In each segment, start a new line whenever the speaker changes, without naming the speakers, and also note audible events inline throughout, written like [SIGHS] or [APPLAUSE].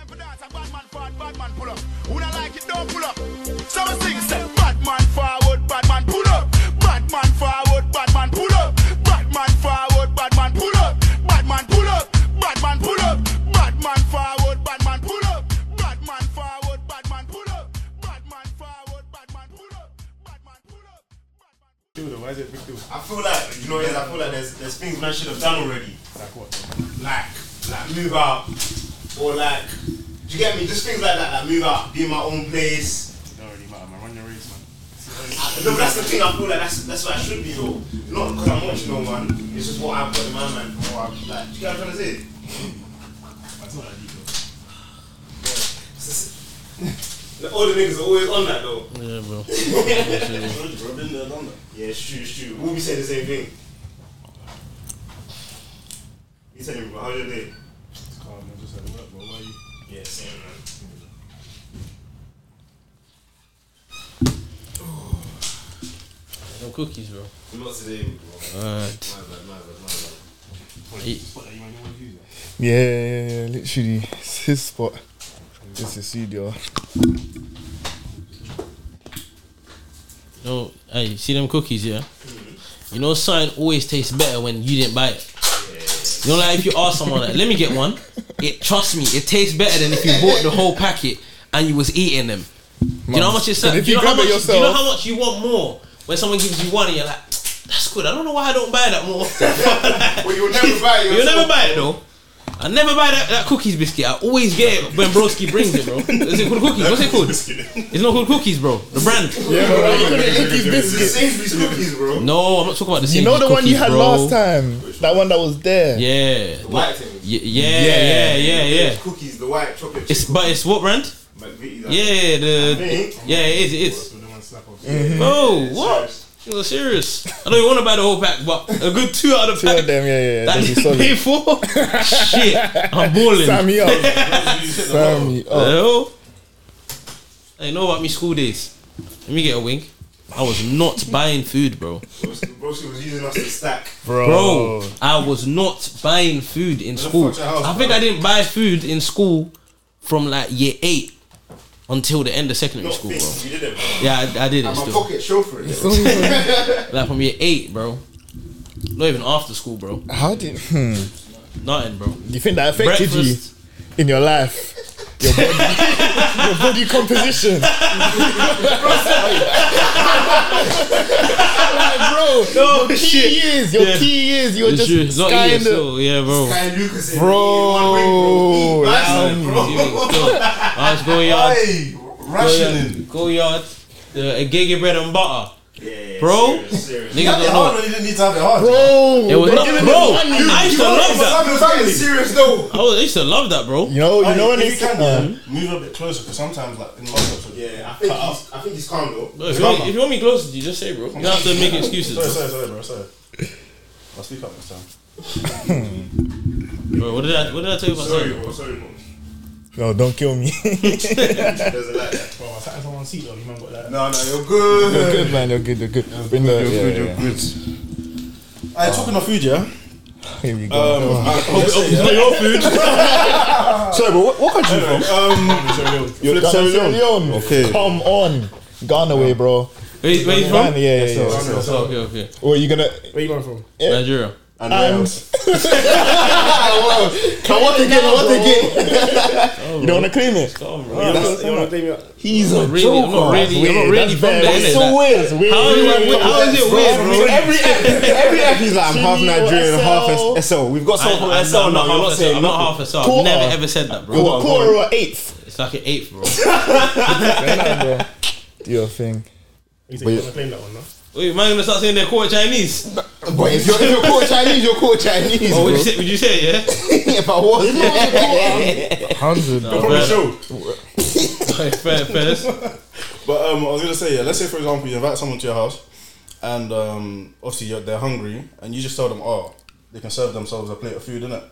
Bad man forward, bad man pull up. Who not like it, don't pull up. Some things say, bad man forward, bad man pull up. Bad man forward, bad man pull up. Bad man forward, bad man pull up. Bad man pull up, bad man pull up. Bad man forward, bad man pull up. Bad man forward, bad man pull up. Bad man forward, bad man pull up. Bad man pull up. Bad man
Dude, why is it big deal?
I feel like you know, yes, I feel like there's there's things man should have done already.
Like what?
Like like move out or like do you get me? Just things like that, like move out, be in my own place.
It don't really matter, man. Run your race, man.
I, no, but that's the thing I feel like that's that's what I should be though. Not because I'm watching no man. It's just what I've got in my mind for what I'm like. Do you get what I'm trying to say?
That's not that deep, though.
It's just- Like, all the niggas are always on that though.
Yeah,
[LAUGHS]
bro.
Yeah, it's true, it's true. We'll be saying the same thing. You tell me, bro, how's your day?
It's calm, man. Just had to work, bro. Why you?
Yeah, same man.
No cookies, bro.
Not today, bro.
Alright.
My bad, my bad, my bad.
What, you man? You want to use it?
Yeah, yeah, yeah, literally. It's his spot. It's his studio.
No, hey, you see them cookies, yeah? You know, something always tastes better when you didn't buy it. You know, like if you ask someone, like, let me get one, it trust me, it tastes better than if you bought the whole packet and you was eating them. Do you know how much it's
But if
do you
you
know how
grab
much
it
do you know
yourself-
how much you want more when someone gives you one and you're like, that's good. I don't know why I don't buy that more.
[LAUGHS]
Like,
Well, you'll never buy it
You'll never
yourself,
buy it though. I never buy that, that cookies biscuit. I always get it when Broski brings it, bro. Is it called cookies? What's
[LAUGHS]
it called? It's not called cookies, bro. The brand.
Yeah, bro, you couldn't eat these
It's the
biscuits.
Sainsbury's cookies, bro.
No, I'm not talking about the same.
You know the
cookies,
one you had
bro.
last time? That one that was there.
Yeah.
The white things.
Yeah, yeah, yeah, yeah, yeah.
Cookies, the white chocolate
It's
chip.
but it's what brand?
McVitie's, like,
Yeah, the
think.
yeah, it is, it is.
So the one slap off. [LAUGHS]
Oh, what? You're serious. I don't even want to buy the whole pack, but a good two out of
Two of
pack.
them, yeah, yeah, yeah.
That
That'd be
is pay
solid.
for.
[LAUGHS]
Shit, I'm balling.
Sign me up. Sign me
The
up.
hell? Hey, know about me school days? Let me get a wink. I was not buying food, bro.
Bro, she was using us to stack.
Bro, I was not buying food in school.
fuck your house,
I think I didn't buy food in school from like year eight until the end of secondary
Not
school, bro.
fist, you did it, bro.
Yeah, I, I did it
And my
still.
pocket chauffeur.
Like from year eight, bro. Not even after school, bro.
How did hmm,
Nothing, bro.
do you think that affected you
Breakfast.
in your life? Your body, your
[LAUGHS]
body composition. like, bro,
No
your
shit.
key years, your
Yeah.
key years, you were
It's
just
true. Not year
skying the.
still, yeah, bro.
Guy Lucas in
Bro.
one wing, bro.
Wow.
Bastard, bro.
You ain't
[LAUGHS]
still. I was going yard.
Hey,
Go
rationing.
yard. Go yard. The a gig of bread and butter.
Yeah,
Bro.
serious, serious.
Niggas
Not
don't
that
know.
hard, though, you didn't need to have it hard.
Oh, Bro,
It was
they're
not,
giving
bro.
them money.
I used to love that. Oh,
Some of them are serious though.
I, was, I used to love that, bro.
You know, you know when
Oh, if
it's
you can,
uh,
man, move a bit closer because sometimes, like in lockups,
Yeah, I think
cut off.
he's, I think he's calm though.
Bro, Oh, if, you want, if you want me closer to you, just say, bro. You don't have to make excuses.
Sorry,
Bro,
sorry, sorry, bro. Sorry. I'll speak up next time.
Bro, what did I what did I tell you about
Sorry,
that?
bro. Sorry, bro.
no, don't kill me.
Doesn't like that.
Bro, I sat in someone's seat though. You man got that.
No, no, you're good.
good man, you're good, you're good. Bring the- yeah, yeah, yeah.
Hey, talking of food, yeah.
Here we
Um,
go.
Uh, oh,
It's not your food.
Sorry, but what, what country you from?
[LAUGHS]
Um,
You're
Ghana,
from Sierra
Sierra
Leone.
Leone.
Okay.
Come on. Gone away, bro.
Where, where you
Gone,
from?
yeah, yeah, yeah.
Oh, okay, okay.
Well, you gonna
where you going from?
Nigeria.
And
um,
and
Wales.
I want to get, I want to get. [LAUGHS] You don't want to claim it.
Come on, bro.
You wanna- you wanna take me out?
He's a
really- I'm not really- I'm not really from there, innit?
It's so weird. That's weird.
How is it weird? How is it weird, bro?
Every every app is like I'm half
Chile or
Nigerian,
SL.
half SL. We've got someone
I, I,
from
no,
SL
I'm
now.
not
You're not
half a
saying
I'm not
nothing.
half a star.
Quarter.
I've never ever said that, bro.
You're the quarter or eighth.
It's like an eighth, bro.
Do [LAUGHS] your thing.
You think you wanna claim that one, no?
Wait, am I gonna start saying they're quarter Chinese?
But if you're if you're called Chinese, you're called Chinese. bro.
Oh, would you say? Would you say yeah?
[LAUGHS]
If I was,
Hundred.
Oh,
Probably
fair.
show.
fair, fair. That's,
[LAUGHS]
But um, I was gonna say, yeah. Let's say for example, you invite someone to your house, and um, obviously you're, they're hungry, and you just tell them, oh, they can serve themselves a plate of food, innit?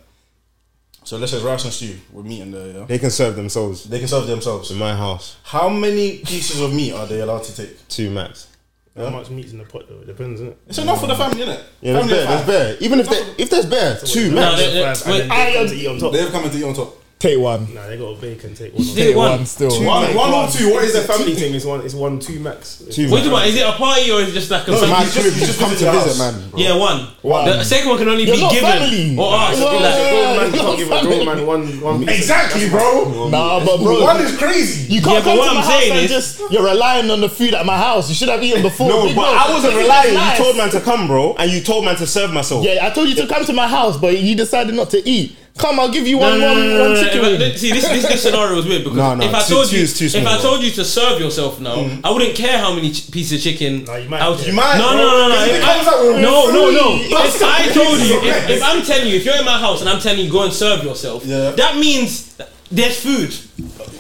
So let's say it's rice and stew with meat in there, yeah.
they can serve themselves.
They can serve themselves.
In my house,
How many pieces of meat are they allowed to take?
two max.
Yeah.
How much meat's in the pot though? It depends, isn't it?
It's enough for the family, innit?
Yeah, there's
family
bear,
of
there's
five.
bear. Even if there, if there's bear, two
no,
max.
they, they, wait,
Five, and then they come to eat on top.
They've come and eat on top.
Take one.
Nah, they got a bacon take one.
Take
Take
one.
one still.
One- one or two, what
What is
is
the
it?
family thing? It's one. It's one two max.
Two.
What do you want? Is it a party or is it just like a
No,
something-
Man,
He's just-
you
he's
just
just
come to
visiting your
visit,
house.
man. bro.
Yeah, one.
One.
The second one can only
You're
be
not
given
family.
or asked.
Nah,
Like,
A grown man [LAUGHS] can't give a grown man one one. piece of-
Exactly, bro.
Nah, but bro,
One is crazy.
you
Yeah, but
can't come
what
to
I'm
my house
saying
and
is-
just you're relying on the food at my house. You should have eaten before.
No,
Big
but
bro,
I wasn't
this is
relying. You
nice.
told man to come, bro, and you told man to serve myself.
Yeah, I told you to come to my house, but you decided not to eat. Come, I'll give you
No,
one,
no, no,
one,
no, no,
one
no,
chicken
no.
wing.
Uh, But See, this, this, this scenario is weird because
No, no,
if I
two-
told
two
you,
is too
if
small, Mm.
I
bro.
told you to serve yourself now, I wouldn't care how many ch- pieces of chicken.
No, you might
I would-
care. You
might,
No,
bro,
no, no, no.
because it
If I-
comes out with
no, no,
three. [LAUGHS]
no. If
That's-
I told you, if, if
[LAUGHS]
I'm telling you, if you're in my house and I'm telling you go and serve yourself,
Yeah.
that means that there's food.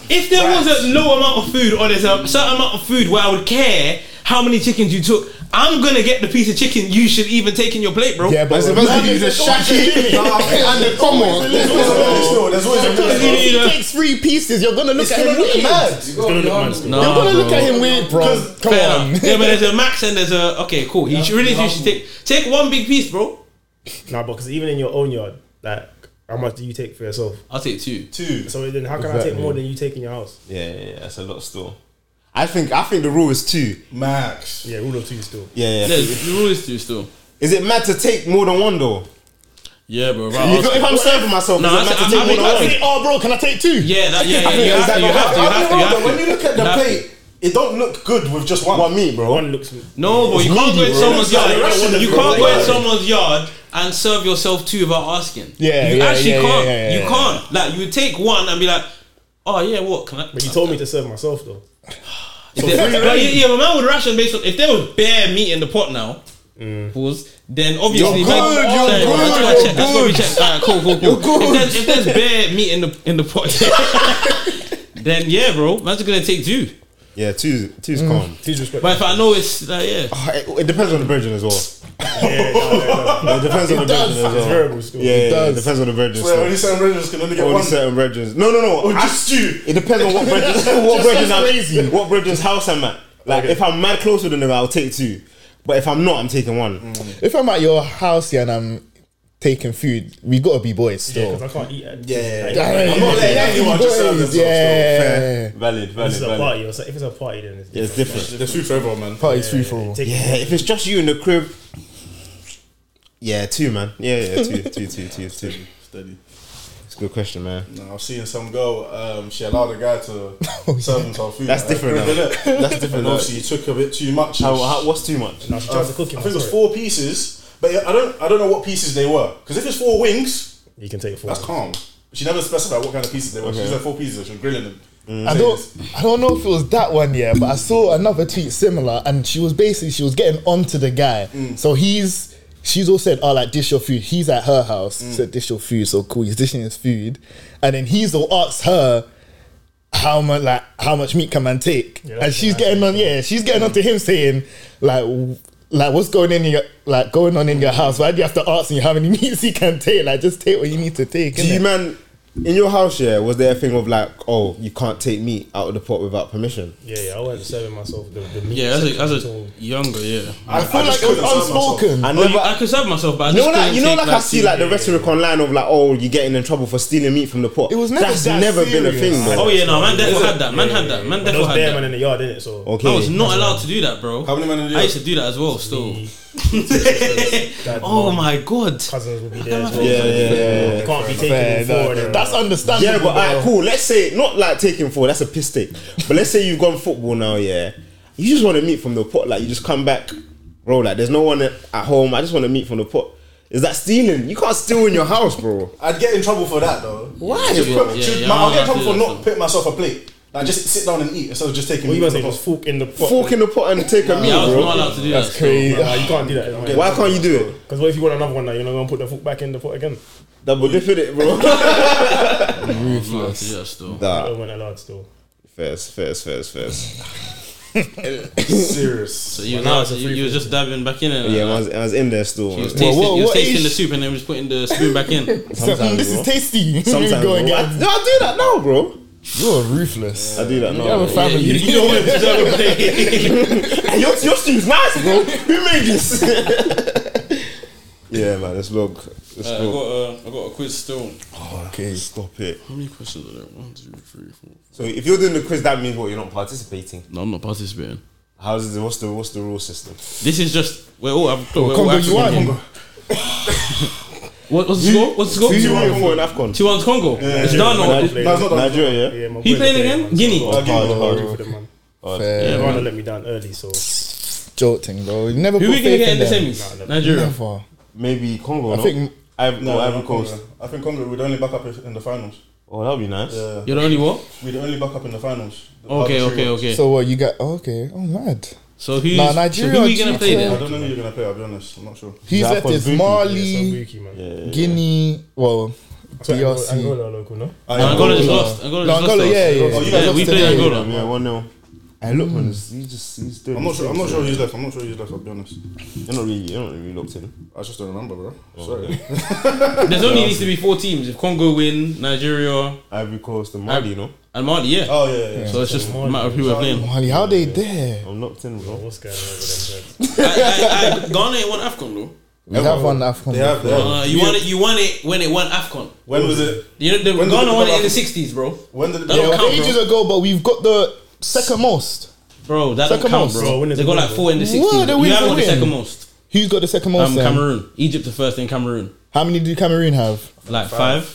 If there was a low amount of food or there's a certain amount of food where I would care how many chickens you took, I'm gonna get the piece of chicken you should even take in your plate, bro.
Yeah,
That's the
but man,
best thing. You
it's
just
all
shack
chicken
it.
wing.
Nah, And the come on.
There's always a minute still, there's always a minute.
Because
you
if he
need a-
takes three pieces, you're gonna look
It's
at
gonna
him
look
weird.
mad.
It's gonna look mad. still.
Nah,
You're gonna look
bro.
at him weird, bro. Come
Fair
on.
[LAUGHS] enough. yeah, but there's a max and there's a okay, cool. You should really you should take take one big piece, bro.
Nah, because even in your own yard, like how much do you take for yourself?
I'll take two.
Two.
So then, how can I take more than you take in your house?
Yeah, yeah, yeah, that's a lot still. I think I think the rule is two.
Max.
Yeah, rule of two still.
Yeah, yeah.
There's the rule is two still.
Is it mad to take more than one though?
Yeah, bro. Right,
You
I'll-
go, if I'm serving myself,
No,
is it
I
mad
said-
to take
I
more
mean,
than
I
one?
said-
Say, oh, bro, can I take two?
yeah, that, yeah, yeah.
think
You
it's
have to,
that
you
bro.
have to, you
I'll be
have to,
real
you have
though,
to.
When you look at the
You have
plate, it don't look good with just one.
One meat, bro.
One looks.
No, bro. You can't go in someone's
It's like
yard.
the rest of the
You
people,
can't go in
like-
someone's yard and serve yourself two without asking.
Yeah,
you
yeah,
actually
yeah, yeah,
can't.
yeah, yeah,
You
yeah.
can't. Like you would take one and be like, oh yeah, what can I?
But you told me to serve myself though.
If there- but yeah, yeah, but man would ration based on if there was bare meat in the pot now. Pause. Then obviously,
Mm. You're good,
man- Sorry,
you're
that's
good,
what I
you're
checked, that's what we checked. Alright, cool, cool, cool. If there's, if there's bare meat in the in the pot, [LAUGHS] then yeah, bro, man's gonna take two.
Yeah, two, two's
Mm.
calm.
Please respect.
But if I know it's like yeah,
It, it depends on the virgin as well.
Yeah, yeah, yeah, [LAUGHS] yeah.
It depends on the virgin as
It's
well.
variable still.
Yeah, yeah, yeah, it
does.
depends on the virgin.
Where
still.
only certain regions can only get
Only
one.
certain virgins. No, no, no.
Or
I-
just two.
It depends on what virgins. what
Just
virgin
sounds
I'm
crazy.
What virgin's house I'm at. Like if I'm mad close with the nigga, I'll take two. But if I'm not, I'm taking one.
If I'm at your house here and I'm taking food, we gotta be boys still.
Because I can't eat. At,
Yeah.
Like,
I'm
not letting anyone just serve themselves, still.
Yeah.
Valid, valid,
This is a
valid.
party. Or so if it's a party, then it's
Yeah, it's different.
There's food for everyone, man.
Party's free for all.
Take
Yeah, if it's just you in the crib. Yeah, two man. Yeah, yeah, two, two, two, two, two.
Steady.
It's a good question, man.
No, I've seen some girl. Um, she allowed a guy to serve himself food.
That's different
[LAUGHS]
now.
That's
different
And
now.
obviously, he took a bit too much.
How, how, what's too much?
Now she tried to cook him.
I think it was
sorry.
four pieces, but yeah, I don't. I don't know what pieces they were. Because if it's four wings,
You can take four.
that's calm. She never specified what kind of pieces they were. She
Okay. Mm.
said four pieces. She was grilling them.
I don't, I don't know if it was that one, yeah, but I saw another tweet similar, and she was basically she was getting onto the guy. So he's she's all said, "Oh, like dish your food." He's at her house, said dish your food. So cool, he's dishing his food, and then he's all asks her how much like how much meat can man take,
Yeah,
and
that's
she's
nice.
getting on, yeah, she's getting on to him saying like. w- Like what's going in your like going on in your house? Why do you have to ask me how many [LAUGHS] meats you can take? Like just take what you need to take.
Do you
innit?
man in your house? Yeah, was there a thing of like, oh, you can't take meat out of the pot without permission?
Yeah, yeah. I wasn't serving myself the, the meat.
yeah, as a,
section
as
at
a
all.
younger, yeah.
I,
I feel like it was unspoken.
I
Well, you,
never.
I could serve myself, but I
You know,
just
like
couldn't
you know,
take,
like I see
two-
like the rhetoric online of like, oh, you're getting in trouble for stealing meat from the pot.
It was never
That's
that
never been a
serious.
thing, man.
Oh yeah, no, man, definitely had that. Man had that. Man
But there
definitely
was bare
had
man
that.
in the yard, innit? So
Okay.
I was not allowed to do that, bro.
How many men in the
I
yard?
used to do that as well. Still.
[LAUGHS]
dad,
[LAUGHS] Oh
mom,
my god.
Cousins would be there as well.
Yeah, yeah, yeah. yeah.
You can't be
Fair,
taking
no,
four. then.
that's understandable.
Yeah, but alright,
though.
cool. Let's say not like taking four. That's a piss take. But let's say you've gone football now. Yeah, you just want to meet from the pot. Like you just come back, bro. Like there's no one at at home. I just want to meet from the pot. Is that stealing? You can't steal in your house, bro.
I'd get in trouble for that though. Why?
Yeah, yeah, yeah,
I'll
I'm
get
not gonna
in trouble for
do that
not putting myself a plate. Like just sit down and eat instead of just taking.
What you
meat from
guys say?
the
Just fork in the pot.
Fork in the pot and take a meal,
Yeah, I was
bro.
not allowed to do that.
That's
still.
crazy.
Nah, you can't do that.
Why can't you do it?
Because what if you want another one now? You're not gonna put the foot back in the pot again.
Double dip in it, bro. [LAUGHS]
I was not allowed to do that still.
I
nah,
went allowed still.
first, first, first, first.
pot. serious.
[LAUGHS] So you
now
now
it's a
you,
free
you were just diving back in it.
Yeah, I
like,
was, I was in there still.
you was
man.
tasting,
what-
you was
what
tasting
age-
the soup and then just putting the spoon back
[LAUGHS]
in.
Uh,
So, mm, this is
bro.
tasty. [LAUGHS]
Sometimes,
Go
bro. I,
again.
no, I do that now, bro.
You're ruthless.
I do that now.
You have a
bro.
family.
you, you don't want to deserve a plate.
[LAUGHS]
Hey, your, your steam's nice, bro. Who made this? yeah, man, it's log. Let's
Uh, I
go.
got a, I got a quiz still.
Okay, stop it.
How many questions are there? One, two, three, four.
So if you're doing the quiz, that means what? You're not participating.
No, I'm not participating.
How's the what's the what's the rule system?
This is just we're all. I'm, we're all
Oh, Congo,
African
you are
here.
Congo.
What, what's the score? What's the score?
Who you
Two
rooting for in Afcon?
one Congo. It's done.
Nigeria.
Or,
No,
Nigeria.
it's not that.
Nigeria, yeah.
Yeah, my
Who
boys
playing
are playing,
again?
man.
Guinea.
So
Hard,
I'm not
hard.
rooting for them, man.
uh,
Yeah,
They
man.
wanna let me down early, so
Jolting, bro. You never
Who
put
we gonna
faith
get in the
them.
semis? Nigeria.
Never.
Maybe Congo.
I
no?
think-
Iv-
No,
or
no,
Ivory
no,
Coast.
Congo. I think Congo would only back up if- in the finals.
Oh, that'd be nice.
Yeah,
You're the only what?
we're the only back up in the finals. The
Okay,
other three
okay,
ones.
okay. So,
So what you got? Oh, okay. Oh, mad.
who's so
Nah,
who
Nigeria
are we
are
gonna
cheating.
play
I
then?
don't know who you're gonna play. I'll be honest, I'm not sure.
He's
Yeah,
left
for
is
Buki,
yeah, so
Mali,
Buki, man.
Guinea. Well,
So Angola,
DRC.
Angola are local, no?
Ah.
No, Angola just
Angola.
lost. Angola
No,
just
Angola.
lost.
Yeah, yeah.
Oh,
yeah.
you guys
Yeah, we
Lost
played
today.
Angola.
Yeah, one 0 I look man, he's
Mm.
he just he's doing.
I'm not
his
sure. I'm
thing,
not sure
so-
who's left. I'm not sure who's left. I'll be honest.
You're not really you're not really locked in.
I just don't remember, bro. Sorry.
There's only needs to be four teams. If Congo win, Nigeria
Ivory Coast and Mali, no.
and Mali, yeah.
Oh yeah, yeah. yeah.
so it's just a matter of who we're playing.
Mali, how they there?
I'm locked in, bro.
What's going on with
I,
them?
I, I, Ghana ain't won Afcon though.
We have one Afcon.
They have. They have.
Uh, you won it. You won it when it won Afcon.
when was it?
You know, the,
When did
Ghana
it
won it
become
in the
Afcon?
sixties, bro.
When did it?
That don't
Yeah,
count,
Ages ago, but we've got the second most.
Bro, that don't
Second
count,
most.
Bro,
bro.
when is
They
it
got
win,
like
bro?
four in the sixties.
What? They
You
win
haven't
for
got the
win?
second most.
Who's got the second most?
Um,
then?
Cameroon, Egypt, the first in Cameroon,
How many do Cameroon have?
like five.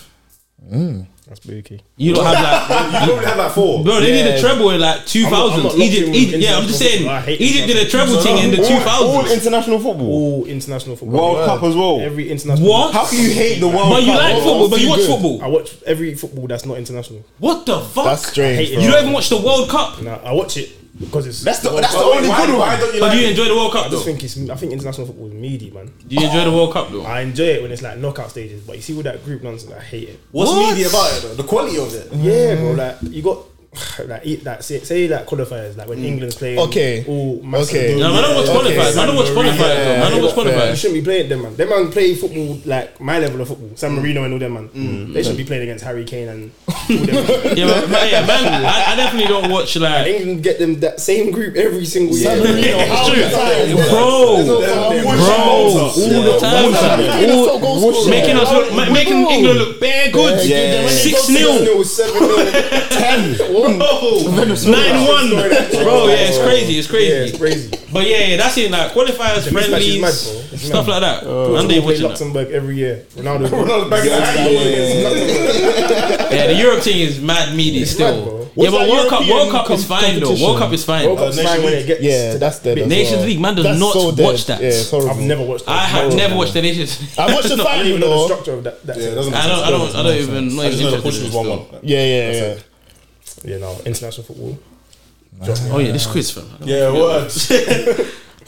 That's Buki.
You don't have like,
you probably had like four.
bro. They did a
Yeah.
treble in like two
I'm not
thousands.
locked
Egypt,
in with
Egypt, yeah. I'm just
international
saying,
football. I hate
Egypt did a treble thing in the two
All
thousands.
international football,
All international football.
World Cup as well.
Every international.
What?
How can you hate the World
But you
Cup?
like
bro?
football, but you watch
good.
I
football.
watch every football that's not international.
What the fuck?
That's strange.
hate
bro.
it.
You don't even watch the World Cup,
Nah, I watch it because it's.
That's the
World
that's the
Cup.
only good
Why
one. [LAUGHS]
don't you
but
like?
do you enjoy the World Cup
I
though?
just think it's. I think international football is meaty, man.
Do you enjoy the World Cup though?
I enjoy it when it's like knockout stages, but you see all that group nonsense. I hate it.
What's media about it? Though? The quality of it.
Yeah, bro. Like you got [SIGHS] like eat that say, say like qualifiers, like when England's playing.
Okay.
All massive
Okay.
dudes.
No, man, I don't watch
Yeah, okay.
qualifiers. Man, I don't watch qualifiers though. Man, I don't watch
Yeah,
You
qualifiers.
shouldn't be playing them, man. Them man play football like my level of football, San Marino and all them, man. They should be playing against Harry Kane and all [LAUGHS] them.
Yeah, but, but yeah, man, I, I definitely don't watch like.
[LAUGHS]
England get them that same group every single year.
San Marino,
It's
how
true.
many times?
Bro, bro, all the time,
Yeah,
son.
that's so goal scorer.
Making us look, ma- making
Bro.
England look bare good.
Yeah.
Six 0 nine one. Bro, yeah, it's crazy. It's
Yeah,
crazy.
it's crazy.
But yeah, yeah, that's it. Like qualifiers,
mismatch is
friendlies,
mad, bro. It's
stuff like that. and they
They play
watching that.
Luxembourg every year.
[LAUGHS]
Ronaldo.
Yeah, the Europe thing is mad meaty still.
bro.
yeah, but
What's
World
that
Cup, World
European
Cup is
com-
fine though. World
competition?
Cup is fine.
World Cup's fine when it gets
Yeah,
to
that's dead.
that bit.
as
Nations
well.
League, man does
That's
not
so dead.
watch that.
Yeah, it's horrible.
I've never watched. that.
I have
Horrible.
never watched the Nations.
[LAUGHS]
[LAUGHS]
I watched the
Not-
I
final
don't even know the
though.
structure of that. that
Yeah, it doesn't make
I don't. I
sense.
don't. I don't even. Not
I just
even
know the
interested
Portuguese
in
one
it
one.
still.
Yeah, yeah, yeah.
yeah, no, international football.
Oh yeah, this quiz fam.
Yeah, what?
[LAUGHS]
Was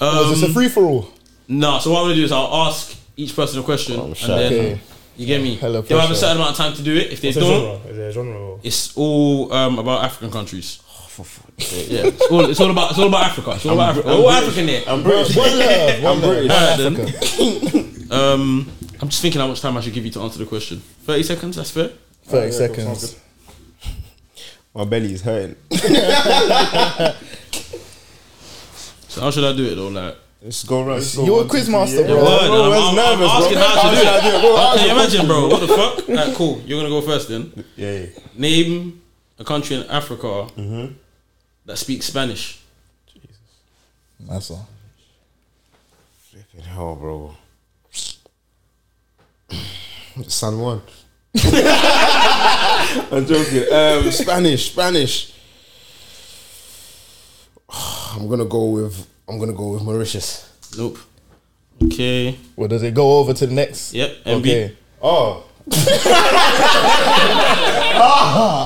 Um,
this a free for all?
No, so what I'm gonna do is I'll ask each person a question,
Oh,
and then
Okay.
you get me.
Hella
They'll have a
pressure.
certain amount of time to do it. If they
Is it a
don't,
genre? Is it a genre? Or?
it's all um, about African countries.
Oh,
[LAUGHS] yeah, it's all, it's all about it's all about Africa. It's all about Africa. We're all African here.
I'm British.
One love. One love.
Alright then. um, I'm just thinking how much time I should give you to answer the question. Thirty seconds. That's fair.
30 seconds.
My belly is hurting.
So how should I do it though? Like,
Let's go round. let's go
You're a
one, two,
quiz
three,
master,
yeah.
Oh, bro.
Word,
bro, I
I'm,
was
I'm- I'm
nervous, bro.
asking how
How
to do
should I do it, bro?
[LAUGHS] it. Can you imagine, bro? What the fuck? Alright, cool. You're gonna go first then.
Yeah, yeah.
Name a country in Africa that speaks Spanish.
That's all.
Flipping hell, bro. San Juan. [LAUGHS] I'm joking. Um, Spanish, Spanish. I'm gonna go with I'm gonna go with Mauritius.
Nope. Okay.
Well, does it go over to the next?
Yep. MB.
Okay. [LAUGHS]
Oh,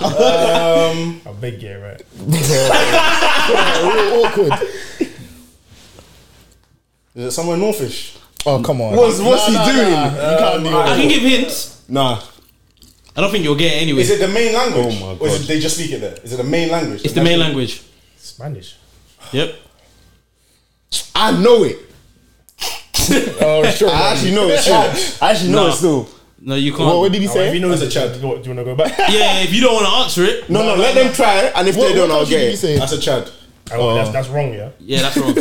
I beg you, right?
Real awkward.
is it somewhere northish?
Oh, come on.
What's what's he doing?
I can give hints.
Nah.
I don't think you'll get it anyway.
Is it the main language?
Oh my
Or is
God.
it they just speak it there? Is it the main language?
it's the main language.
Spanish.
Yep.
I know it.
Oh, sure.
I actually know it. Still. I actually know it
Nah.
still.
No, you can't.
Oh, What, what did he
Now, if
say?
you know it's a chat, do you want to
[LAUGHS]
go back?
yeah, if you don't want to answer it,
No, no, let them try, and if
What,
they don't,
what
I'll
country did
get
he
it.
say?
That's a Chad.
I went,
Oh.
that's, that's wrong, yeah.
yeah, that's wrong.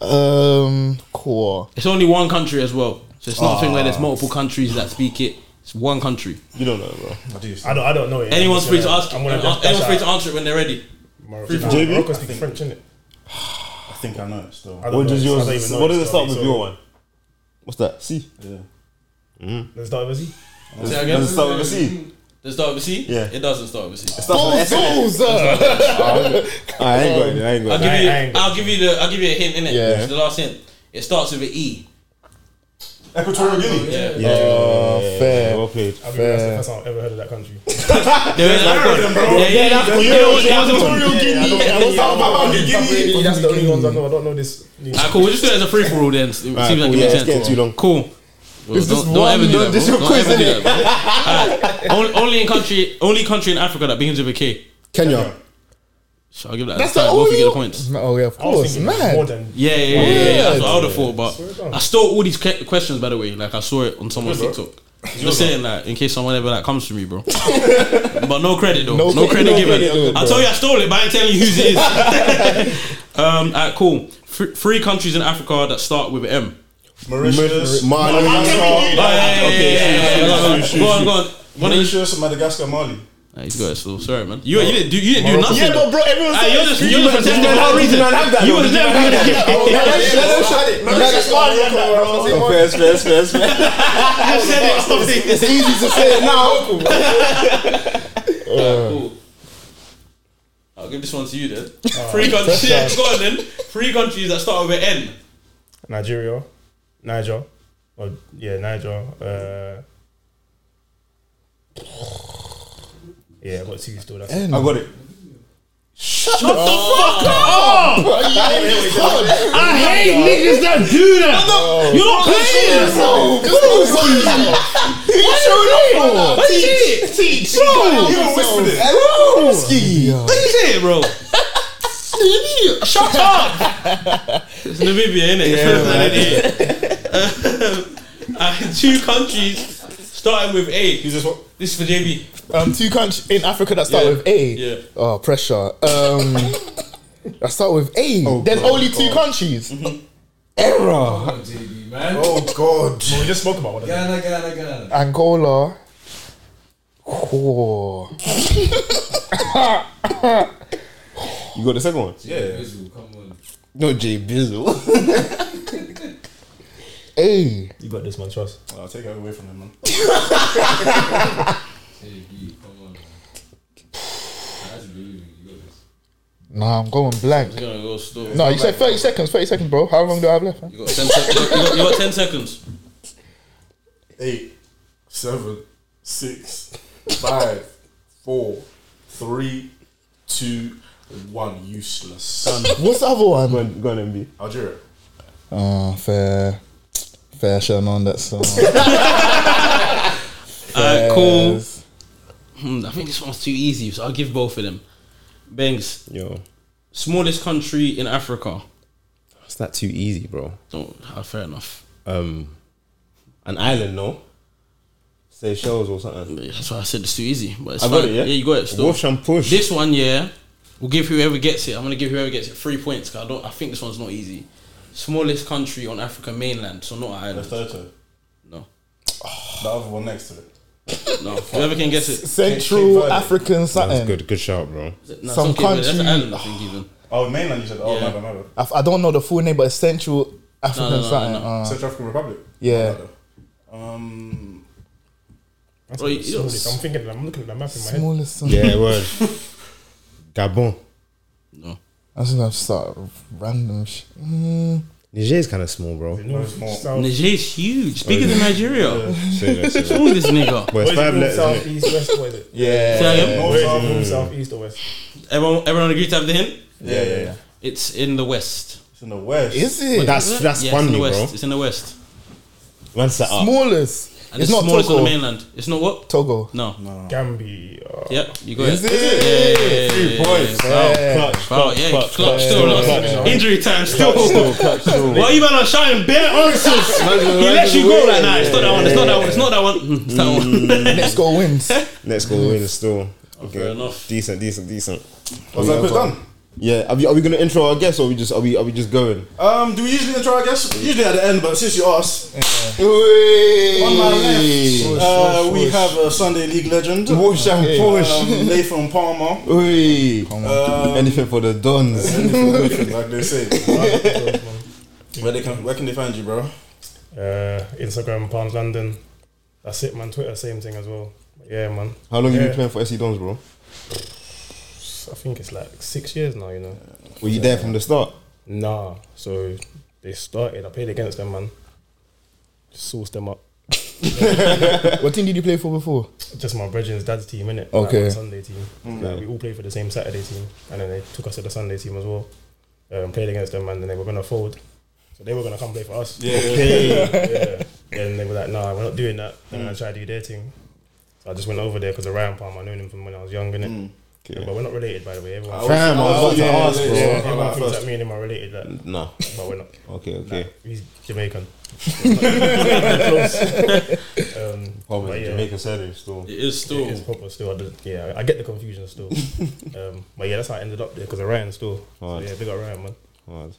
Um, cool.
it's only one country as well. So it's not a thing where there's multiple countries that speak it. It's one country.
You don't know, bro.
I do.
I don't, I don't know it.
Anyone's
I'm
free
just
to
gonna-
ask.
I'm gonna
Anyone's
just uh, dash
free
out.
to answer it when they're ready.
Morocco.
Free
Nah,
for JB?
Morocco speak French, innit?
I think I know it still.
I don't
What
know,
does
so I
yours?
don't even know
What
it,
does it
so-
start with
so-
your one? What's that? C.
Yeah.
Does it start with a Z?
Say that again?
Does it start with a C?
Does it start with a C?
Yeah.
It doesn't start with a C. oh.
Bulldozer!
I ain't got it. I ain't got
I'll
it.
give
I
you.
ain't-
I'll give you the. I'll give you a hint in it.
Yeah.
The last hint. It starts with an E.
Equatorial Guinea.
Yeah.
Yeah,
Oh, fair.
well played.
I'll be honest, that's the first time I've ever heard of that country.
Yeah, yeah, yeah.
That's the only ones I know. I don't know this.
Alright, cool. We'll just do it as a free for all then. It seems
Alright,
like
cool,
it
yeah,
makes
it's getting
sense.
too long.
Cool. Well,
It's just
don't, don't ever
one,
do
yeah.
that.
This
bro.
your
Don't
quiz,
ever do
innit?
that, bro. Alright. Only- Only in country, only country in Africa that begins with a K.
Kenya.
So I'll give that.
That's
That's
the
time. Both of you get
only
the
one.
points.
Oh, yeah, of
I was
course.
thinking more
Mad.
than.
Yeah, yeah, yeah. yeah, yeah, That's what I would have thought,
Swear
but
down.
I stole all these que- questions by the way. Like I saw it on someone's TikTok. Just saying that in case someone ever like comes to me, bro. but no credit though.
No
No,
cre-
credit given.
no credit given,
I
bro.
told you I stole it, but I ain't telling you whose it is. um, alright, cool. Thr- three countries in Africa that start with M.
Mauritius,
Mali.
Okay, Go on, go on. One of you.
Mauritius, Madagascar, Mali.
Nah, he's got it still. Sorry, man. You, you didn't do, you didn't do nothing.
Yeah, but bro, everyone's
Hey, you're just, you're just pretending for no reason.
have that.
You was
[LAUGHS]
never gonna get
First, first, first, first.
I said it. Stop saying this.
Easy to say it now.
Cool. I'll give this one to you then. Three countries. Yeah, [LAUGHS] go on then. Three countries that start with an N.
Nigeria, Niger, or yeah, Niger. Uh, yeah, I got two still. That's
I got it.
I hate niggas that do that.
You're not playing. What you did? Teach, bro.
You whispered it.
What you did, bro? Shut up. It's Namibia, innit? Yeah, [LAUGHS] uh, two countries starting with A.
He's just what?
This is for JB.
Um, two countries in Africa that start
Yeah.
with A.
Yeah.
Oh, pressure. [LAUGHS] Um, that start with A. There's only two countries. Error.
Oh God.
We just spoke about what.
Ghana, Ghana, Ghana.
Angola. Oh.
You got the second one?
Yeah.
Israel, come on.
No, J Bizzle.
[LAUGHS] A.
You got this, man. Trust.
I'll take it away from him, man.
Hey, B, come on. I actually believe in you. You got this.
Nah, I'm going blank.
He's gonna go store.
No, you said 30 seconds, 30 seconds, bro. How long do I have left? man?
You got 10 sec- you got- you got 10 seconds.
Eight, seven, six, five, four, three, two, one. Useless.
What's the other
Go
one?
on, go on, MB.
Algeria.
Oh, fair. Fair shun on that [LAUGHS] song.
Alright, cool. Hmm, I think this one's too easy, so I'll give both of them. Bangs,
Yo,
smallest country in Africa.
it's not too easy, bro.
Oh, ah, fair enough.
Um, an island, no. Seychelles or something.
That's why I said it's too easy. But it's
I got
fine.
it, yeah?
you got it still.
Wash and push.
This one, yeah, we'll give whoever gets it. I'm gonna give whoever gets it three points. 'cause I don't. I think this one's not easy. Smallest country on Africa mainland, so not
The
Ireland.
third one.
No,
The other one next to it.
no. Whoever can
[LAUGHS]
get it.
Central African
That's
something.
good. Good shout, bro.
No,
Some
Some country. That's
country-
Ireland, I think.
[SIGHS]
Even
Oh, mainland. You said. Oh,
Yeah.
my bad, my bad.
I, I don't know the full name, but it's Central African
no, no,
something.
no.
Uh,
Central African Republic.
yeah.
Um,
That's
Bro, you-
so this- I'm thinking. I'm looking at the map in my head.
Smallest song.
Yeah, word. Gabon.
no.
I was gonna start random sh- mm,
Niger is kind of small, bro.
North,
Small.
south,
Niger is huge. Bigger
Oh,
than Nigeria.
Say that, say that.
Who is this
But
nigga?
it's
Where's
five letters,
north, south,
innit?
east, west. What
[LAUGHS]
is it?
Say again.
North,
Where is
South,
it? North, south, east, or west?
Everyone, everyone agree to have the hint.
Yeah, yeah, yeah.
It's in the west.
It's in the west.
Is it
That's that's
Yeah, it's in
funny,
the west.
bro.
It's in the west.
One set up.
smallest?
And
it's
it's,
not
smallest
Togo.
on the mainland. It's not what? [LAUGHS]
Togo.
No.
Gambia. Oh,
Yep, you got
Is
it.
it?
Yeah, yeah, yeah, yeah, yeah, yeah.
Clutch,
Wow,
clutch,
yeah,
clutch,
clutch
clutch,
still.
clutch,
lost.
clutch.
Injury time still.
clutch,
Why you man are shouting bare
[LAUGHS]
answers? he lets you go like that. It's not that one. It's not that one. It's not that one. Mm, It's that one.
Let's go wins.
Let's go win the store.
[LAUGHS] fair enough.
Decent, decent, decent.
Was that quiz done?
Yeah, are we, are we gonna intro our guests or we just are we are we just going?
Um, do we usually intro? I guess usually at the end, but since you asked, one man
Hey.
left. Uh, we have a Sunday League legend, um,
Push and push.
Nathan [LAUGHS] Palmer.
Hey.
Um,
Anything for the dons.
like they say. Where they can, where can they find you, bro?
Uh, Instagram, Palms London. That's it, man. Twitter, same thing as well. Yeah, man.
How long you
Yeah.
been playing for SC Dons, bro?
I think it's like six years now, you know.
Were you there from the start?
Nah, so they started. I played against them, man. Just sourced them up.
What team did you play for before?
Just my brethren's dad's team, innit?
Okay.
Like my Sunday team. Like, we all played for the same Saturday team, and then they took us to the Sunday team as well. Um, played against them, and then they were gonna fold. So they were gonna come play for us.
Yeah.
yeah. Then they were like, "Nah, we're not doing that." Then I tried to do their thing. So I just went over there because of Ryan Palmer. I known him from when I was young, innit? Yeah, but we're not related, by the way. Everyone,
Fam, I was about to ask,
yeah,
bro.
yeah,
everyone
yeah,
thinks
first.
that me and him are related, like,
No.
but we're not.
Okay,
Nah,
okay.
he's Jamaican. um,
Probably
but yeah,
Jamaican setting still.
It is still.
It's proper still. I don't- yeah, I get the confusion still. um, but yeah, that's how I ended up there because of Ryan still. So
Hard.
yeah, big up Ryan, man.
Hard.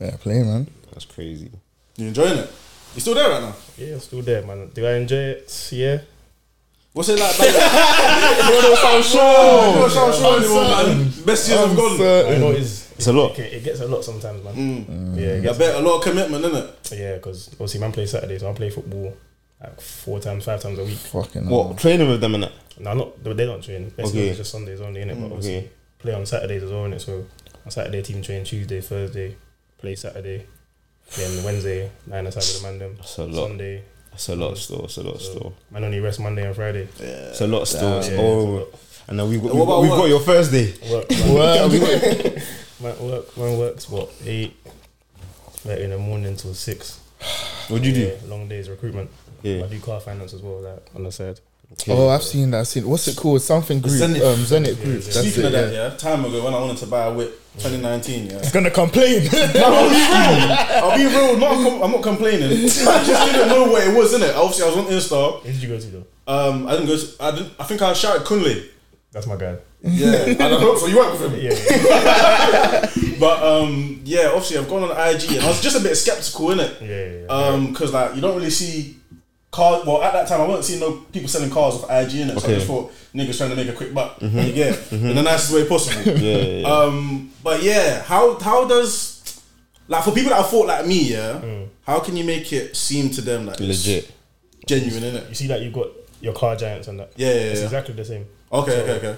Yeah, play, man.
That's crazy.
You enjoying it? You still there right now?
Yeah, I'm still there, man. Do I enjoy it? Yeah.
What's it like? back there? Bro, don't sound sure anymore, man. Best years have gone.
I know it's,
It's a lot.
It, it gets a lot sometimes, man.
Mm.
Yeah, it
I
gets,
bet a lot of commitment, innit?
yeah, because obviously, man plays Saturday, so I play football like four times, five times a week.
Fucking hell.
What training with them and that?
No, not they don't train. Best
Okay. Mm,
is just Sundays only, innit? But obviously,
okay.
play on Saturdays as well, innit? So on Saturday, team train Tuesday, Thursday, play Saturday, then Wednesday, nine aside with the man them.
That's a lot.
Sunday,
That's a lot still. That's a lot still. Eh.
man only rest Monday and Friday.
It's a lot Oh, still. It's
Yeah,
all. And then we got,
What
we
about
got, we
work?
got your Thursday. [LAUGHS]
Work, man,
Well, we got-
man work, man works what eight, like in the morning till six.
What do you
Yeah,
do?
long days recruitment.
Yeah.
I do car finance as well, like on the side.
oh, I've seen that. I've seen what's it called? Something group.
Zenith.
Um, Zenith group.
yeah.
That's
Speaking
it.
of that,
Yeah.
yeah, time ago when I wanted to buy a whip, 2019, yeah.
Gonna complain. [LAUGHS]
I'll be real, not, com- I'm not complaining. I just didn't know what it was, innit? Obviously, I was on Insta.
Where did you go to though?
Um, I didn't go. To, I didn't. I think I shouted Kunle.
That's my guy.
Yeah,
[LAUGHS]
and I hope so. You work with him.
Yeah, yeah.
[LAUGHS] But um, yeah, obviously I've gone on IG and I was just a bit skeptical in it,
yeah, yeah, yeah.
because like you don't really see cars. Well, at that time I wasn't seeing no people selling cars off IG in
Okay.
it, so I
Mm-hmm.
just thought niggas trying to make a quick buck, yeah, in the nicest way possible.
[LAUGHS] Yeah, yeah, yeah.
Um, but yeah, how how does like for people that are thought like me, yeah, how can you make it seem to them like
Mm.
it's
legit.
genuine in
you
it?
see that you've got your car giants and that.
Yeah, yeah,
It's
yeah.
exactly the same.
Okay, okay, okay.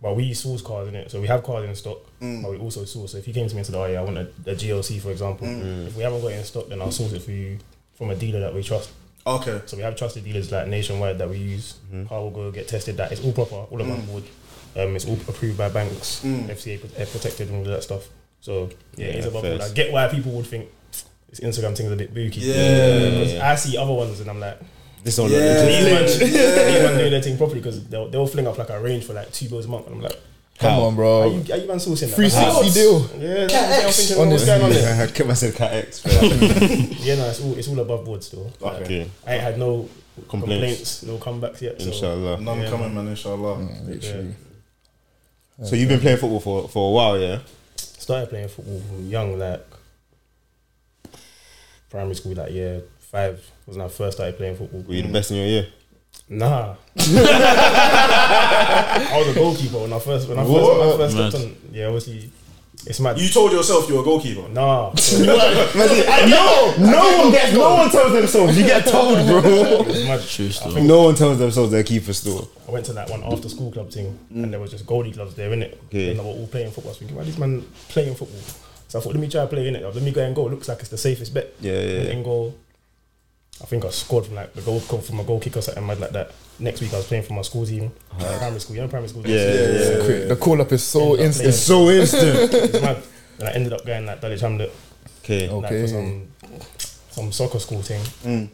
But we source cars in it, so we have cars in stock,
Mm.
but we also source. So if you came to me and said, "Oh yeah, I want a, a GLC," for example,
Mm.
if we haven't got it in stock, then I'll source it for you from a dealer that we trust.
Okay,
So we have trusted dealers like nationwide that we use. Car will go get tested. That it's all proper, all of our
Mm.
board. Um, it's all approved by banks, FCA pro- eh, protected, and all that stuff. So yeah, it's
Yeah,
above
fair.
board. I get why people would think this Instagram thing is a bit booky.
Yeah.
because I see other ones and I'm like,
This don't
Yeah.
look legit.
[LAUGHS] Yeah.
these man, these man
Yeah.
doing their thing properly because they'll they'll fling up like a range for like two bills a month, and I'm like.
Come on,
Are
bro.
you, are you man sourcing that?
Three sixty deal.
Yeah, that's what I'm thinking. What's
Honestly.
going on there?
Yeah, Kim, I said Cat X. bro.
Yeah, no, it's all it's all above board still. Like,
Okay.
I ain't had no
Complaints.
complaints, no comebacks yet. So
Inshallah.
none coming, man. Inshallah.
Mm.
yeah.
So you've been playing football for, for a while, yeah?
started playing football from young, like primary school, like year five was when I first started playing football.
Were you the best in your year?
Nah, [LAUGHS] I was a goalkeeper when I first when I first, when I first stepped
Mad.
on. Yeah, obviously it's mad.
You told yourself you were a goalkeeper.
[LAUGHS] nah, so
No, no one gets. No one tells themselves. You get told, bro.
it's mad.
True still.
[LAUGHS] No one tells themselves they're keeper still.
I went to that one after school club thing,
Mm.
and there was just goalie clubs there, innit?
Yeah.
And they were all playing football. I was thinking, why this man playing football? So I thought, let me try playing it. Let me go and go. Looks like it's the safest bet.
Yeah, yeah,
Went
yeah.
in goal. I think I scored from like the goal from a goal kick or something mad like that. Next week I was playing for my school team, like, primary school. You know, primary school. team?
Yeah, yeah, yeah.
[LAUGHS] The call up is so
Yeah.
instant.
It's
[LAUGHS]
so instant.
It's mad. And I ended up going like Dulwich Hamlet,
Okay.
like
Okay.
for some some soccer school thing, and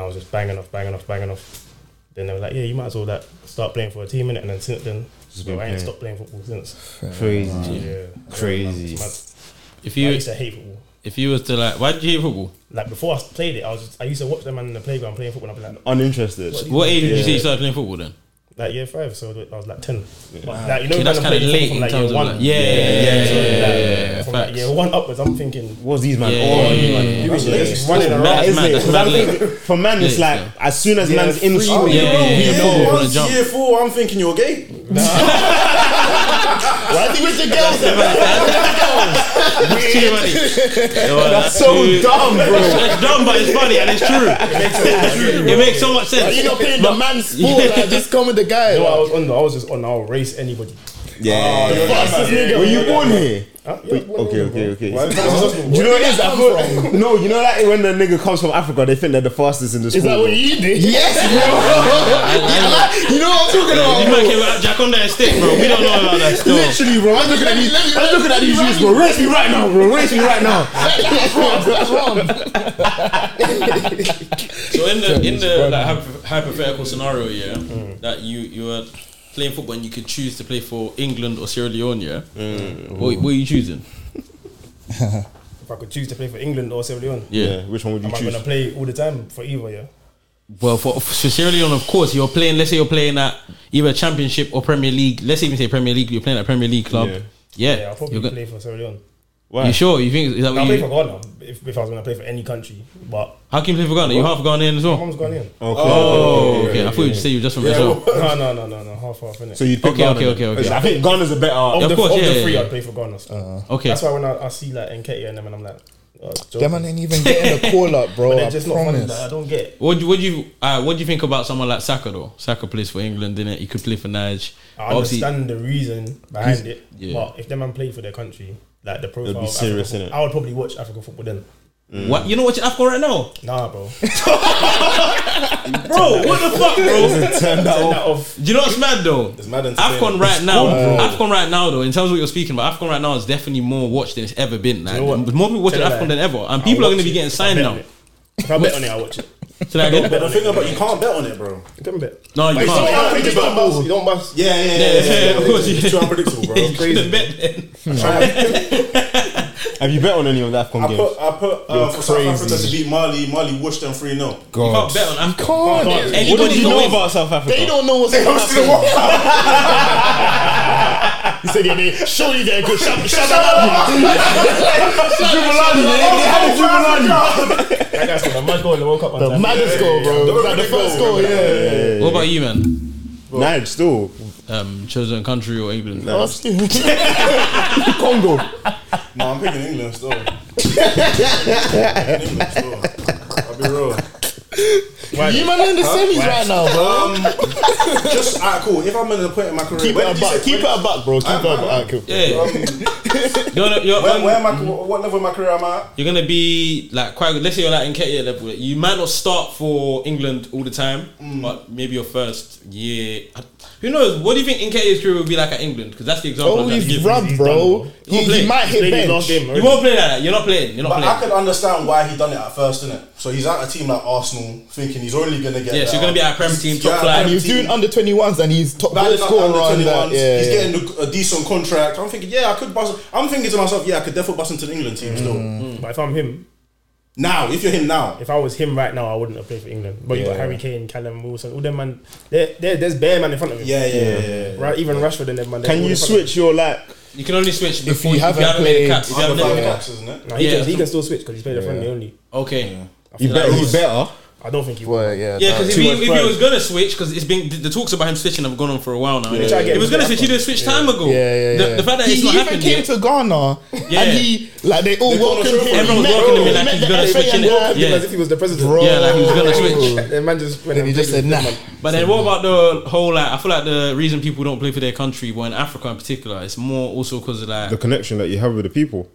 I was just banging off, banging off, banging off. Then they were like, yeah, you might as well like start playing for a team, innit? And then since then,
been
so I ain't
playing.
stopped playing football since.
Crazy.
Yeah,
Crazy.
Mad.
If
I
you
used to hate football.
if you was to like, why did you hate football?
Like before I played it, I was just, I used to watch them man in the playground playing football. And I'd be like,
Uninterested.
What age did you say you started playing football then?
like year five, so I was like ten. But like, you know,
Okay, that's
random
kind of
players
late
from,
in
like,
terms of
year one.
like, yeah, yeah, yeah,
So,
yeah,
like,
yeah, yeah,
from like
facts.
year one upwards, I'm thinking
What's these man?
Yeah,
oh,
yeah,
you
yeah,
man,
yeah.
doing
That's
this?
late.
running around,
That's mad, that's
isn't
mad,
it?
that's
'Cause
mad
I'm
late.
thinking- [LAUGHS] For man, it's
Late,
like
yeah.
as soon as man's in
free,
school,
yeah,
you know,
yeah,
we know.
yeah, football from
Once
the jump.
year four, I'm thinking you're gay.
Why do you with the girls? then?
That's too funny.
That's so dumb, bro.
It's dumb, but it's funny and it's true. It makes so much sense.
You're not playing the man's sport. Like, just come with the guy.
you know, I
like.
was on. I was just on. I'll race anybody.
Yeah.
Fastest nigga.
Were you
[LAUGHS]
born here?
Huh? Yeah,
Wait,
well,
Okay,
no,
okay,
bro.
okay.
You know what it is? I feel-
No, you know like when the nigga comes from Africa, they think they're the fastest in the school.
Is that what you did? [LAUGHS] Yes, bro. you know what I'm talking about.
You might get out Jack on that stick, bro. We don't know about that still.
Literally, bro. I'm looking at these. I'm looking at these youths, bro. Race me right now, bro. Race me right
[LAUGHS]
now.
So in the in the like, hypo- hypothetical scenario, yeah, that you you were playing football and you could choose to play for England or Sierra Leone, yeah. What, what are you choosing?
If I could choose to play for England or Sierra Leone,
Yeah, which one would you
am I
choose?
gonna play all the time for either? Yeah.
Well, for, for Sierra Leone, of course, you're playing. Let's say you're playing at either Championship or Premier League. Let's even say Premier League. You're playing at Premier League club.
Yeah.
Yeah,
Yeah, I'll probably
you're go-
play for Sierra Leone.
you sure? You think is that
I'll
what
play for
you?
Ghana if, if I was gonna play for any country, but
How can you play for Ghana? You half Ghanaian as
my
well.
mom's Ghanaian.
Oh, okay. I thought you said you were just from Brazil.
[LAUGHS] No, no, no, no, no. Half half innit?
So you pick
Okay,
Ghana.
okay,
then.
okay, okay.
Because I think Ghana's a better.
of
Of
the,
course,
of
yeah,
the
yeah,
three,
yeah. Uh-huh.
I'd play for Ghana. still.
Okay,
That's why when I, I see like Nketiah and them, and I'm like, oh, Joe,
That man ain't even getting a call up, bro. I
they're just not funny.
promise.
Like, I don't get it.
What do, what do you uh, what do you think about someone like Saka though? Saka plays for England, didn't he? could play for Nige.
I
Obviously,
understand the reason behind it,
yeah.
but if them man played for their country, like the profile,
be
of
serious,
African
innit?
fo- I would probably watch African football then.
what you know watching Afghan right now,
Nah, bro.
bro? What the
[LAUGHS]
fuck, bro?
Turn that
Oh,
Turn
off.
that off.
Do you know what's mad though?
It's mad entertainment.
Afghan right now, Afghan right now though. In terms of what you're speaking about, Afghan right now is definitely more watched than it's ever been. Like,
know what?
there's more people watching
Tell you
Afghan
that.
than ever, and people are
I'll
going to
watch
be
it.
getting
I'll
signed
bet
now.
on it. If I bet on it, I'll watch it.
Say
[LAUGHS]
that again?
But the thing about you can't bet on it, bro.
Don't bet.
No, you
It's
can't.
not unpredictable.
don't bust.
Yeah, yeah, yeah.
yeah, yeah, of course, yeah.
It's too unpredictable,
[LAUGHS]
bro.
You shouldn't bet then.
Have you bet on any of the Afcon
I
games?
put, I put uh, for South Africa to beat Mali. Mali washed them 3 0.
You can't bet on Afghan.
Can't.
Anybody
What did you
can
know
win.
about South Africa?
They don't know what's going on. [LAUGHS] He said, yeah, they show you they're good. Shut, shut up.
That guy's got a mad goal in the World Cup. one
The
time.
maddest goal, bro. Like the first goal, [LAUGHS] yeah.
What about you, man?
Nige still.
Um, chosen country or England?
[LAUGHS]
Congo.
No, I'm picking England
[LAUGHS]
still. I'm picking England still. I'll be real.
You man in the semis right now, bro.
Um, just, alright, cool. If I'm in the point in my career,
Keep
when
it a
did you
buck.
say-
Keep it a buck, bro. Keep it a buck.
I'm- I'm-
Alright, cool.
Yeah. [LAUGHS] You're on a- you're
Um, Where,
on-
where am I, what level of my career am I at?
you're gonna be like quite good. Let's say you're like in Ketia level. You might not start for England all the time,
Mm.
but maybe your first year. I- Who knows? What do you think Nketiah's career will be like at England? Because that's the example.
Oh,
I'm
he's
giving.
rubbed, bro. He,
He's
he might hit
Played his last
bench.
game.
You
already.
won't play like that. You're not playing. You're not
But I
playing.
can understand why he done it at first, innit? So he's at a team like Arsenal, thinking he's only gonna get.
Yeah, so you're
better.
gonna be at a Prem team,
He's-
top
yeah,
flight.
Prem
He's
team,
doing under 21s and he's top goal
battling up under
scorer on that.
21s,
Yeah,
he's
yeah.
getting a, a decent contract. I'm thinking, yeah, I could bust. I'm thinking to myself, yeah, I could definitely bust into the England team still.
Mm.
But if I'm him,
Now, if you're him now,
if I was him right now, I wouldn't have played for England. But you got Harry Kane, Callum Wilson, all them man. There, there, there's bare man in front of him.
yeah, yeah, yeah. yeah, yeah.
Right, even Rashford and them man. they're
Can
all
you
in front of him.
switch your like?
You can only switch
you
before if you haven't,
haven't
made a
played
cap. If you
Under
haven't
five
made a cap.
caps, isn't it?
Nah, he,
Yeah.
can, he can still switch because he's played a friendly only.
Okay.
You bet. You better.
I don't think he will.
Well, yeah.
Yeah, because if,
Too
he,
much
if he
pride.
was gonna switch, because it's been the- the talks about him switching have gone on for a while now.
I get
If he was
it.
gonna switch, he'd have switched time ago.
Yeah, yeah, yeah.
The, the fact that
he
it's not
even
happening.
came
yet-
to Ghana
Yeah.
and he like they all
called
welcomed
him
him.
Everyone's
He met-
welcoming him
he
like
met
he's
the
gonna
FA
switch
and
it.
all.
Yeah.
As if he was the president.
Bro.
Yeah, like he was gonna switch.
The man just went
Then he just said nah.
But then what about the whole like? I feel like the reason people don't play for their country, well, in Africa in particular, it's more also because of like.
The connection that you have with the people.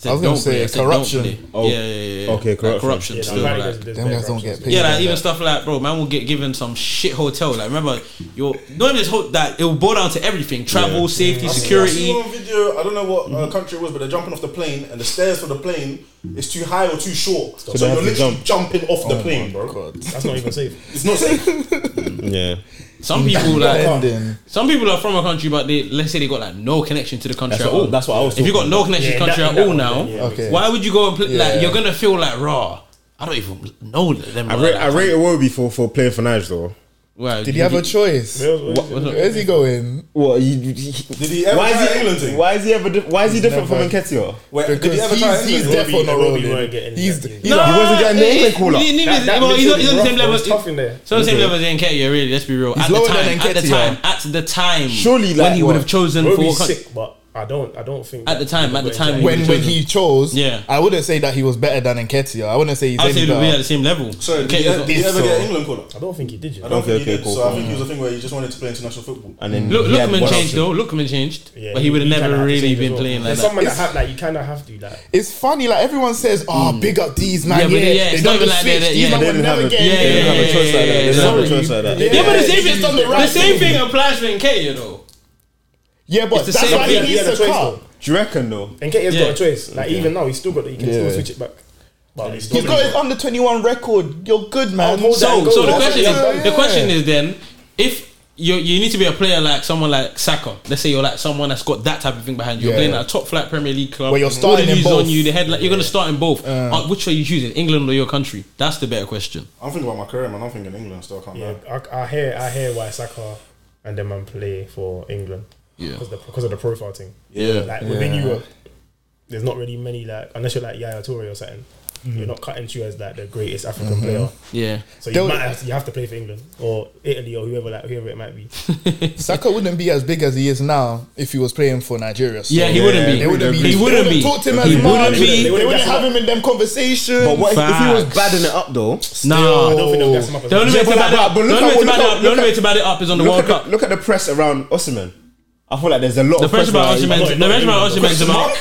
said
I was gonna
don't play,
say
I said don't
corruption.
play.
Oh,
yeah, yeah, yeah, yeah.
okay,
Like,
corruption.
corruption.
Yeah,
still,
nah,
like-
there's- there's
Them guys
bare
don't
corruption.
get paid.
Yeah, like even stuff like, bro, man will get given some shit hotel. Like, remember, you're not even just ho- that. It will boil down to everything: travel, safety,
I
security.
see one video. I don't know what
Mm.
uh, country it was, but they're jumping off the plane, and the stairs for the plane is too high or too short. So,
they have
you're
to
literally
jump. Oh
jumping off the plane, bro.
That's not even safe.
It's not safe.
Yeah.
Some
Mm.
people like,
Ending.
some people are from a country, but they let's say they got like no connection to the country at all.
That's what I was.
if you got no connection to the
Yeah,
country
that-
at
that
all
one,
now,
yeah, yeah,
Okay.
why would you go and play? Like,
Yeah.
you're gonna feel like raw. I don't even know them.
I rate, I rate Iwobi for for playing for Nige though.
Wow.
Did he have a choice?
What's up?
Where's he going?
What? You, you,
Did he ever
why
try
is he
England thing?
Why is he ever? di- Why is he different from
never-
Nketiah?
Wait, did he
Because
ever
he's,
try
he's
England?
definitely not
Robbie
rolling.
won't get in
He's,
that, yeah.
he's not-
wasn't getting the
eh,
England call-up.
He, he,
That- that
well, he's
midfield
not, he's
is
on the same
rough, bro.
level.
It's tough in there.
So the same level as Nketiah, really. Let's be real. At the
lower than
time, at the
Nketiah.
time, at the time,
Surely, like,
when he would have
what?
chosen for
Roby's
what country?
sick, but I don't. I don't think
At the
that
time,
he
at the
got
time,
into
we-
it.
when when he chose,
Yeah.
I wouldn't say that he was better than Enketia. I wouldn't say he's
I'd say
any
we'd be at
better.
the same level.
Sorry, did,
Okay,
he,
it's
did
not-
he ever get England call up?
I don't think he did. You
I
know?
don't
Okay,
think he
okay,
did.
cool,
so I
cool.
think it was a thing where he just wanted to play international football.
And then
Look,
he had
Lookman
one option.
changed though. Lookman changed,
Yeah,
but he would have
you kinda
never
to
really
change
been
as well.
playing like
There's
that.
someone that have like you kind of have to like.
It's funny, like everyone says, "Oh, big up these man."
Hmm. Yeah,
Yeah,
but yeah,
they
it's
don't
not even
just
like they're-
switch.
they're-
These
yeah.
man
They
would
didn't have
never
a-
get
yeah,
in.
They didn't have a choice like that. They didn't have a
Sorry.
choice like that.
Yeah, but the same,
he's done the
the
right
same
thing.
thing applies for Nketiah though.
Yeah, but
It's the
that's
same
why
thing.
he
He
needs
had
to
a choice,
cut.
though.
Do you reckon though?
And Ketia's
Yeah.
got a choice. Like even now, he's still got. He can
Yeah.
still switch it back. But he's
He's got his under twenty one record. You're good, man.
hold that.
So,
Go
so the
on.
question
Yeah,
is, the
yeah.
question is then, if you you need to be a player like someone like Saka, let's say you're like someone that's got that type of thing behind you. You're
Yeah.
playing at a top flight Premier League club.
Where you're
all the
starting in
news
both.
on you, the headline. You're going to start in both. Uh, which are you choosing, England or your country? That's the better question.
I'm thinking about my career, man. I'm thinking England still can't
Yeah,
lie.
I, I hear. I hear why Saka and them man play for England.
Yeah.
Because the- because of the profile thing.
Yeah.
Like within
Yeah.
Europe, there's not really many like unless you're like Yaya Toure or something. You're not cutting through as like the greatest African
Mm-hmm.
player,
Yeah.
so
There
you
was-
might have to, you have to play for England or Italy or whoever like whoever it might
[LAUGHS]
be.
Saka wouldn't be as big as he is now if he was playing for Nigeria. So
Yeah, he wouldn't be.
They wouldn't be.
He wouldn't be.
They wouldn't talk to him
He
as much.
wouldn't
They
be.
wouldn't have him in them conversations.
But what if, if he was
Facts.
badding it up though?
Nah.
I don't think they'll gas him up. As
The only
much.
way to
but
bad it
like-
up- the
but look at-
only way
look
to bad it
at-
up- the only
look
way to bad it up is on the World
Look at,
Cup.
the, look at the press around Osman. I feel like there's a lot.
The
of
press about
around-
Osimhen, the press about Osimhen is about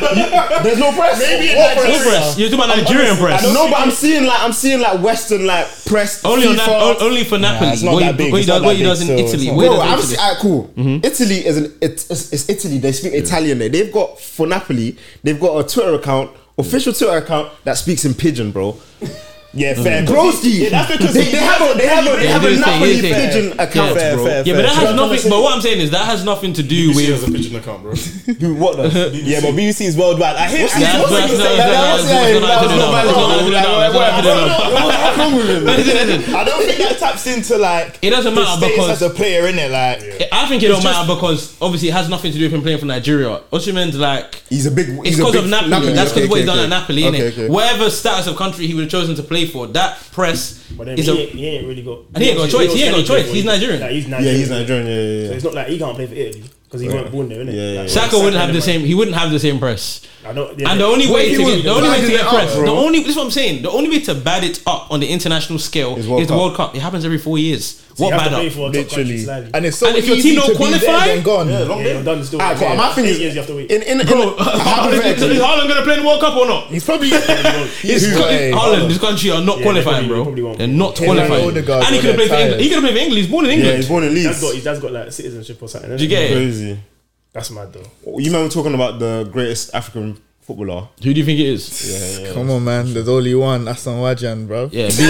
There's no press. Maybe
What press. You're talking about Nigerian press.
No, but I'm seeing like I'm seeing like Western like press.
Only on
FIFA.
that, o- only for Napoli.
it's not
what he-
that big,
what he
it's
does,
not
what
that
he does in
big, so
Italy.
it's
What he
Bro,
does in
I'm
Italy.
see- alright, cool.
Mm-hmm.
Italy is an it's, it's, it's Italy. They speak Italian there. They've got for Napoli. They've got a Twitter account, official Twitter account that speaks in pidgin, bro.
Yeah, fair.
Broski.
Yeah, that's because
they,
he-
they have a they have a they
Yeah,
have
do
a
his thing, do
Napoli
his thing.
pidgin account,
Fair,
bro.
fair,
yeah, but that
fair.
has nothing. But what I'm saying is that has nothing to do
You see, as
with.
a pigeon
[LAUGHS]
account, bro.
Who- What the?
[LAUGHS] Yeah, but BBC is worldwide. I hate.
That's-
I hate-
that's- that's-
what's
that's-
that-
that's- that's-
what's that-
that's-
what's
that's- that's- that's-
that-
that's- that's-
What's wrong with him?
Listen, listen.
I don't think that taps into like
It doesn't
his
matter
status
because-
as a player in it. Like
I think it don't matter because obviously it has nothing to do with him playing for Nigeria. Osimhen's like
He's a big. He's
it's
a
because
big
of Napoli. That's
okay,
because of what he's
okay,
done at
okay.
Napoli,
Okay,
innit?
okay.
Whatever status of country he would have chosen to play for, that press
But then
is
he,
a.
ain't, he ain't really got.
And he ain't got a choice, he ain't got a
Australian
choice, he's
boy.
Nigerian.
Like, he's
Yeah,
Nigerian.
he's Nigerian. Yeah,
So
yeah,
it's not like he can't play for Italy because he weren't born there, innit?
Yeah, yeah,
Like,
yeah.
Saka wouldn't have the
them,
same. He wouldn't have the same press.
I don't, yeah,
And the only way to get the only way to get press, the
bro.
only this is what I'm saying, the only way to bad it up on the international scale is,
World
the
Cup.
World Cup. It happens every four years.
you
what
have
bad
to pay
up?
for a top country
Literally.
slightly.
And it's so
And if your
easy
team don't
to be there,
qualify-
then gone.
Yeah, long
Yeah, you're
day.
done still.
Alright, cool.
Yeah,
My thing
eight
is,
years you have to wait.
in in
[LAUGHS]
Bro, Haaland- is
hypothetically,
Haaland gonna play in the World Cup or not?
he's probably he's
Haaland,
oh,
this country are not
Yeah,
qualifying,
they probably- probably
bro.
won't.
They're not
Him and
qualifying.
Odegaard
And he
were
could have played for
their
England. He could have played for England. He's born in
yeah,
England.
he's born in
His
Leeds.
dad's got, his dad's got like citizenship or something.
Do you get it?
Crazy.
That's mad though.
You remember talking about the greatest African footballer?
Who do you think it is?
Come on, man. There's only one. Hassan Wajan, bro.
Yeah, be,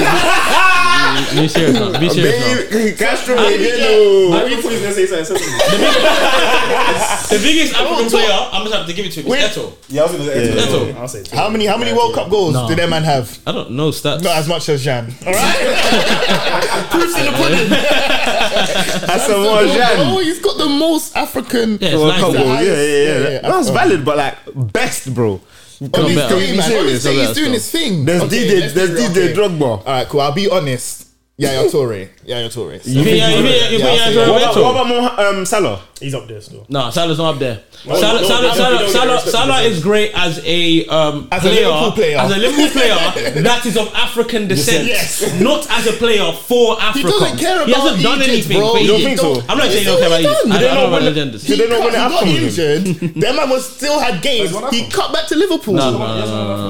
be, be serious now. [LAUGHS] Be serious now.
Castro,
I really thought he was gonna say something. similar.
The biggest African player, I'm just have to give it to him. It's Eto.
Yeah, I was gonna say.
Yeah.
Eto.
I'll say. two.
How many how many World Cup goals did that man have?
I don't know stats.
Not as much
[LAUGHS]
as Jan. All right. [LAUGHS] Proofs in the pudding.
That's a more
Oh, he's got the most African.
Yeah, it's
World
nice.
Cup
though.
goal. Yeah, yeah, yeah.
Yeah, yeah.
That's valid, but like best, bro.
On his
better.
day, man. On
Serious,
his day,
I'm
he's
better
doing
still.
his thing.
There's
Okay,
DJ,
let's
there's
be real,
DJ
okay.
Drogba.
All right, cool. I'll be honest. Yaya Toure. Yaya Toure.
You think- you think- you think Andrew
What about,
Eto?
what about Moha- um, Salah?
He's up there still.
No, Salah's not up there.
Well,
Salah,
no,
Salah,
no,
Salah,
we don't get
Salah,
respect
Salah
for
is great as a um,
As a
player,
Liverpool player.
as a Liverpool player that is of African descent,
Yes.
not as a player for
He
Africa.
doesn't care about
He hasn't done
Egypt,
anything.
bro.
for
You don't
Egypt.
think so?
I'm not saying he
Yes,
don't care about
he's
Egypt.
done.
I
They
don't, I
don't
don't know about
win-
agendas.
He,
They don't
cut-
win the
he got
Afcon with
injured. that man was still had games.
That's what
He
happened.
cut back to Liverpool.
No, no, no, no,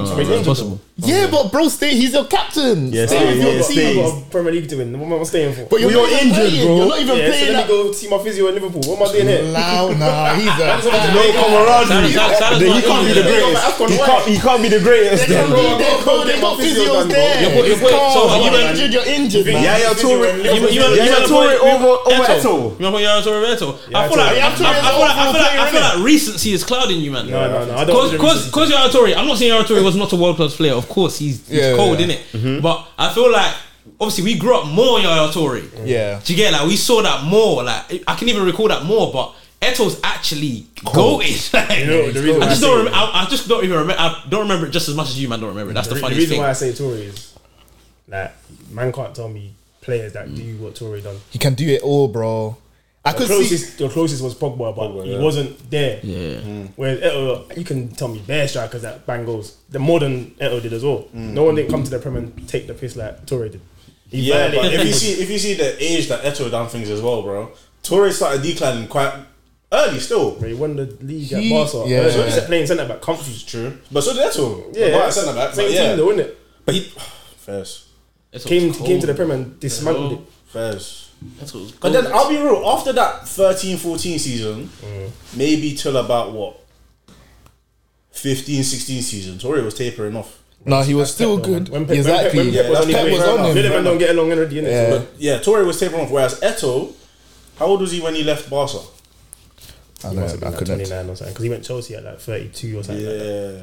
no, no, no, it's possible.
Yeah, but bro, stay. He's your captain.
Yeah,
stay
stay,
with
yeah,
your
stay.
team.
I've got a Premier League to win. What am I staying for?
But you're,
Well,
not
you're
even
injured,
playing.
bro.
You're not even
yeah, so
playing
let
[LAUGHS]
me
that.
go see my physio in Liverpool. What am I doing here?
Low, nah, he's a.
No camaraderie.
Salah- Salah- Salah's
Then
not
he can't be the
up there.
greatest. He can't, he can't be the greatest.
They're
Then.
gonna be there, bro. They got physios there.
You're- you're-
It's calm.
so what, you
You're
man-
injured. You're injured, man.
Yaya Toure.
You- you- you- you-
Yaya
you-
Toure
you-
over over
Eto.
Eto.
You want to put Yaya Toure over Eto? I feel like I feel
Yaya Toure
Toure.
like
is
I feel like- I
overall
feel like I feel
player,
like recency is clouding you, man.
No, no, no. I don't
Cause,
think
cause, cause Yaya Toure, I'm not saying Yaya Toure was not a world class player. Of course, he's, he's
Mm-hmm.
Yeah,
cold
yeah.
in it. But I feel like obviously we grew up more Yaya Toure.
Yeah.
Do you get it? like we saw that more? Like I can even recall that more, but Eto's actually goated. Like, [LAUGHS]
know, the reason
I
why
just
I say
don't. Rem-
it-
I, I just don't even remember. I don't remember it just as much as you, man. Don't remember. it. That's the,
re-
funniest
reason
thing.
why I say Tory is like man can't tell me players that do what Tory done.
He can do it all, bro. I
The
could see.
closest, the closest was Pogba, but he wasn't there.
yeah.
Mm.
Whereas Eto, you can tell me bare strikers that bang goals. The more than Eto did as well.
Mm.
No one didn't come to the Prem and take the piss like Tory did. He
Yeah,
violated
but if you
people.
see if you see the age that Eto done things as well, bro. Torre started declining quite early still.
He won the league at
He-
Barca.
yeah.
Yeah, he's playing centre back, comfy.
True, but so did Eto.
Yeah,
but centre back.
same
But
team
yeah,
though, isn't it?
but he fairs,
Eto's
Came to, came
cold.
to the
Oh.
Prem and dismantled it.
fairs.
Eto's
But
cold.
then I'll be real. After that 13-14 season, maybe till about what 15-16 season, Torre was tapering off.
No, he was still good. Exactly.
Pep was
Pep
on his way,
was
fair
on
enough.
him.
Liverpool don't get along already, innit?
Yeah.
But Oh. yeah, Torre was tapering off. Whereas Eto, how old was he when he left Barca?
I
He
know.
must have been
I
like
couldn't.
29 or something because he went Chelsea at like 32 or something. Like that.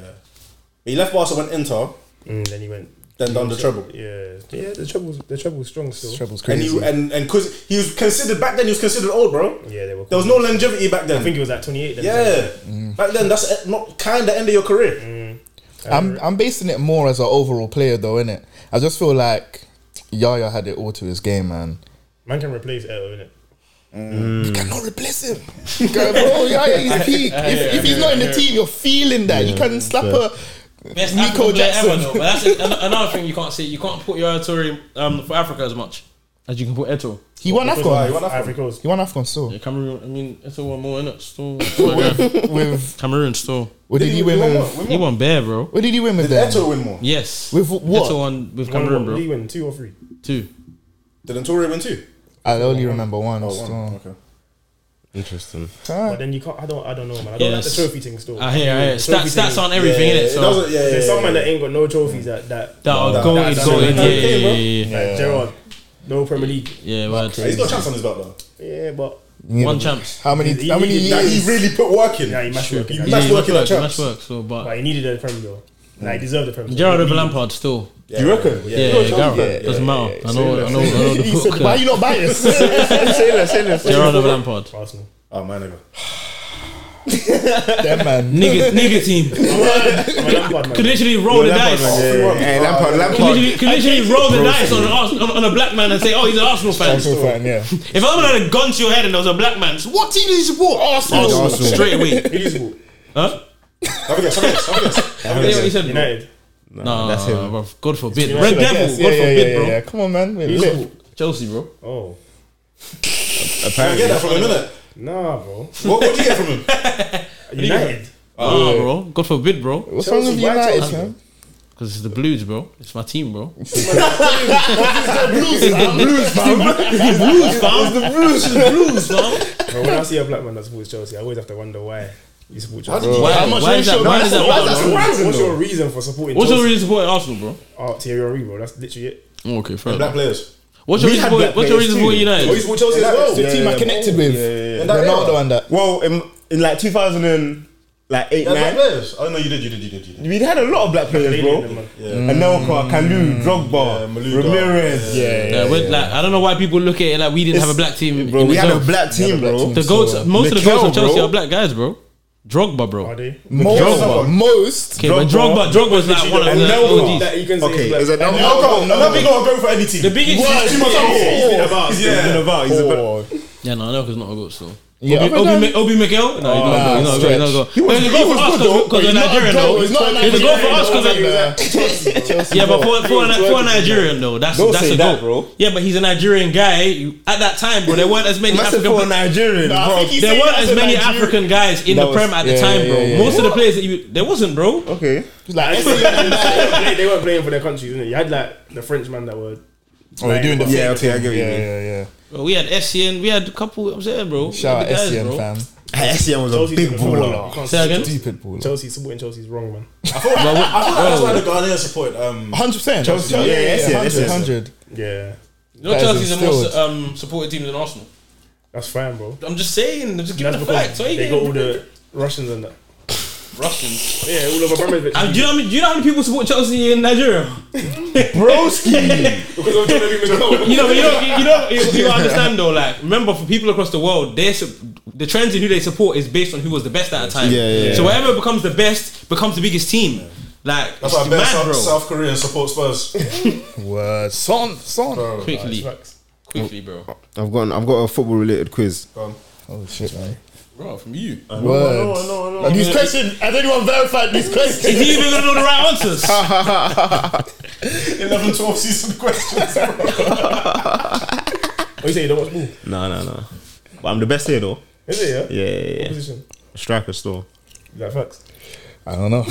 Yeah, he left Barca went Inter,
Mm, then he went.
then done the treble.
Yeah, yeah. The treble's the treble's strong still.
Treble's
And
crazy.
he and and cause he was considered back then. He was considered old, bro.
Yeah, they were.
There was no longevity back then.
I think it was like 28. Then
yeah, back then that's eh, not kind of end of your career.
I'm I'm basing it more as an overall player though, innit? I just feel like Yaya had it all to his game, man.
man can replace Eto, innit?
Hmm.
You cannot replace him, [LAUGHS] Girl, bro. Yaya,
[LAUGHS]
he's peak. If, if he's not in the team, you're feeling that. You can slap a
Best
Nico
African player
Jackson.
Ever, though. but that's an- another thing you can't see. You can't put Yaya Toure um, for Africa as much as you can put Eto.
He won
Why?
Afcon.
What happened?
Ivory Coast.
He won Afcon still.
Yeah, Cameroon. I mean, Eto won more in it.
[LAUGHS]
Still, still like,
With
Cameroon. Still,
what did he win
won
with?
more?
he won bare, bro.
What did he win with
Did
that?
Eto win more?
Yes.
With what?
Eto won with
One,
Cameroon,
what, Lee
bro.
win two or three.
Two.
Did Torre win too?
I only remember one.
Oh, one.
still.
Okay.
Interesting.
But then you can't. I don't. I don't know, man. I don't
Yeah,
like the
that's-
trophy thing still.
I hear, I hear.
The trophy
Stats, stats
thing-
on everything,
yeah,
innit?
it
So
doesn't. Yeah, yeah,
There's
yeah,
some man that ain't got no trophies that
that
that.
that-
are going,
that's
going, yeah,
okay,
yeah,
bro.
yeah, yeah.
Like Gerard, no Premier League.
Yeah, but
He's got a chance on his belt though.
Yeah, but
one champs.
How many?
He-
How many
he-
years?
that
That he
[LAUGHS]
really put work in.
yeah, he must work. it out.
He must
yeah,
work in that
work, match
chance.
work. So, but
But he needed a Premier though. Like he deserved the Premier.
Gerard
He-
over Lampard still.
Yeah, you reckon?
Yeah, yeah, Gerard.
yeah,
Doesn't matter. I know, I know, I know the
[LAUGHS] He said,
book.
Why are
uh,
you not biased?
Gerard over Lampard.
Arsenal.
Oh my nigga.
That man.
Nigga, nigga team.
I'm a Lampard man.
Could literally roll the dice.
Hey, Lampard,
Can
Lampard.
literally, can literally roll the dice on, an Ars- on, on a black man and say, "Oh, he's an Arsenal fan."
Arsenal fan, yeah.
If I would have had a gun to your head and there was a black man, what team did you support? Arsenal,
Arsenal.
straight away.
Who do you support?
huh?
Have a guess. Have a guess. Have a
[LAUGHS]
guess.
You know what he said, bro?
United.
Nah,
that's him.
bro. God forbid. Red
Yes,
Devil. God
yeah, yeah,
forbid,
yeah,
bro.
yeah. Come on, man. We're
He's
lit.
cool. Chelsea, bro.
Oh.
Get
Apparently.
that from him, innit?
Nah, bro.
What what did you get from [LAUGHS] him?
United.
Uh,
Ah, bro. God forbid, bro.
What's wrong with
Chelsea, why
United,
Chelsea?
man?
Because it's the Blues, bro. It's my team,
[LAUGHS]
bro.
Blues, fam. the Blues. The Blues, fam.
Bro, when I see a black man that supports Chelsea, I always have to wonder why you support Chelsea.
Why, why is that? Why is that?
What's your- What's your reason for supporting
What's your
Chelsea?
reason for supporting Arsenal, bro?
Oh, Thierry Henry, bro. That's literally it.
Oh, okay, fair
Black
enough.
players.
What's your
We
reason
had
for
black
What's your
players
reason for
too.
Oh, you
United?
support Chelsea as
It's
well.
the team I connected with.
In that
Ronaldo
era.
and that.
Well, in, in like 2000 and like eight,
Yeah, black
nine,
players. Oh no, you did. You did. You did. You did.
we had a lot of black players, bro.
Canadian, man.
Anelka, Kalu,
Yeah,
Drogba,
Malouda.
Ramirez. Mm. Yeah,
Yeah, we're- like, I don't know why people look at it like we didn't
It's-
have a black team.
bro.
in
We
the
had a
zone.
black team,
black
bro.
team.
The goals,
So,
most of the
Mikel,
goals of Chelsea
bro.
are black guys, bro. Drogba, bro.
Are
Okay,
they?
Most,
Drogba.
most.
but Drogba,
Drogba.
Drogba's like one of
And
the
Nelson.
OGs.
That you can say
Okay,
is
is
black.
it
And now go. Now we gonna go for any
The
team.
biggest.
He's been about.
He's been
Yeah.
about. He's about.
Or-
Yeah, no, Anelka's not a goal still.
Yeah,
Obi,
but then-
Obi, Obi Miguel? No,
nah,
he's not a goal. He's not a goal. He's not a goal. He's a goal for us because we're Nigerian, though.
It's not
He's a goal for us
Nigerian,
because yeah, but for, for, a, for a Nigerian though, that's
Don't
that's
say
a
that,
goal,
bro.
Yeah, but he's a Nigerian guy. You- At that time, bro, there weren't as many
Massive
African.
for Nigerian,
Nah, I
bro.
think he's-
there
saying
weren't as
that's a
many
Nigerian.
African guys in
That
the
was-
prem at the
yeah,
time, bro.
yeah, yeah.
Most of the players that you there wasn't, bro.
Okay.
[LAUGHS] Like,
They weren't- they weren't playing for their countries, innit? You had like the Frenchman that were.
we're Oh, doing the
Yeah, okay, I get what you
Yeah,
mean.
yeah, yeah.
Bro, We had SCN, we had a couple. I'm saying, bro. we
Shout
had
out
the guys,
SCM
bro.
fam.
Essien was a
Chelsea's
big
a
baller.
You can't
Say again.
Stupid baller.
Chelsea supporting Chelsea's wrong,
Bro,
man.
we-
That's why
bro,
the Ghanaian support. Um, [LAUGHS]
100%.
Chelsea, yeah, yeah, yeah, yes, yes.
100.
Yeah,
you know
Guys are
Chelsea's the most
stewards.
um, supported team in Arsenal.
that's fine, bro.
I'm just saying, I'm just giving
That's
the
because
facts. Why you
they got all
getting-
the Russians and that.
Russians.
Yeah, all over Abramovich.
And Uh, do you know how many, do you know how many people support Chelsea in Nigeria?
because I'm trying to
[LAUGHS]
even go.
You know, but you know, you know, you, you understand though. Like, remember, for people across the world, their su- the trends in who they support is based on who was the best at a time.
Yeah, yeah,
So
yeah.
whatever becomes the best becomes the biggest team. Like,
That's
it's
why I bet
mad,
South,
bro.
South Korea support Spurs.
Word. Son,
[LAUGHS]
son.
Bro,
quickly,
Facts.
quickly, bro.
I've got an, I've got a football related quiz.
gone.
Oh shit, man.
Bro, from you.
Word. Like, these questions, has anyone verified these
Is
questions?
he even gonna know the right
[LAUGHS]
answers?
11 12 season [LAUGHS] questions.
Oh, you say you don't watch ball?
No, no, no. But I'm the best here though.
Is it, yeah?
Yeah, yeah, yeah.
Position.
Striker still.
Is that facts?
I don't know.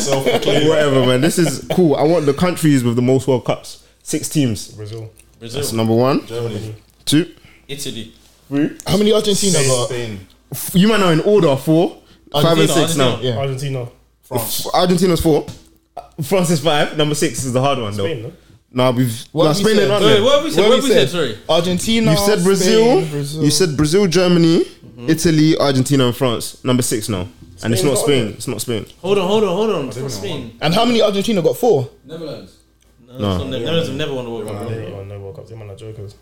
Self proclaimed.
Whatever, man. This is cool. I want the countries with the most World Cups. Six teams.
Brazil.
That's
Brazil,
number one,
[LAUGHS] Germany.
two.
Italy.
How many Argentina got?
Spain.
You might know in order four, five, and six now.
Yeah.
Argentina.
France.
Argentina's four. France is five. Number six is the hard one though.
Spain, no?
No, we've
What
no,
have we
Spain
said?
and
Wait, wait, what have we said?
What
What,
we
have we said?
said?
Sorry.
Argentina.
You said
Spain,
Brazil,
Brazil.
You said Brazil, Germany, Italy, Argentina, and France. Number six now, and
Spain's
it's not
not on
Spain.
there.
It's not Spain.
Hold on, hold on, hold on. It's not Spain.
and how many Argentina got? Four.
Netherlands.
No, it's not them. Netherlands have never won the World Cup.
They ain't won Oh, no World Cups. They man are jokers.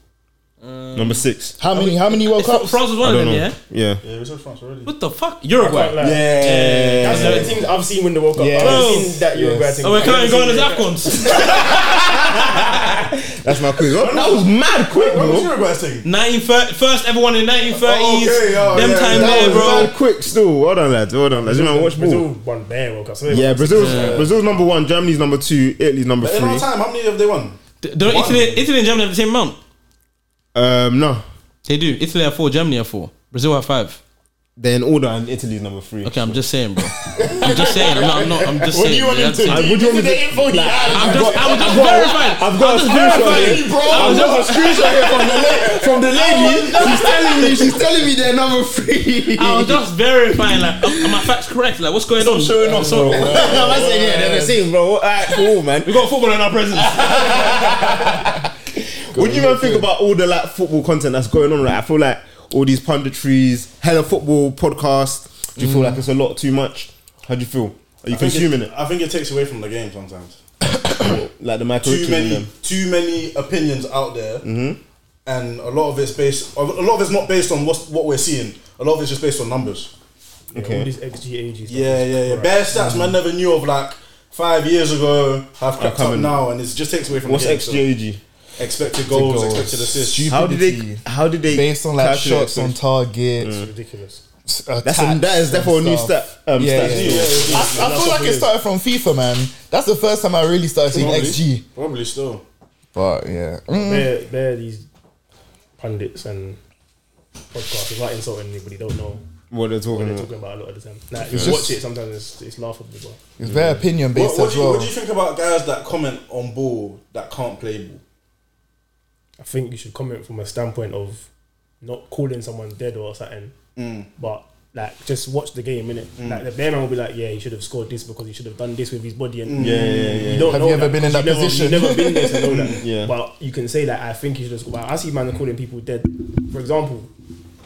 Number six.
How many? How many World Cups?
France was
I
one of
don't
them,
know.
yeah.
Yeah.
Yeah, we said France already.
What the fuck?
I can't
Uruguay.
lie.
Yeah.
That's the teams I've seen win the World Cup.
Yeah.
I've
Bro.
seen that Uruguay team.
Oh, we're counting
I've never
going as
seen it.
Afcons.
That's my [LAUGHS] quiz. Oh, that was mad quick,
What was
bro.
Uruguay's thing?
1930, first ever one in 1930s.
Okay, oh,
them
yeah,
time
yeah.
there,
That was
bro.
mad quick. Still, well done, lads. Well done, lads. You know, watch
Brazil
ball.
won their World Cup. So
Yeah, Brazil's Brazil's number one. Germany's number two. Italy's number
But in our
three.
time, how many have they won?
D- Don't
One.
Italy, Italy and Germany have the same amount.
Um, no,
They do. Italy have four, Germany have four, Brazil have five.
they're in order, and Italy's number three.
Okay, I'm just saying, bro. I'm just saying. I'm not. I'm, not, I'm just saying. yeah, I'm saying.
Uh, would you want me to-
I'm just. I was just verified.
I've got a screenshot here. I've got a screenshot here from the la- from the lady. She's telling me. She's telling me they're number
[LAUGHS]
three.
I was just verifying. Like, are my facts correct? Like, what's going on?
showing off, bro. I said, yeah, they're the same, bro. Alright, cool, man.
We got football in our
[LAUGHS]
presence.
What do you even think about all the like football content that's going on? Right, I feel like all these punditries, hella football podcast. Do you feel like it's a lot too much? How do you feel? Are you
I think
consuming it,
I think it takes away from the game sometimes.
like the micro
too many too many opinions out there, and a lot of it's based. A lot of it's not based on what's, what we're seeing. A lot of it's just based on numbers.
okay. all these XG, AG stuff.
Yeah, yeah, yeah.
Right.
Bare stats man never knew of like five years ago have crept
come
up
in.
now, and it just takes away from
What's
the game. so
XGAG?
expected goals,
goals.
expected assists.
Stupid.
How did they? How did they?
Based on like
calculate
shots on
this?
target.
It's ridiculous.
s-
That's a, that
attacks
is therefore a
and
new
stuff.
stat. Um,
Yeah,
stat
yeah,
still.
yeah. I, I feel like it started from FIFA, man. That's the first time I really started seeing
Probably.
XG.
Probably still.
But yeah,
They're, they're these pundits and podcasters like insulting anybody. Don't know
What they're
what
talking
they're
about.
talking about a lot of the time. Nah, you
It's just-
watch it sometimes. It's, it's laughable. But
it's very opinion
What,
based
what
as
do you,
well.
what do you think about guys that comment on ball that can't play ball?
I think you should comment from a standpoint of not calling someone dead or something, but like just watch the game innit? Like the bearman will be like, yeah, he should have scored this because he should have done this with his body, and
Yeah, yeah, yeah.
you don't
Have
know
you ever
that
been in
because
that
you've
position?
never- You've never been there to know
[LAUGHS]
that.
Yeah.
But you can say that I think he should have scored. But I see man calling people dead. For example,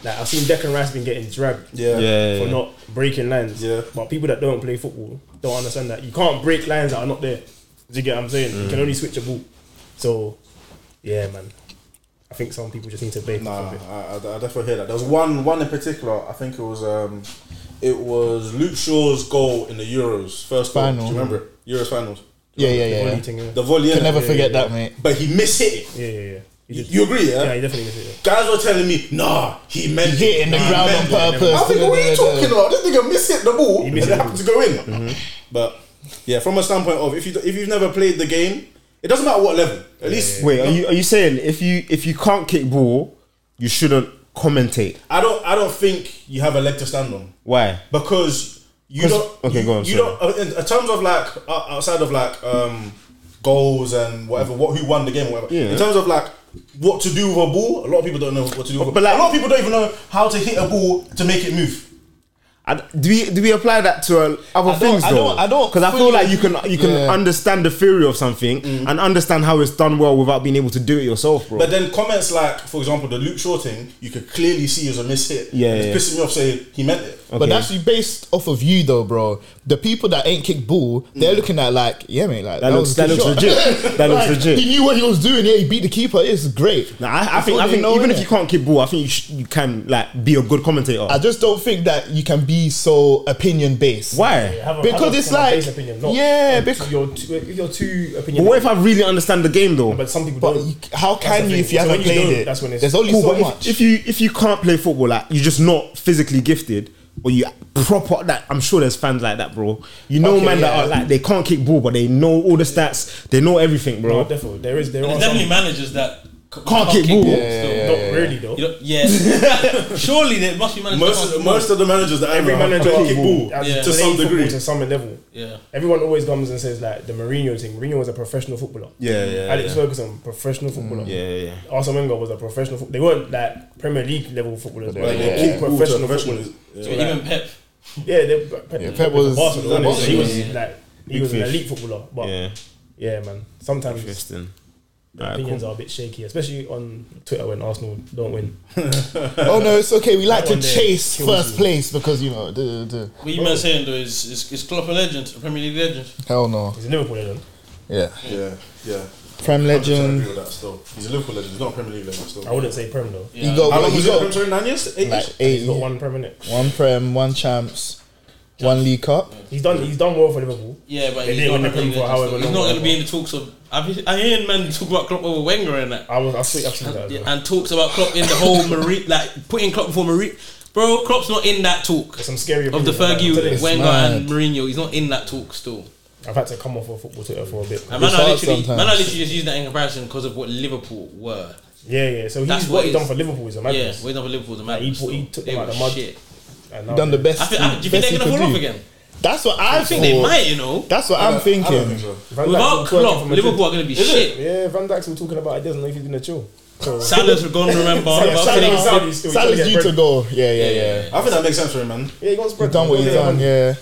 like I've seen Declan Rice been getting dragged
Yeah.
Yeah,
for not breaking lines.
Yeah.
But people that don't play football don't understand that you can't break lines that are not there. Do you get what I'm saying? You can
Mm.
only switch a ball. So, yeah, man. I think some people just need to bake
Nah,
off it.
I, I, I definitely hear that. There was one one in particular. I think it was um, it was Luke Shaw's goal in the Euros first goal. Do
Final.
you remember it? Euros finals?
yeah, yeah, yeah.
Only
yeah.
thing, yeah.
The volley.
Can
innit?
never forget that, mate.
But he missed it.
yeah, yeah, yeah. He
You,
did.
you agree, yeah?
yeah, he definitely did. it,
Guys were telling me, nah, he meant
He hit
it.
in the
He
ground
meant
on
it."
purpose.
I think, what are you
Da, da, da, da.
talking about? This nigga missed it the ball and
missed
it
it.
happened to go in. But yeah, from a standpoint of if you if you've never played the game, it doesn't matter what level. At least
Wait, are you are you saying if you if you can't kick ball, you shouldn't commentate?
I don't I don't think you have a leg to stand on.
Why?
because you
'Cause-
don't.
okay,
you,
go on,
You
sorry.
don't. uh, In, in terms of like uh, outside of like um, goals and whatever, what who won the game, or whatever.
Yeah.
In terms of like what to do with a ball, a lot of people don't know what to do. With
But
but
like-
a lot of people don't even know how to hit a ball to make it move.
I, do we do we apply that to uh, other
don't-
things
I
though?
don't- I don't
because I feel
fully-
like you can you can
Yeah. Mm.
understand the theory of something and understand how it's done well without being able to do it yourself, bro.
But then comments like, for example, the Luke Shaw thing, you could clearly see it was a mishit.
Yeah,
it's
yeah.
pissing me off. Saying he meant it.
But
Okay.
that's based off of you though, bro. The people that ain't kicked ball, they're looking at like, yeah, mate, like
That looks-
was a
that
good shot.
looks
[LAUGHS]
legit. That looks
Like,
legit.
He knew what he was doing. Yeah, he beat the keeper. It's great.
Nah, I, I
That's
think
all
I
they
think
know,
even if
innit?
you can't keep ball, I think you sh- you can like be a good commentator.
I just don't think that you can be so opinion based.
Why?
Have a-
Because
have a
it's
form of
like-
base opinion, not-
yeah,
uh,
because-
your two, if your two
But
opinion.
what if I really understand the game though?
But some people
But
don't.
you, how
That's
can
the
you
thing.
if you
So when
haven't
you
played
don't,
it?
that's when it's-
There's only
Cool,
so
but if-
much.
If, you if you can't play football, like you're just not physically gifted, or you proper that I'm sure there's fans like that, bro. You know,
Okay,
man,
yeah.
that are like they can't kick ball, but they know all the stats, they know everything,
No,
bro.
Oh, definitely there is there
There's
are some,
definitely managers that c-
Can't kick ball.
still.
not really though.
You don't- yeah.
[LAUGHS]
Surely there must be managers. that
Most
can't
of, most of the managers that
Every
I know
manager
play kickball
has
Yeah.
to
played
some
football
degree.
to some level.
Yeah.
Everyone always comes and says like the Mourinho thing. Mourinho was a professional footballer.
Yeah, yeah,
Alex
yeah.
Ferguson, professional footballer.
Yeah, yeah.
Arsene Wenger was a professional. Foot- they weren't like Premier League level footballers. But
Like,
they
they
were
kick ball to
professional
professionals.
footballers.
So even Pep.
Yeah, they, Pep,
Yeah, Pep was-
Barcelona,
yeah,
wasn't he? He was
Barcelona,
like he
Big
was an
fish.
elite footballer. But yeah,
Yeah,
man, sometimes
interesting.
the
Alright,
opinions
cool.
are a bit shaky, especially on Twitter when Arsenal don't win.
oh no, it's okay. We like to
one there
chase
kills
first
you.
place because you know. Duh, duh, duh.
What you man saying though is is, is Klopp a legend, a Premier League legend?
Hell no.
He's a Liverpool legend.
Yeah.
Yeah, yeah.
Prem
I
legend.
agree with that still. He's a Liverpool legend. He's not a Premier League legend still.
I wouldn't say Prem though.
You got.
How long
you
was
got
it? Sorry, nine years, eight
like
years.
eight.
He's got one Prem in it.
One prem, one champs, one league cup.
He's done. He's done well for Liverpool.
Yeah, but
They
he's
didn't
not, a Premier
win the
League
Premier for
legend.
however
He's not
long,
going to be in the talks of. I've, I hear man talk about Klopp over Wenger and that,
I was. I've seen. I've seen that. As well.
and, talks about Klopp in the whole Marie, like putting Klopp before Marie. Bro, Klopp's not in that talk
There's some scary
of the
opinions out there, I'm telling
Fergie,
you.
Wenger,
mad.
and Mourinho. He's not in that talk still.
I've had to come off of football Twitter for a bit.
And man, I
hard
literally,
sometimes.
man, I literally just used that in comparison because of what Liverpool were.
Yeah, yeah. So he's
That's what
what he's done
is-
for Liverpool is a
Yeah,
madness.
we're not Liverpool's a
Like,
man.
he put- he took them out the mud.
Shit.
And now-
Done the best.
I think, I, do you think
best
they're
he
gonna
could
fall off
do.
again?
That's what I,
I think they might, you know.
That's what I'm
I don't think
thinking.
so.
Van Dijk's
Without
been
Klopp,
twerking from Madrid.
Liverpool are gonna be shit.
Yeah, Van Dijk's all talking about. It doesn't know if he's gonna chill. So,
Salah's are gonna remember.
[LAUGHS] Yeah,
but
Salah-
I think-
Salah- Salah's still- he's
Salah's
trying to
due
get
to
bread.
go. Yeah, yeah, yeah.
I think that makes sense for him, man.
yeah, he got spread.
He's done what he's
Yeah,
done.
man.
Yeah.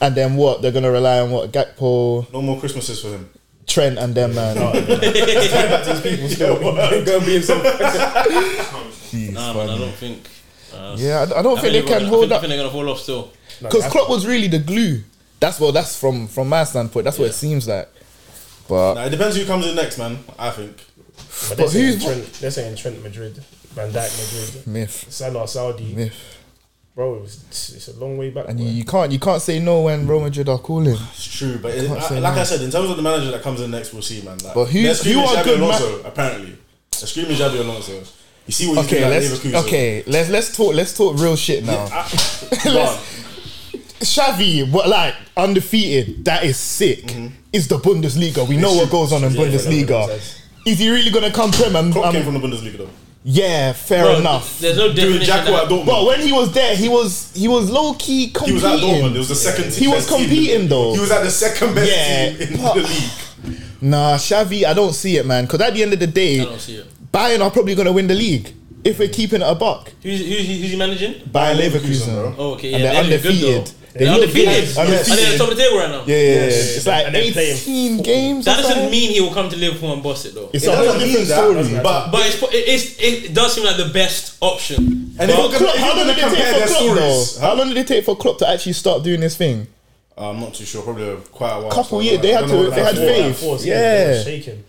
And then what? They're gonna rely on what Gakpo,
No more Christmases for him.
Trent, and them man.
He's going back to his
[LAUGHS]
people still. Go and be himself.
Nah, man, I don't think. uh,
Yeah, I, I don't
I think
think they
they're
can
gonna-
hold
I think- I
up
think they're gonna fall off still.
because Klopp was really the glue. That's what. That's from from my standpoint. That's what it seems like. But
Nah, it depends who comes in next, man. I think.
But they're
But
saying
who's-
Trent. They're saying Trent Madrid, Van Dijk Madrid,
myth,
Salah Saudi.
myth,
Bro, it's, it's a long way back.
and
bro.
you, you can't you can't say no when Real Madrid are calling.
It's true, but it,
can't
I,
say
like
no.
I said, in terms of the manager that comes in next, we'll see, man. Like,
But who-
they're screaming
who are
Xabi
good ma-
Alonso, apparently. They're screaming Xabi Alonso. You see what he's
Okay,
doing at
let's
Leverkusen. Ah,
okay let's let's talk let's talk real shit now. [LAUGHS]
But
Xavi, what like undefeated? That is sick.
Mm-hmm.
Is the Bundesliga? We know what goes on in Bundesliga. Is he really gonna come prem? And,
Klopp came
um,
from the Bundesliga, though.
yeah, fair
Bro,
enough.
There's no
Doing
definition.
Jacko at
that-
Dortmund.
But when he was there, he was he was low key
he
competing.
was at Dortmund. It was the second.
He was
best team in the-
competing, though.
He was at the second best
Yeah,
team in
but-
the league.
nah, Xavi, I don't see it, man. Because at the end of the day,
I don't see it.
Bayern are probably gonna win the league if we're keeping it a buck.
Who's who's he- who's he managing?
Bayern
Leverkusen,
Leverkusen,
bro.
Oh, okay,
and
yeah, they're
they're,
good, though.
undefeated.
They're undefeated.
Undefeated.
And they're at the top of the table right now.
Yeah, yeah, yeah. it's
yeah.
like
And they're playing
18 games.
That
or
doesn't
something.
mean he will come to Liverpool and boss it though.
it's
It
a whole
doesn't mean
different
that,
story.
but
But it's, it's it does seem like the best option.
and if
But
you're gonna-
Klopp-
if
how long
you're gonna
did it
compare
take
their
for Klopp
stories,
though? How long did it take for Klopp to actually start doing this thing?
I'm not too sure. Probably a quite a while.
Couple
So,
years,
I
they had
don't
to-
know what
they
that
had
was.
faith. Yeah.
shaking.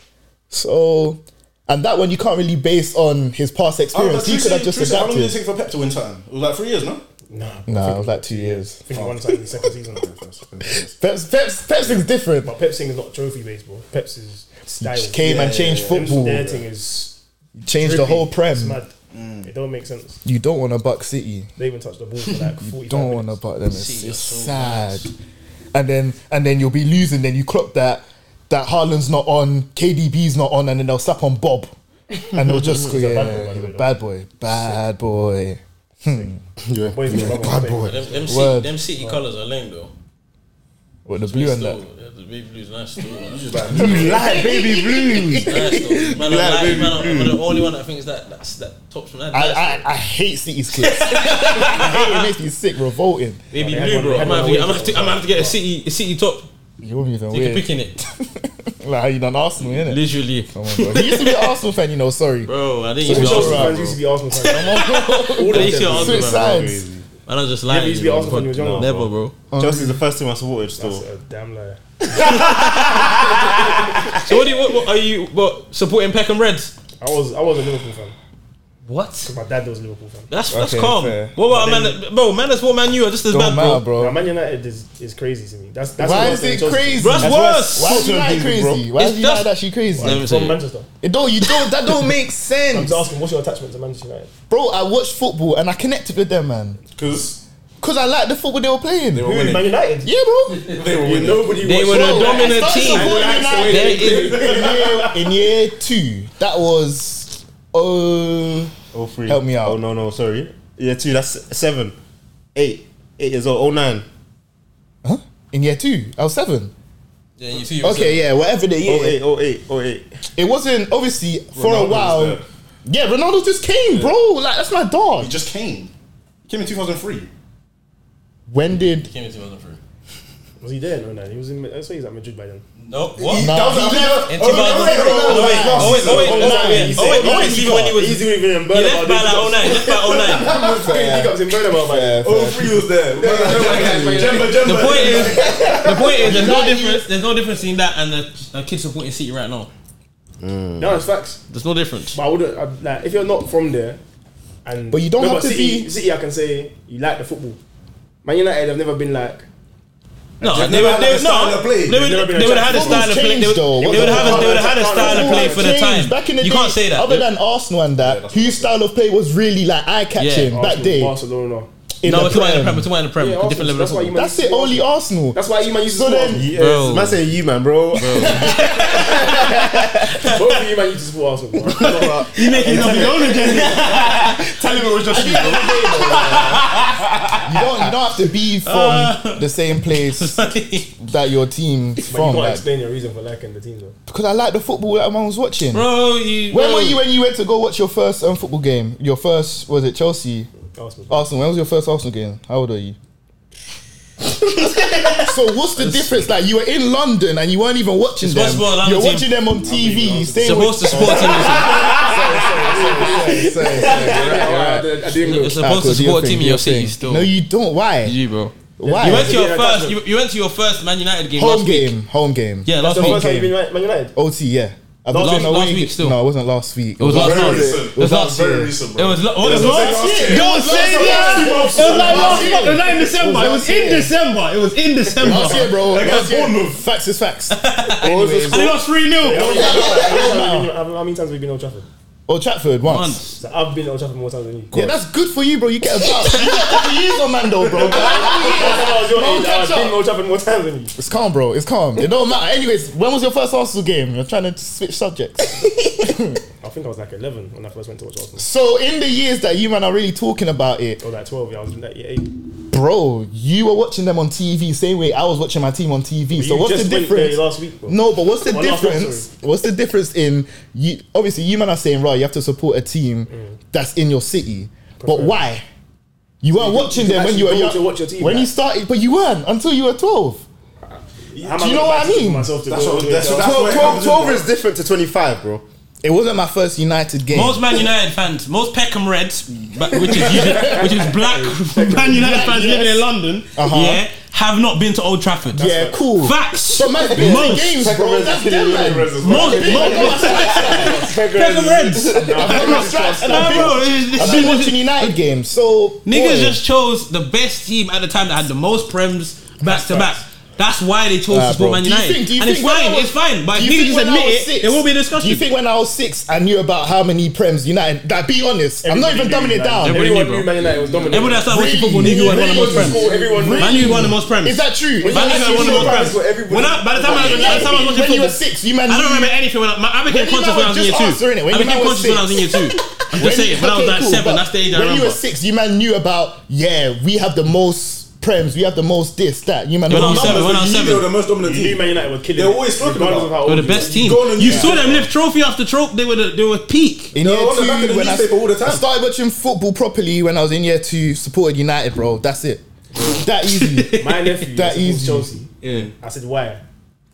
So, and that one you can't really base on his past
Oh, but
experience. he
Truce-
could have just
Truce, How long did it
adapted.
take for Pep to win time? It was like three years, no?
Nah,
Nah, it was like two years.
I think he won something in the second season.
[LAUGHS]
Pep's, Pep's, Pep's thing's different.
But Pep's thing is not trophy based, bro. Pep's is style.
Came and changed football,
Their thing is
changed the
drippy.
whole
It's
prem.
mad. It don't make sense.
You don't want to buck City.
They even touched the ball for like forty.
Don't want to buck them. It's, it's sad. And then and then you'll be losing. Then you clock that that Haaland's not on, KDB's not on, and then they'll slap on Bob, and they'll just go,
He's a bad boy,
yeah, he's
by the
a
way, though.
bad boy, bad boy. Hmm. Yeah.
Boys,
Yeah,
bad
bad
boy.
boy.
Them, them,
Word.
city, them city colours are lame though.
What the blue and that?
Still, yeah, the baby blue's nice still. man.
You like baby blues.
Nice still. Man, I'm
Black
like,
baby
man, I'm- I'm
blue.
the only one that thinks that that's that tops from that.
[LAUGHS] I, I, I hate City's clips. [LAUGHS] I hate it. it makes me sick, revolting.
baby blue, bro. I'm gonna have to- I'm gonna have to- I'm gonna have to get a city, a city top.
You're even
Take a
weird.
pick in it,
[LAUGHS] Like how you done
[LAUGHS]
Arsenal, innit?
literally,
Come on, bro. He used to be an Arsenal fan, you know. Sorry.
bro. I didn't even
Chelsea
ask.
Arsenal
Alright,
fans used to be Arsenal fans.
All they used to ask me,
Switch
man.
sides.
Man, I was just
Yeah,
lying.
you used to
you
be
know,
Arsenal when you was
God,
younger.
Never, bro.
Chelsea's the first team I supported still.
That's a damn liar.
So what, do you, what, what are you what, supporting Peckham Reds?
I was I was a Liverpool fan.
What?
My dad was a Liverpool fan.
That's that's
Okay,
calm.
fair.
What about man? that- Bro, man, that's what man you are just as
Don't
bad,
matter,
bro.
bro.
Now, Man United is, is crazy to me. That's that's
Why
what
is
I'm
it
saying,
crazy?
Bro, that's worse.
Why is you like
Talking to you,
crazy? Why
It's
is you like
just-
that shit
Let
crazy?
me
From
see.
Manchester.
It don't. You don't. That don't make
I'm
sense.
just asking, what's your attachment to Manchester United?
Bro, I watched football and I connected with them, man.
Because
Cause I liked the football they were playing.
they were winning.
Man United.
yeah, bro.
They were winning.
Nobody
They were
watched
the dominant
I started
team.
supporting United
They is-
in, year, in year two. That was oh
Oh three.
Help me out.
Oh no no sorry. Yeah two. That's seven, eight, eight years old. Oh nine.
huh? in year two. I was seven.
Yeah, you see.
Okay, yeah, whatever the
Oh
year.
eight. Oh eight. Oh eight.
It wasn't obviously for
Ronaldo
a
was
while.
there.
Yeah, Ronaldo just came, bro. Like that's my dog.
He just came. He came in 2003.
when did
Came in 2003.
Was he there? No, no. He was in. I saw he's at Madrid by
[LAUGHS]
then.
No, what?
Nah,
That was
he left-
after-
In
Oh, no, wait,
2003.
no,
Oh, wait, oh, wait,
no,
oh, wait,
no,
oh,
no,
wait,
he
oh, wait,
said-
oh, wait, even when he was. He
even
left
in
by like 09. He left by 09.
[LAUGHS] Big ups in Bernabeu, man.
Oh, three was there.
[LAUGHS]
Jemba,
The
Jemba.
point is, the point is, there's no difference. There's no difference in that and the, the kids supporting City right now.
No, it's facts.
There's no difference.
But I wouldn't I'd, like if you're not from there. And
But you don't have to
City,
be-
City. I can say you like the football. Man United have never been like
No,
They've
they
never
would.
had
They
a
would
style of
no.
play.
They would.
They've never been
They would have had a
attractive.
style of play. They would
Football's changed, though.
they would have. a- They would have had a
Football's
style of play
Football's
for the time.
changed. Back in the
You
day,
can't say that.
Other than Arsenal and that, whose style of play was really like eye catching
Yeah.
back
Arsenal,
day?
Barcelona.
in
No,
the
it's not in the
Prem.
prem. It's not in the prem.
Yeah,
A Different
Arsenal,
level of
that's why you
football.
man
That's it.
support
Only
Arsenal.
Arsenal.
That's why you man used to
So
support.
then-
Arsenal.
Yes, man saying you man, bro.
[LAUGHS] Both of you man used to support
[LAUGHS]
Arsenal. bro.
Tell him it was just you. bro.
You don't. You don't have to
[LAUGHS]
be from
Uh.
the same place that your team's
But you
from.
can't
like,
explain your reason for liking the team though.
because I like the football that I was watching.
Bro, you.
When
bro.
were you when you went to go watch your first um, football game? Your first was it Chelsea?
Arsenal.
Arsenal. When was your first Arsenal game? How old
[LAUGHS]
are you? so what's the difference? Like you were in London and you weren't even watching
Supposed
them.
to be on
You're
London
watching them on TV. Staying with,
Supposed to support team. [LAUGHS]
sorry, sorry, sorry.
I didn't know.
You're supposed to
Cool, do your
support
thing,
team
do
in your
thing.
city still.
No, you don't. Why?
You, bro.
Why?
You went to your
Yeah,
first.
that's
You, you went to your first Man United game.
home
last week.
game. Home game.
Yeah, last
That's the
week.
first time
game.
you've been Man- Man
[LAUGHS]
United.
OT. Yeah. I've
Last
been
week- last
away-
week still.
No, it wasn't last week.
It was last
Very
night. It
recent.
was
last
last
year.
Very recent,
It
bro.
was. lo- What was last?
Last year.
Don't say
that. It was like last month, it was
not in December.
It was in
December. It was in December.
Last year, bro. Last
Against
year.
Bournemouth.
Facts
[LAUGHS]
is facts. Anyways,
they lost 3 0.
How many times have [LAUGHS] you been to Old Trafford?
Old Trafford once.
So I've been to Old Trafford more times than you.
Yeah, that's good for you, bro. You get
[LAUGHS]
a bounce. You got a couple years on Mando, bro.
[LAUGHS] That's when I was your
No,
age,
catch
I've been
up.
to Old Trafford more times than you.
It's calm, bro. It's calm. It don't matter. Anyways, when was your first Arsenal game? You're trying to switch subjects.
I think I was like 11 when I first went to watch Arsenal.
So in the years that you man are really talking about it,
Or like 12, yeah, I was like yeah, 8.
bro, you were watching them on TV same way I was watching my team on TV. so
you
what's the
just went
difference?
there last week, bro.
No, but what's the
Or last month,
difference? What's the difference in you? Obviously, you man are saying, right, you have to support a team
Mm.
that's in your city, but why? You weren't watching
you
them when
actually
you were
go
young.
to watch your team,
when
like-
you started, but you weren't until you were twelve.
How am
Do you
gonna
know what I
back
mean?
Myself to
That's
go
what-
to the
that's what-
Old
that's- where
12,
it
12,
comes
12
in,
is different to 25, bro.
It wasn't my first United game.
Most Man United fans, most Peckham Reds, but- which is [LAUGHS] usually, which is
[LAUGHS]
black [LAUGHS] Man United fans living in London,
Uh-huh.
yeah, have not been to Old Trafford.
yeah, cool.
Facts.
But man's been to
most,
games, bro. That's them, man.
Reds.
most, most [LAUGHS] Peckham Reds.
[LAUGHS]
Nah, bro, it's-
I've
it's-
been
it's-
watching United games, so
Niggas
boy.
just chose the best team at the time that had the most prems back to back. That's why they chose
Nah,
to support
bro.
Man
Do you
United.
think- do you
and it's
think when
fine,
I was-
it's fine. But if
Do you
niggas
think
just
when I
admit
was
it,
six-
there will be a
Do
discussion.
you think when I was six, I knew about how many prems United? That be honest, I'm not even dumbing it
Everybody
down.
Everyone
knew, bro.
knew Man United was dominating.
Everyone that started watching
Really?
football knew who had one of the most
Really?
prems.
Everyone knew.
Man knew who had the most prems.
Is that true?
Man knew who had one of the
Everybody-
most prems. When I, by the time I, by the time I was watching
when you were
football,
six, you man.
I don't
knew-
remember anything. When I, my- I became
When you
conscious
man
when I
was
was in year
just answering it,
two. I
when you man
became
was
conscious when I was in year
six.
two. I'm just saying, when I was
okay,
like
cool,
seven,
but
that's the age I
When
remember.
you were six, you man knew about yeah, we have the most Prems, we have the most this, that. You man,
When
don't
I'm
know.
seven, when I'm
you knew they were the
seven,
most dominant
You knew
team.
Man United were killing.
They're
it,
always talking
regardless
about
of how
they were
old
the
you
best
are.
team.
Go on and
You
yeah.
saw them lift trophy after trophy. They were the, they were peak.
In
No,
year
on the back of
two,
the
when I,
newspaper all the time.
I started watching football properly when I was in year two, supported United, bro. That's it. That
[LAUGHS]
easy.
My nephew
That
that is
easy.
Chelsea.
Yeah.
I said why?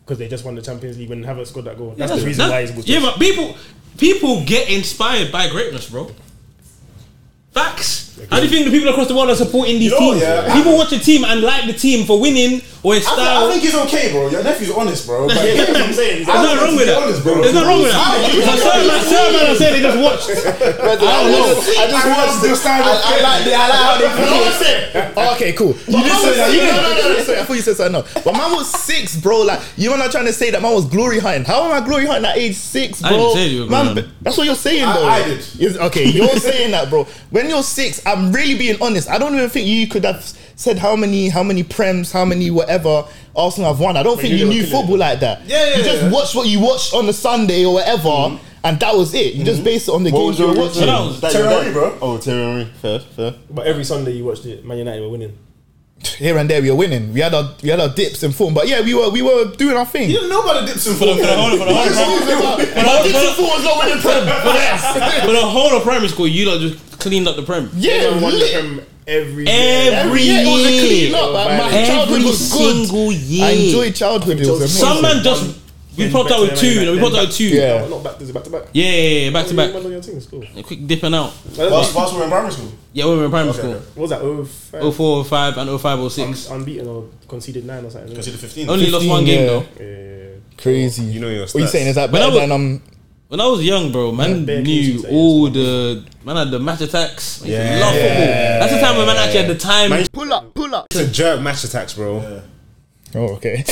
Because they just won the Champions League and haven't scored that goal. That's
That's-
the reason
that-
why he's with
Yeah,
Chelsea.
but people people get inspired by greatness, bro. Facts. How do you think the people across the world are supporting these
You know,
teams?
yeah.
People watch a team and like the team for winning or its
I, thi- I
style.
think it's okay, bro. Your nephew's
[LAUGHS]
honest, bro. But
[LAUGHS] That's what I'm saying.
There's nothing wrong with that.
Honest, bro.
There's nothing wrong with that. Because certain man, certain man are saying they just watched.
I, just, I just watched
your style
I,
of
I like the, I like how they play. Oh, Okay, cool. You
man
didn't
was
say that.
six.
You didn't. No, no, no, sorry, I thought you said something else. But man was six, bro. Like you were not trying to say that man was glory hunting. How am I glory hunting at age six, bro?
I didn't say you were glory
man,
hunting.
but that's what you're saying,
I-
though.
I did.
Yes, okay, you're [LAUGHS] saying that, bro. When you're six, I'm really being honest. I don't even think you could have said how many, how many prems, how many whatever Arsenal have won. I don't think
you
you
know
knew
what it
football like that.
Yeah, yeah,
You just
yeah. Mm-hmm.
watched what you watched on the Sunday or whatever. And that was it. You just based it on the
What was
games you
your
were
watching?
watching.
That
[LAUGHS]
was
That you
Terry
were-
Henry, bro.
Oh, Terry Henry. Fair, fair.
But every Sunday you watched it, Man United were winning.
here and there we were winning. We had our we had our dips in form, but yeah, we were we were doing our thing.
You didn't know about the dips and for
the- for the whole- for the whole-
Our dips in form was not winning
[LAUGHS]
prem. Yes.
But the whole of primary school, you lot just cleaned up the prem.
Yeah,
Everyone won the
lit.
Prem every year.
Every
yeah, it was a clean
year.
up. like, my
Every
childhood was good.
single year.
I enjoyed childhood. It was amazing.
Some man just we
Then
popped
back
out
to
with
them
two,
anyway,
you know, we
then
popped out with two. Yeah,
yeah.
Not back, this is back to back.
yeah, yeah, back to
You
back.
won on your teams, cool.
A quick dipping out.
Whilst whilst we were in primary school.
Yeah, we were in primary school.
What was that? Oh, five?
Oh four, oh five, and oh five, oh six.
unbeaten or conceded nine or something.
Consider 15.
Only lost one game
yeah.
though.
Crazy.
You know your stats.
what you saying? Is that
When I
better
was-
than um?
When I was young, bro, man
bare
knew
kids used to
all the man had the match attacks. I used to
Yeah.
love football. That's the time when man actually had the time.
Man-
Pull up, pull up.
It's a jerk match attacks, bro.
Oh, [LAUGHS] okay.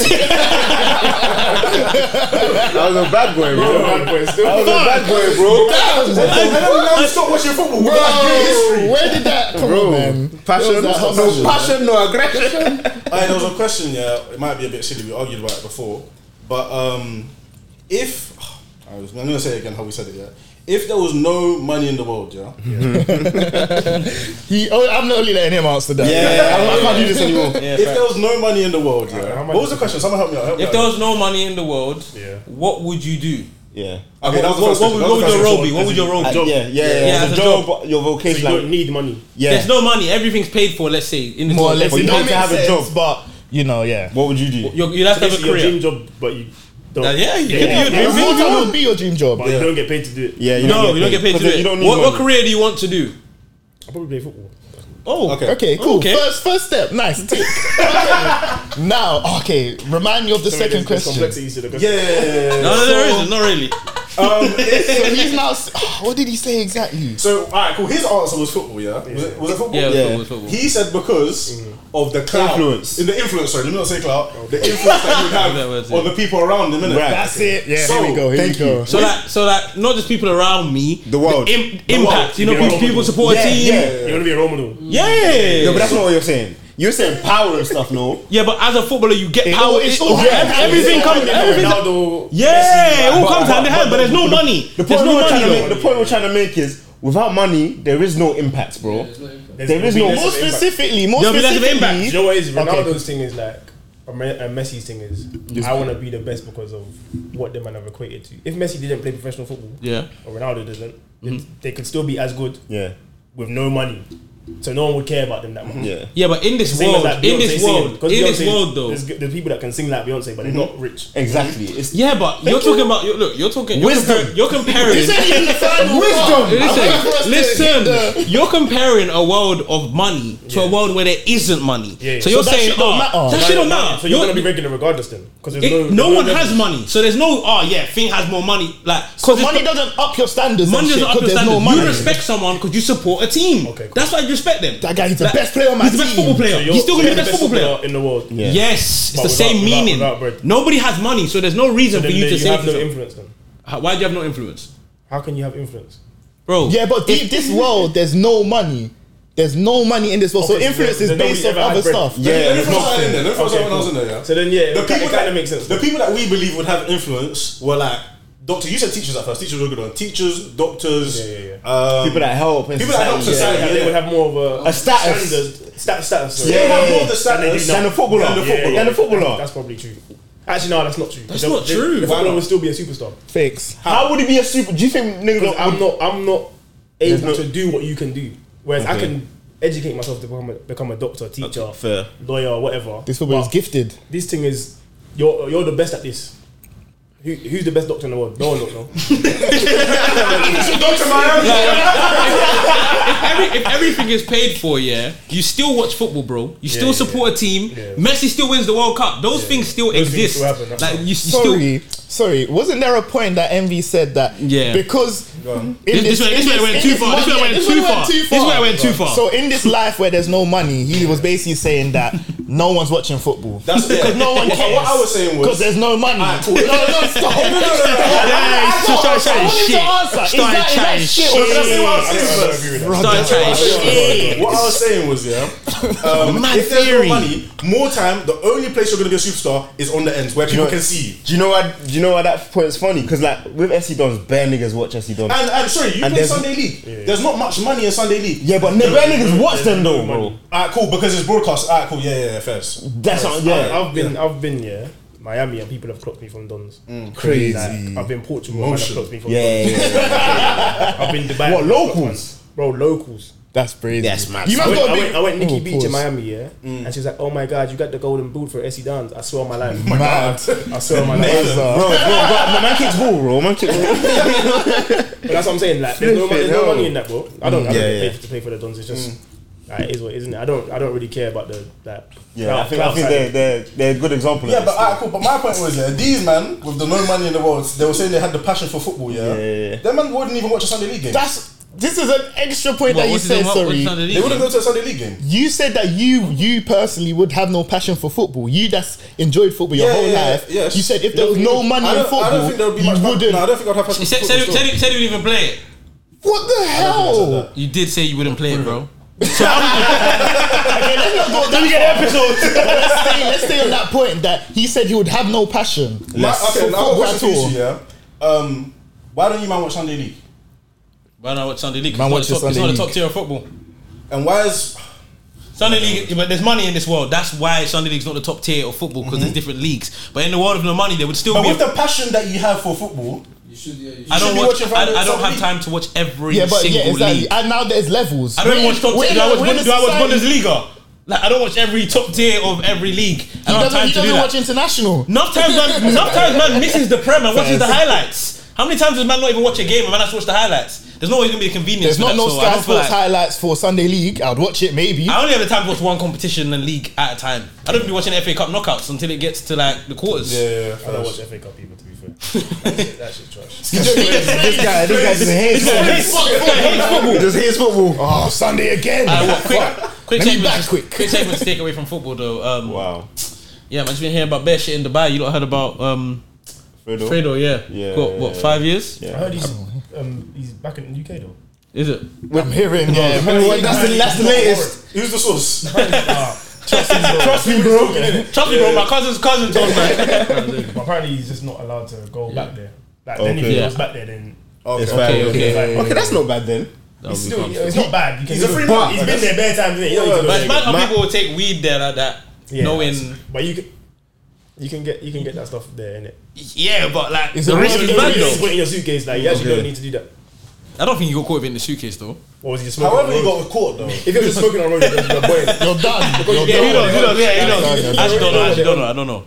That was a bad boy, bro. That was a bad boy, bro.
And then we never stopped watching football. We're like, yeah, history.
Where did that come
Bro,
from, man?
passion,
That was
no
that
passion, no aggression.
Alright, there was a question, yeah. It might be a bit silly. We argued about it before. But um, if. [SIGHS] I was, I'm going to say it again how we said it, yeah. If there was no money in the world, yeah.
He, oh, I'm not only letting him answer that.
I can't do this anymore.
Yeah,
if
fact.
there was no money in the world, yeah.
how much
What was the question? Someone help me out. Help me
If
out.
there was no money in the world,
Yeah.
what would you do?
Yeah.
Okay, that was the
what,
first
what,
question.
would-
That
what would
was the
your
first
role
one.
be? What would your role
Uh,
be?
yeah, yeah, yeah. it's
Yeah, as
a
a
job,
job.
but your
So you
vocation,
don't
like,
need money.
yeah.
There's no money. Everything's paid for. Let's say in this
More or
world.
less.
But you
It
don't
makes
have a
sense,
job.
But you know, yeah.
What would you do?
You're, you'd have to have a
Basically, your dream
career.
job, but you don't.
Uh, yeah, you
Yeah,
could do
Yeah,
it.
full time would be your dream job.
But you don't get paid to do it.
Yeah, you
No, you don't get paid
'Cause
to do
then You
it.
don't need
What, what
money.
career do you want to do?
I probably play football.
Oh,
Okay.
Okay, cool.
Okay.
First, first step, nice. Tick. Okay. Now, okay, remind me of the second
There's- there's
question. So
Complexities to the question.
Yeah, yeah, yeah, yeah, yeah.
No, no, there isn't. Not really.
he's now. s- [SIGHS] oh, what did he say exactly?
So, alright, cool. His answer was football, yeah? Was it, was it football?
Yeah,
Yeah.
Football, football.
He said because
Mm.
of the clout.
Influence.
In the influence, sorry, let me not say clout. The influence
[LAUGHS]
that you
That
have
was it.
on the people around him, innit?
Right.
That's it. Yeah,
So,
here we go. Here we
thank
go.
So that, so that, not just people around me,
The world.
im- impact. You know,
world.
people, people support a team. Yeah,
You want to be a role model.
Yeah, but that's not what you're saying. You're saying power and stuff, no?
Yeah, but as a footballer, you get power.
all- it's
It-
all
yeah,
hand-
everything
it's all
comes.
hand-
Everything.
Ronaldo.
Yeah, it all
But-
comes hand in hand, but there's no
the-
money.
The
There's
point,
no
we're
money.
trying to make,
though.
the point we're trying to make is without money, there is no impact, bro.
There's
There
gonna
is
be
no-
less
More
of an impact.
specifically, more
There'll be less of
specifically,
impact.
You know what it is
Okay, cool.
Ronaldo's thing is like, and Me- and Messi's thing is, I want to be the best because of what the man have equated to. If Messi didn't play professional football,
Yeah. Mm-hmm.
or Ronaldo doesn't, then they could still be as good
Yeah.
with no money. So no one would care about them that much.
Yeah.
Yeah, but in this
Same as
world,
like
in
Beyonce
this
singing,
world,
'cause
in this
Beyonce-
world, though. Mm-hmm.
there's, there's people that can sing like Beyonce, but they're not rich.
Exactly. It's
Yeah, but you're talking about you look. You're talking you're
Wisdom.
compar- You're comparing. [LAUGHS]
[LAUGHS] Wisdom.
Listen, listen. You're comparing a world of money to a world where there isn't money.
Yeah, yeah.
So you're
So that
saying,
shit don't
oh,
matter.
that shit don't matter.
So you're,
You're-
gonna be regular regardless then, because
it- no, one has money, so there's no. Oh yeah, thing has more money. Like,
So
it's
money
not-
doesn't up your standards.
money
and shit,
doesn't up
'cause
your
there's
standards.
No money.
You respect someone because you support a team.
Okay, cool.
That's why you respect them.
that guy. He's the
Like,
best player on my
He's the
team.
best football player.
You're-
he's still gonna
you're
be the best football player.
in the world. Yeah.
Yes, it's
But
the
without-
same
without-
meaning.
without bread.
Nobody has money, so there's no reason
Then
for you
you,
to say
have no
something.
influence then.
How- Why do you have no influence,
How can you have influence?
bro?
Yeah, but deep this world, there's no money. There's no money in this world. So
Okay, so
influence
then-
is
then
based off
nobody ever
other
had bread.
stuff.
Yeah,
yeah.
the influence that in there. The influence
Okay,
that
cool.
was in there, yeah.
So then, yeah, it
the
ki- it
people
kinda
that
makes sense.
The people that we believe would have influence were like doctors. You said teachers at first. Teachers were good on teachers, doctors,
Yeah, yeah,
Um,
People that help. in
People that help
society,
society.
Like,
yeah.
They would have more of a,
A status.
standard Stat, status. sorry.
Yeah, yeah,
have more
yeah.
the standards
than a footballer.
than the
Yeah,
footballer.
yeah.
Than a footballer.
That's probably true. Actually, no, that's not true. That's
not true.
The
Why
footballer
not?
would still be a superstar.
Fakes.
How would he be a super? Do you think niggas?
Because I'm not, I'm not able
no-
to do what you can do. Whereas I
Okay.
can educate myself to become a, become a doctor, teacher,
fair.
lawyer, whatever.
This footballer is
But
gifted.
This thing is, you're you're the best at this. Who, who's the best doctor in the world? No one don't know.
Every, if everything is paid for, yeah, you still watch football, bro. You still
yeah,
support a team. Messi still wins the World Cup. Those things still
Those things
exist.
still happen, that's
like
all.
you, you still.
Sorry, sorry. Wasn't there a point that MV said that?
Yeah.
Because in
This- this way-
in
this way went
in
too far. This way
one-
went
yeah,
too far. This way went too far.
So in this life where there's no money, he was basically saying that no one's watching football.
That's because
no one
What,
cares.
what I was saying
Because
was
there's no money.
cool.
No, no,
[LAUGHS]
stop.
no,
[LAUGHS]
no, no, no.
I
Start
got- I
chatting
wanted to
shit.
answer. Is
Start
that- is that
chatting
shit
shit.
or is that-
Start trying shit.
What I was saying was, yeah, um,
Mad
if there's
theory.
no money, more time, the only place you're going to be a superstar is on the ends where people
know-
can see you.
Do you know why? Do you know why that point's funny? Because like with SC Dons, bare niggas watch SC Dons.
And, and sorry, you
And
play
there's-
Sunday League. There's not much money in Sunday League.
yeah, but no, bare niggas watch them though, bro.
Alright, cool, because it's broadcast. Alright, cool, yeah, yeah, yeah, first.
That's not, yeah.
I've been, I've been, yeah, Miami, and people have clocked me from Dons.
Crazy.
Like, I've been Portugal, and have
Motion.
clocked me from
Yeah, Mm, yeah, yeah.
Dons. [LAUGHS] I've been Dubai.
What,
man, I've clocked
locals?
man. Bro, locals.
That's crazy.
That's mad.
You
I
must
went,
got
I
a
went, I went Nikki
Oh,
Beach
pause.
in Miami, yeah,
Mm.
and she was like, "Oh my God, you got the golden boot for SC Dons." I swear on my
[LAUGHS]
life,
mad.
I swear on my
Bro,
life.
bro, bro, my man kicks ball, bro. Man kicks ball.
But that's what I'm saying. Like, there's no,
Flipping
there's no
hell.
money in that, bro. I don't, I don't
Yeah,
get
yeah.
paid to play for the Dons. It's just,
Mm.
like, it is what it is, isn't it? I don't, I don't really care about the that.
Yeah, I think, I think they're, they're, they're a good example
Yeah,
of
but
this.
alright, cool. But my point was, yeah, these men with the no money in the world, they were saying they had the passion for football. Yeah,
yeah, yeah.
them men wouldn't even watch a Sunday league
[LAUGHS]
game.
That's. This is an extra point that you
what's the-
said.
what- what's
sorry.
the other
they
league?
wouldn't go to a Sunday league game.
You said that you you personally would have no passion for football. You that's enjoyed football your
Yeah,
whole
yeah, yeah,
life.
yes.
You said if there was no money
I
in
don't,
football,
I don't think there would be
you
much.
wouldn't.
No, I don't think I'd have passion
He said,
for
said,
football.
he- said, he- said he wouldn't even play it.
what the hell?
You did say you wouldn't play it, bro.
Okay, let's not go that far. let's, stay, let's stay on that point that he said he would have no passion.
My- okay,
for
now
football at
I've got a question for
all.
you, yeah. Um, why don't you man watch Sunday league?
Why not watch Sunday League?
Man,
it's
watch
not, the top,
the
it's not
Sunday
the top tier of football.
And why is
Sunday League, but there's money in this world. That's why Sunday League's not the top tier of football
Mm-hmm.
because there's different leagues. But in the world of no money, there would still
but
be.
with the passion that you have for football,
You should, yeah. You
I
should.
don't
be
watch.
watching
I,
Sunday-
I don't have
Sunday
time to watch every
Yeah, but
single
yeah, exactly.
league.
And now there's levels.
I don't
We're-
watch top
we're
tier.
in
Do I
a-
watch,
we're in
Bund-
a
do I watch
society-
Bundesliga? Like I don't watch every top tier of every league. I
He
don't have
doesn't,
time
he
to do
doesn't
that.
watch international.
Enough times,
[LAUGHS]
man. enough times, man misses the prem and watches the highlights. How many times does man not even watch a game and man has to watch the highlights? There's not always gonna be a convenience.
There's
for that,
not no
so I
Sky
don't feel
Sports
like-
highlights for Sunday League. I'd watch it maybe.
I only have the time to watch one competition and league at a time. I don't be watching FA Cup knockouts until it gets to like the quarters.
yeah,
I don't watch
first.
FA Cup people to be
[LAUGHS]
fair. that, shit, that shit trash.
This guy, this guy just hates
Fuck,
football.
fuck, hates football.
He just hates football.
Oh, Sunday again.
Alright, what, quick, quick
Let me
segments.
back quick.
quick segments to take away from football though. Um,
Wow.
Yeah, man, just been hearing about bare shit in Dubai. You lot heard about um,
Fredo.
Fredo? Yeah,
Yeah,
What,
yeah,
what
yeah.
five years?
I heard he's, um, he's back in the UK though.
Is it?
I'm hearing. Yeah, man, that's the that's the latest.
who's the source?
[LAUGHS] Trust me, bro. Trust
Trust me, bro. My cousin's cousin told me.
me, bro. Apparently, he's just not allowed to go back there. Like, then if
Okay.
he
Yeah.
goes back there, then
It's fine.
okay,
Okay,
okay.
okay, that's not bad then.
he's still, it's not bad. You can
He's a
still-
free man.
He's been there bare times. innit? You don't need to go
But
there.
it's mad how people will take weed there like that,
Yeah,
knowing.
that's- but you can, you can get you can get that stuff there, innit?
Yeah, but like
Is
the
it
risk
really-
is
is
mad
it
Just
though.
put it in your suitcase. Like, you actually don't need to do that.
I don't think you got caught with it in the suitcase though.
Or was he just smoking?
However, you
on the road?
got caught though.
If you're just smoking on the road, you're just-
[LAUGHS]
you're boiling.
You're [LAUGHS] done. You're
Yeah,
done.
he knows. He knows. Yeah, he knows.
knows.
I actually don't know. I actually don't know. I don't know.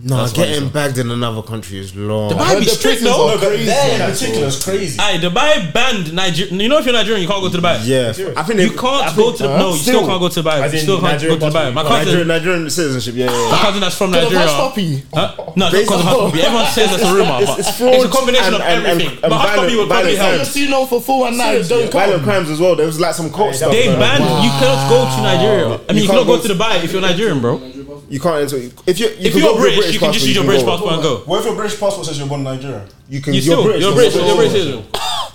No,
That's getting funny,
bagged in another country is long.
I
Dubai
heard
be
the
strict
prisons
though.
are
No, but
crazy.
there in particular is crazy.
Aye, Dubai banned Niger. You know, if you're Nigerian, you can't go to Dubai.
Yeah, I think
You can't go to no. You still
Still.
can't go to Dubai.
As
You
in
still can't go
Nigerian
to Dubai.
passport,
My
you can't.
cousin,
Nigerian, Nigerian citizenship. Yeah, yeah.
my cousin that's from
Because of
Nigeria.
Hush Puppy.
Huh? No, it's not because of
on-
Hush Puppy. Everyone says that's a rumor, but
it's
it's
fraud
a combination of
and- and- and-
everything.
and
But Hush Puppy would probably
violence-
help.
Just so you know, for four and nine,
Seriously,
don't
Violent
come.
crimes as well. There was like some cult stuff.
They
going
banned
on.
you cannot go to Nigeria. I mean, you,
can't
cannot go,
go
to Dubai if you're Nigerian, bro.
You can't enter. If you
If you're British, you can just use your British passport and go.
What if your British passport says you're born Nigeria?
You can.
You
you're
still, you're British, you're British.
passport.
citizen.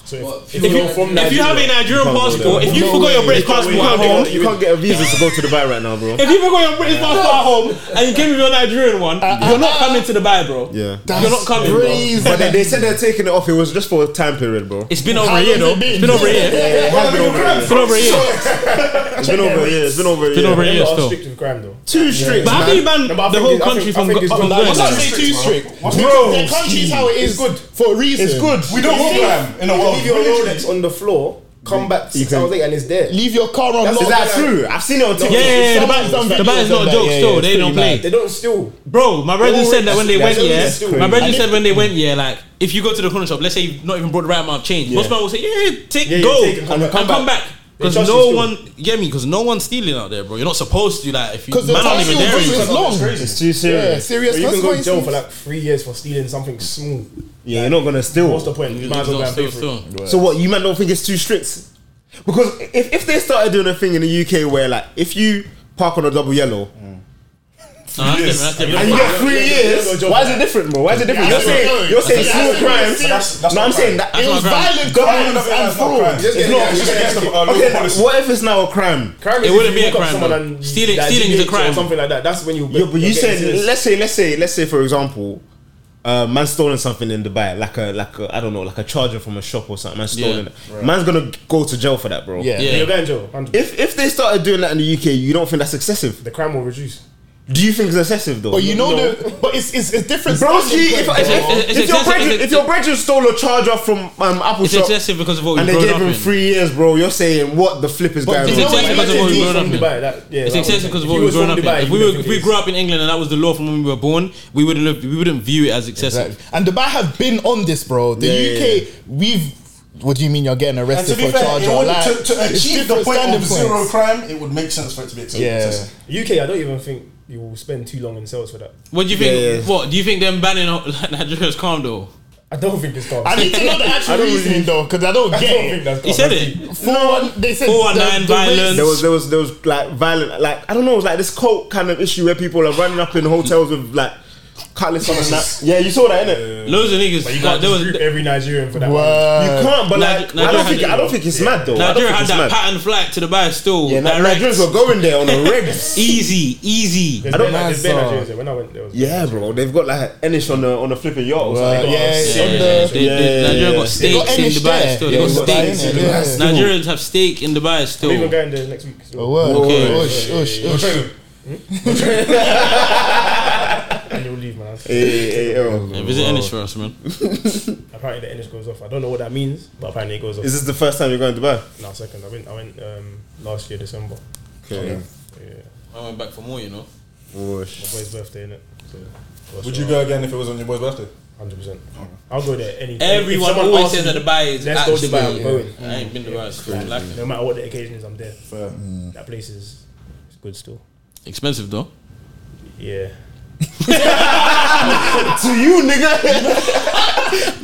So if,
But
if
if
you're
you-
from
If you
Nigeria-
have a Nigerian
can't go
passport,
there.
if you forgot your British passport
You
at
can't,
home,
get, you can't get a visa to go to Dubai right now, bro.
if you forgot your British passport at home and you came with your Nigerian one, you're not coming to Dubai, bro.
Yeah.
You're not coming, bro.
Crazy.
But they, they said they're taking it off. It was just for a time period, bro.
It's been over a year, though. It's been over a year.
It has been over a year.
It's been over a year.
It's been over a year. It's been over a year.
Been over a
They
year
are
still.
strict with crime though.
Two straight.
But how can you ban
No, but I
the
think
whole
it's- I
country
think-
from
I think
go-
it's
from
gone
going?
down.
not say too strict.
Bro, the country's how it is good for a reason.
It's good. We don't want glam in the world.
Leave your Rolex on the floor, come back six
can-
hours later and it's there.
Leave your car on.
Is that true? I've seen it on TikTok.
Yeah, yeah, yeah. The
Some-
ban-
some
The ban is
videos
not
and
a
that,
joke,
yeah,
still.
yeah,
They
it's
don't
pretty
play.
They don't steal.
Bro, my brethren said that when they went,
that's-
yeah.
that's
My
crazy.
brethren
And
said
if-
when they went, yeah, like, if you go to the corner shop, let's say you've not even brought the right amount of change, most man will say, yeah, take,
yeah,
go,
take and
and
come
come,
back.
back. Because
trust
no
you
one, you get me? Because no one's stealing out there, bro. You're not supposed to, like, if you,
Because the
man,
time
aren't
you
even
will
there.
do is
anymore.
long.
It's too
Yeah,
serious.
serious.
But you can go to jail for
consequences.
like three years for stealing something small.
Yeah, you're not gonna steal.
What's the point? You might as well go and pay
Still,
for it.
still.
So what? You might not think it's too strict, because if, if they started doing a thing in the UK where like if you park on a double yellow
Nah, that's different, that's
and you
different.
get three years, why is it different, bro? Why is it different? You're saying you're saying small crimes. No, I'm saying that
That's
it
not
was
a crime.
violent crimes and fraud. It's not.
It's just against the uh,
Okay,
local policy.
what if it's now a crime?
Crime
It
is
wouldn't
if you
be a
walk up
crime,
someone
though.
and
Stealing-
like,
stealing is a
debate
crime.
or something like that. That's when you.
Yeah, but you
you're getting
said
serious.
let's say let's say let's say for example, uh, man stolen something in Dubai, like a like a I don't know, like a charger from a shop or something. Man stolen
Yeah,
it. Man's gonna go to jail for that, bro.
Yeah.
you're
Yeah.
going to jail. 100.
If if they started doing that in the UK, you don't think that's excessive?
The crime will reduce.
Do you think it's excessive though?
But you know the. But it's it's, it's different.
Broski,
standing
if,
point,
if, if,
bro.
It's
if your
excessive-
brethren, if your brethren stole a charger from um, Apple
It's
Shop
excessive because of what
and
we've
they
Oh, grown
gave
up
him
in.
three years, bro, you're saying what the flip is going
do
It's
you
on?
know
excessive
what
because
it
of what we've
is from
grown up in.
Dubai, that, yeah,
It's
that
excessive because
was- if
of what
you
we
was
grew up
from
in.
Dubai,
If
you
we, were,
definitely
if we
is.
grew up in England and that was the law from when we were born, we wouldn't have, we wouldn't view it as excessive.
Exactly. And Dubai have been on this, bro. The
Yeah,
UK, we've. What do you mean you're getting
And to
arrested
be
for a
fair,
charge
in
or
order
like?
to, to
it's
achieve the
different
point
standing
of zero
points.
crime, it would make sense for it to be accepted.
Yeah.
UK, I don't even think you will spend too long in cells for that.
What do you think? What do you think? Them banning [LAUGHS] out- Nigeria's calm though.
I don't think it's tough.
I need to know the actual reasoning though, because I don't
I
get
don't
it.
think that's
He
calm.
said it.
Four one, they said
419
the- the race-
violence.
There was there was there was like violent like I don't know, it was like this cult kind of issue where people are running up in hotels with like cutlass on and
[LAUGHS]
that. Yeah, you saw that, innit?
Loads of niggas. like,
You can't
there
just
was
group every Nigerian for that. one.
Word.
You can't, but like I
Niger- Nigeria
don't
had
think
it,
I don't
bro.
think it's mad though. I don't
Nigeria
think
had
it's
that
mad.
pattern flight to the bar still.
Yeah, Ni-
direct.
Nigerians were going there on a rig.
easy, easy.
There's been-
don't-
there's been Nigerians there. When I went there, was
Yeah, bro, they've got like Enish on the on the flipping yacht. Or
Uh,
something.
yeah,
Yeah,
it's
yeah,
on
yeah.
the-
They- they-
Yeah.
Nigeria got
They got
stakes in
Enish
Dubai
there.
still.
Yeah,
They got
they got
stakes.
Enish, yeah.
Nigerians have stake in Dubai
I'm even
still.
going there next week. so-
Oh, word.
Okay.
Ush, ush, ush.
And you'll leave, man.
Hey, hey, yo.
Yeah, visit Ennis for us, man.
Apparently, the Ennis goes off. I don't know what that means, but apparently it goes off.
Is this the first time you're going to Dubai?
No, second. I went. I went um, last year December.
Okay.
Yeah,
I went back for more, you know.
my boy's birthday innit? So,
Would you go again if it was on your boy's birthday?
Hundred percent. I'll go there any.
Everyone
if someone
always
asks
says
me,
that Dubai is
Let's go
actually-
Dubai. I'm going.
I ain't been to Dubai still. I like it.
No matter what the occasion is, I'm there. Mm.
Fair.
That place is it's good still.
Expensive though.
Yeah.
To [LAUGHS] you, nigga.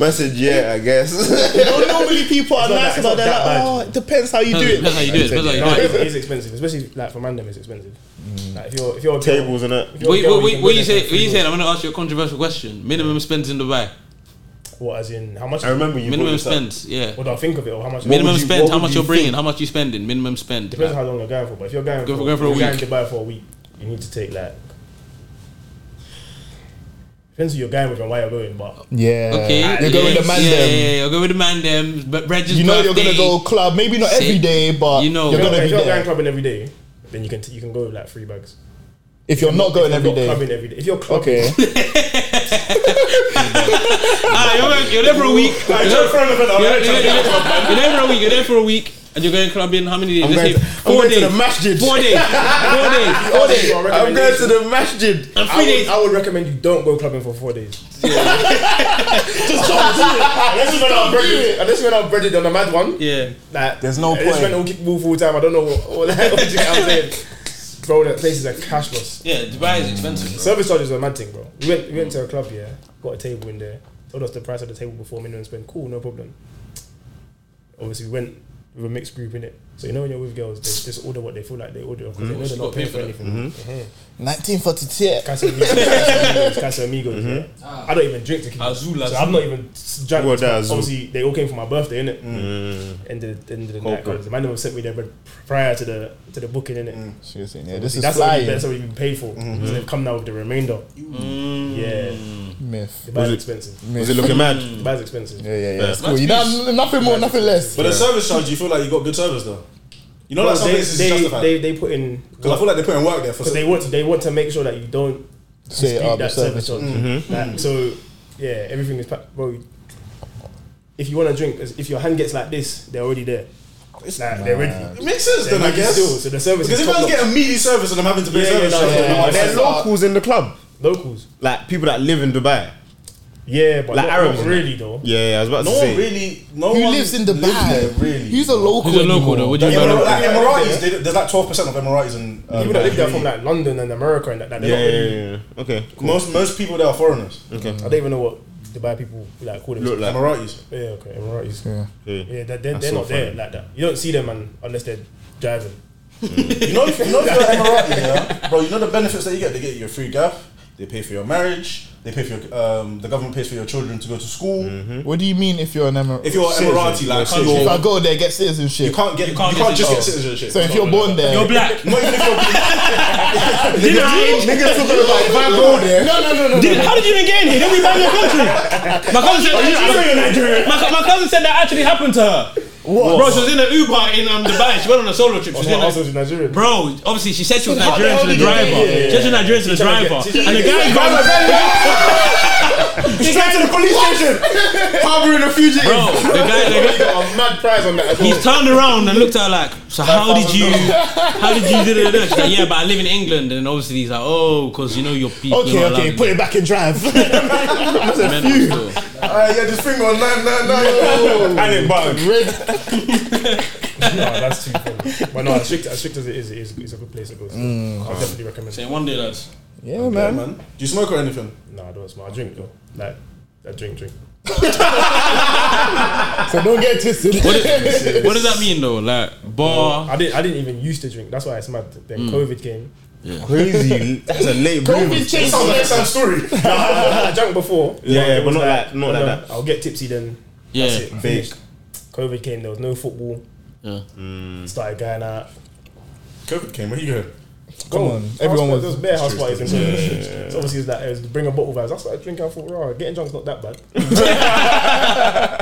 [LAUGHS] Message, yeah, I
[LAUGHS]
guess.
You know, normally people are
It's not that-
nice, but
it's not
they're
that
like,
bad.
oh, it depends how you do
Depends how
it.
you do it. Depends how you
No,
do
it
it.
is expensive, especially like for Mandem. It's expensive.
Mm.
Like if you're if you're a girl-
Tables and that.
if you're a
Wait,
girl,
wait, wait,
can
what
go
you
there
say?
for
What you
free
saying? I'm gonna ask you a controversial question. Minimum spends in Dubai.
meals. What as in how much?
I remember you.
Minimum
brought this up.
spends. Yeah.
What do I think of it or how much?
Minimum
would you-
spend.
what
How
would
much
you
you're bringing?
think?
How much you spending? Minimum spend.
Depends
Like,
how long you're going for. But if you're going
Go
for,
for- go for a
if you're
week.
going to Dubai for a week, you need to take like. Depends who you're going with and why you're going, but
Yeah.
Okay.
You're going with the
yes,
man
yeah,
them.
Yeah, yeah, I'll go with the man them. But Reggie's
You know you're
birthday.
gonna go club, maybe not
Sick.
every day, but
You
you
know.
know you're
if
gonna
you're,
be
if you're going
there.
clubbing every day, then you can t- you can go with like three bags.
If you're not going
If
every
you're not
day,
Clubbing every day. If you're clubbing, [LAUGHS]
okay.
Ah, you're, going- you're there for a week. You're there, you're, there- you're there- you're there for a week. You're there for a week, and you're going clubbing. How many days?
I'm going
Let's
to-
say
I'm
four
going to
days.
the masjid.
Four days. Four days. Four days.
Your
I'm going to
recommendation-
the masjid.
And
I
three
would,
days.
I would recommend you don't go clubbing for four days. [LAUGHS] Unless you went out breaded, unless you went out breaded on a mad one.
Yeah.
Like,
There's no
Unless you
point.
went all kick ball full time. I don't know what, what, the hell- what you get what I'm saying. Bro, that place is a cash loss.
Yeah. Dubai is expensive. Bro.
Service charges are a mad thing, bro. We went, we went to a club here, got a table in there, told us the price of the table before minimum spend. Cool, no problem. Obviously, we went with a mixed group in it, So you know when you're with girls, they just order what they feel like they order because they know they're not
Mm-hmm. She got
paying
paid
for
for
anything.
Mm-hmm.
Mm-hmm. Yeah.
1942.
Casamigos, Casamigos, yeah. I don't even drink tequila.
Azul,
So
Azul.
I'm not even s- drank.
Mm-hmm. Well, that Azul. Mm.
Obviously, they all came for my birthday, innit? End of the, end of the night.
Corporate.
The man never sent me there, but prior to the to the booking, innit?
Mm.
She was saying, yeah, this is
That's already,
flying.
that's already been paid for.
Mm-hmm.
So they've come now with the remainder. Yeah,
Myth.
the buy's
it-
expensive.
Mm. Was it looking mad?
The buy's expensive.
Yeah, yeah, yeah. It's cool. You know, nothing more, nothing less.
But the service charge, you feel like you got good service though. You know,
Bro,
like some
they,
places is
they,
justified.
they, they put in
Because I feel like they're putting work there for
because they want they want to make sure that you don't
Say,
dispute
oh, the
that service
service.
charge.
Mm-hmm.
Like, so yeah, everything is packed. Bro, if you want to drink, if your hand gets like this, they're already there. It's like they're ready.
It makes sense then, I
ready
guess.
still, so the service
because
is
if I was
top
getting meaty service and I'm having to pay
Yeah, yeah,
service
no,
charge,
yeah,
then
yeah.
I'm
But they're
upset.
locals in the club,
Locals.
like people that live in Dubai.
Yeah, but
Like
not,
Arabs,
not
innit?
really though.
Yeah, yeah I was about
No
to
one
say.
really, no
Who
one
lives in Dubai?
lives there, really.
Who's a local?
Who's a local
anymore?
though? What do you
Yeah,
mean by
but
local?
like Emiratis, they, there's like twelve percent of Emiratis in. Um,
People that live there from like London and America and that, that
Yeah,
they're not
yeah,
really.
yeah, yeah. Okay.
most most people there are foreigners.
I don't even know what Dubai people like call
Look like.
themselves.
Emiratis.
Yeah, okay, Emiratis.
Yeah.
Yeah, they're, they're,
That's so
they're not there
funny.
like that. You don't see them man, unless they're driving.
Mm.
You know, if, you
[LAUGHS]
know if you're an Emirati, yeah, bro. You know the benefits that you get. They get you a free gaff. They pay for your marriage. They pay for your. Um, the government pays for your children to go to school.
What do you mean if you're an Emirate?
If you're an Emirati, like
If
Citizen.
I
you're,
go there, get
you
citizenship.
can't get, you can't,
get
just get
citizenship.
citizenship.
So if you're born there,
You're black.
Not even if you're
Niggas talking about if I go there.
no, no, no, no.
Did, how did you even get in here? Did we ban your country? My cousin said that. My, co- my cousin said that actually happened to her. Bro, she was in an Uber in um, Dubai. She went on a solo trip. She was in
Yeah,
a-
also to Nigerian.
Bro, obviously she said she was Nigerian to the driver. She said she was Nigerian to the driver.
she's trying
And the
to
guy grabbed
Straight to the police station. Harboring a fugitive.
Bro, the guy, the guy
got a mad prize on that.
he's turned around and looked at her like, so how did you how did you do that? She's like, yeah, but I live in England and obviously he's like, oh, because you know your people.
Okay,
are
okay,
allowed
put it back in drive. [LAUGHS]
to be men still.
Alright, yeah, just finger on nine
[LAUGHS]
nine nine.
And it bugged.
Red.
no, that's too funny. But no, as strict, as strict as it is, it is it's a good place to go. to.
Mm.
I definitely recommend.
Say
it.
one day lads.
Yeah, man.
man. Do you smoke or anything?
No, I don't smoke. I drink though. Like I drink, drink.
So don't get twisted.
What does that mean though? Like bar
I didn't. I didn't even used to drink. That's why it's mad. Then
Mm.
COVID came.
Crazy. That's a late
COVID
move.
changed.
story.
[LAUGHS] I drank before.
[LAUGHS] Yeah, yeah,
it
but
was
not like- not like
no,
[LAUGHS]
that.
I'll get tipsy then.
Yeah.
That's it.
Fake.
COVID came. There was no football.
Yeah.
Mm.
Started going out.
COVID came. Where you going?
Come
on, everyone was-
There was bare house parties in COVID. So obviously it was like, it was bring a bottle vibes. That's what I drink. I thought, raw, getting drunk's not
[LAUGHS]
that bad.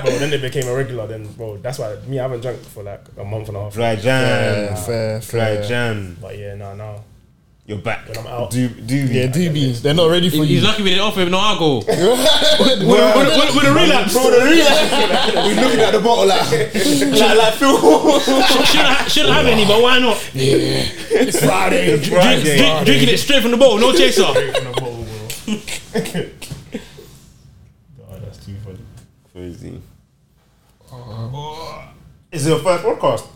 but then it became a regular. Then, bro, that's why me, I haven't drunk for like a month and a half.
Dry
Fair,
jam.
fair,
Dry
fair.
jam.
But yeah, no, no.
You're back.
When I'm out.
Do do
Yeah, DBs, they're not ready for
He's
you.
lucky we didn't offer him no alcohol.
With
With a relapse.
We're looking at the bottle
[LAUGHS]
like, like, like Phil.
Shouldn't ha- shouldn't have any, but why not?
it's Friday.
Drink,
Friday.
drink, drinking it straight from the bowl, no chaser.
Oh, that's too funny.
Crazy. Is it your first podcast?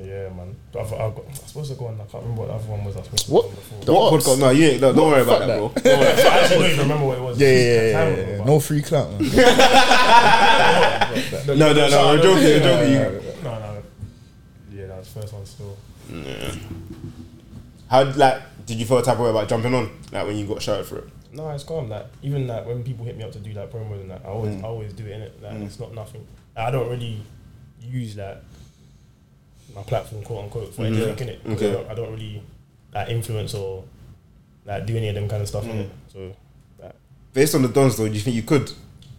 Yeah, man. But I've, I've got, I'm supposed to go on. I can't remember what the other one was. I was supposed to
What?
Go on before.
The what?
Podcast? No, you ain't. No, don't worry about
fuck
that, bro.
that.
Don't worry.
[LAUGHS] I actually don't even remember what it was.
Yeah,
It's
yeah,
a time
yeah,
ago,
yeah, yeah.
but-
No free clout, man.
No, no, no. We're joking. We're joking. You-
No, no. Yeah, that was the first one still.
How like did you feel a type of way about jumping on? Like when you got shouted for it?
No, it's calm. Like even like when people hit me up to do like promos and that, I always I always do it in it. Like it's not nothing. I don't really use like my platform, quote unquote, for anything in it.
Okay.
I, don't, I don't really like influence or like do any of them kind of stuff in it. So like,
Based on the dons, though, do you think you could?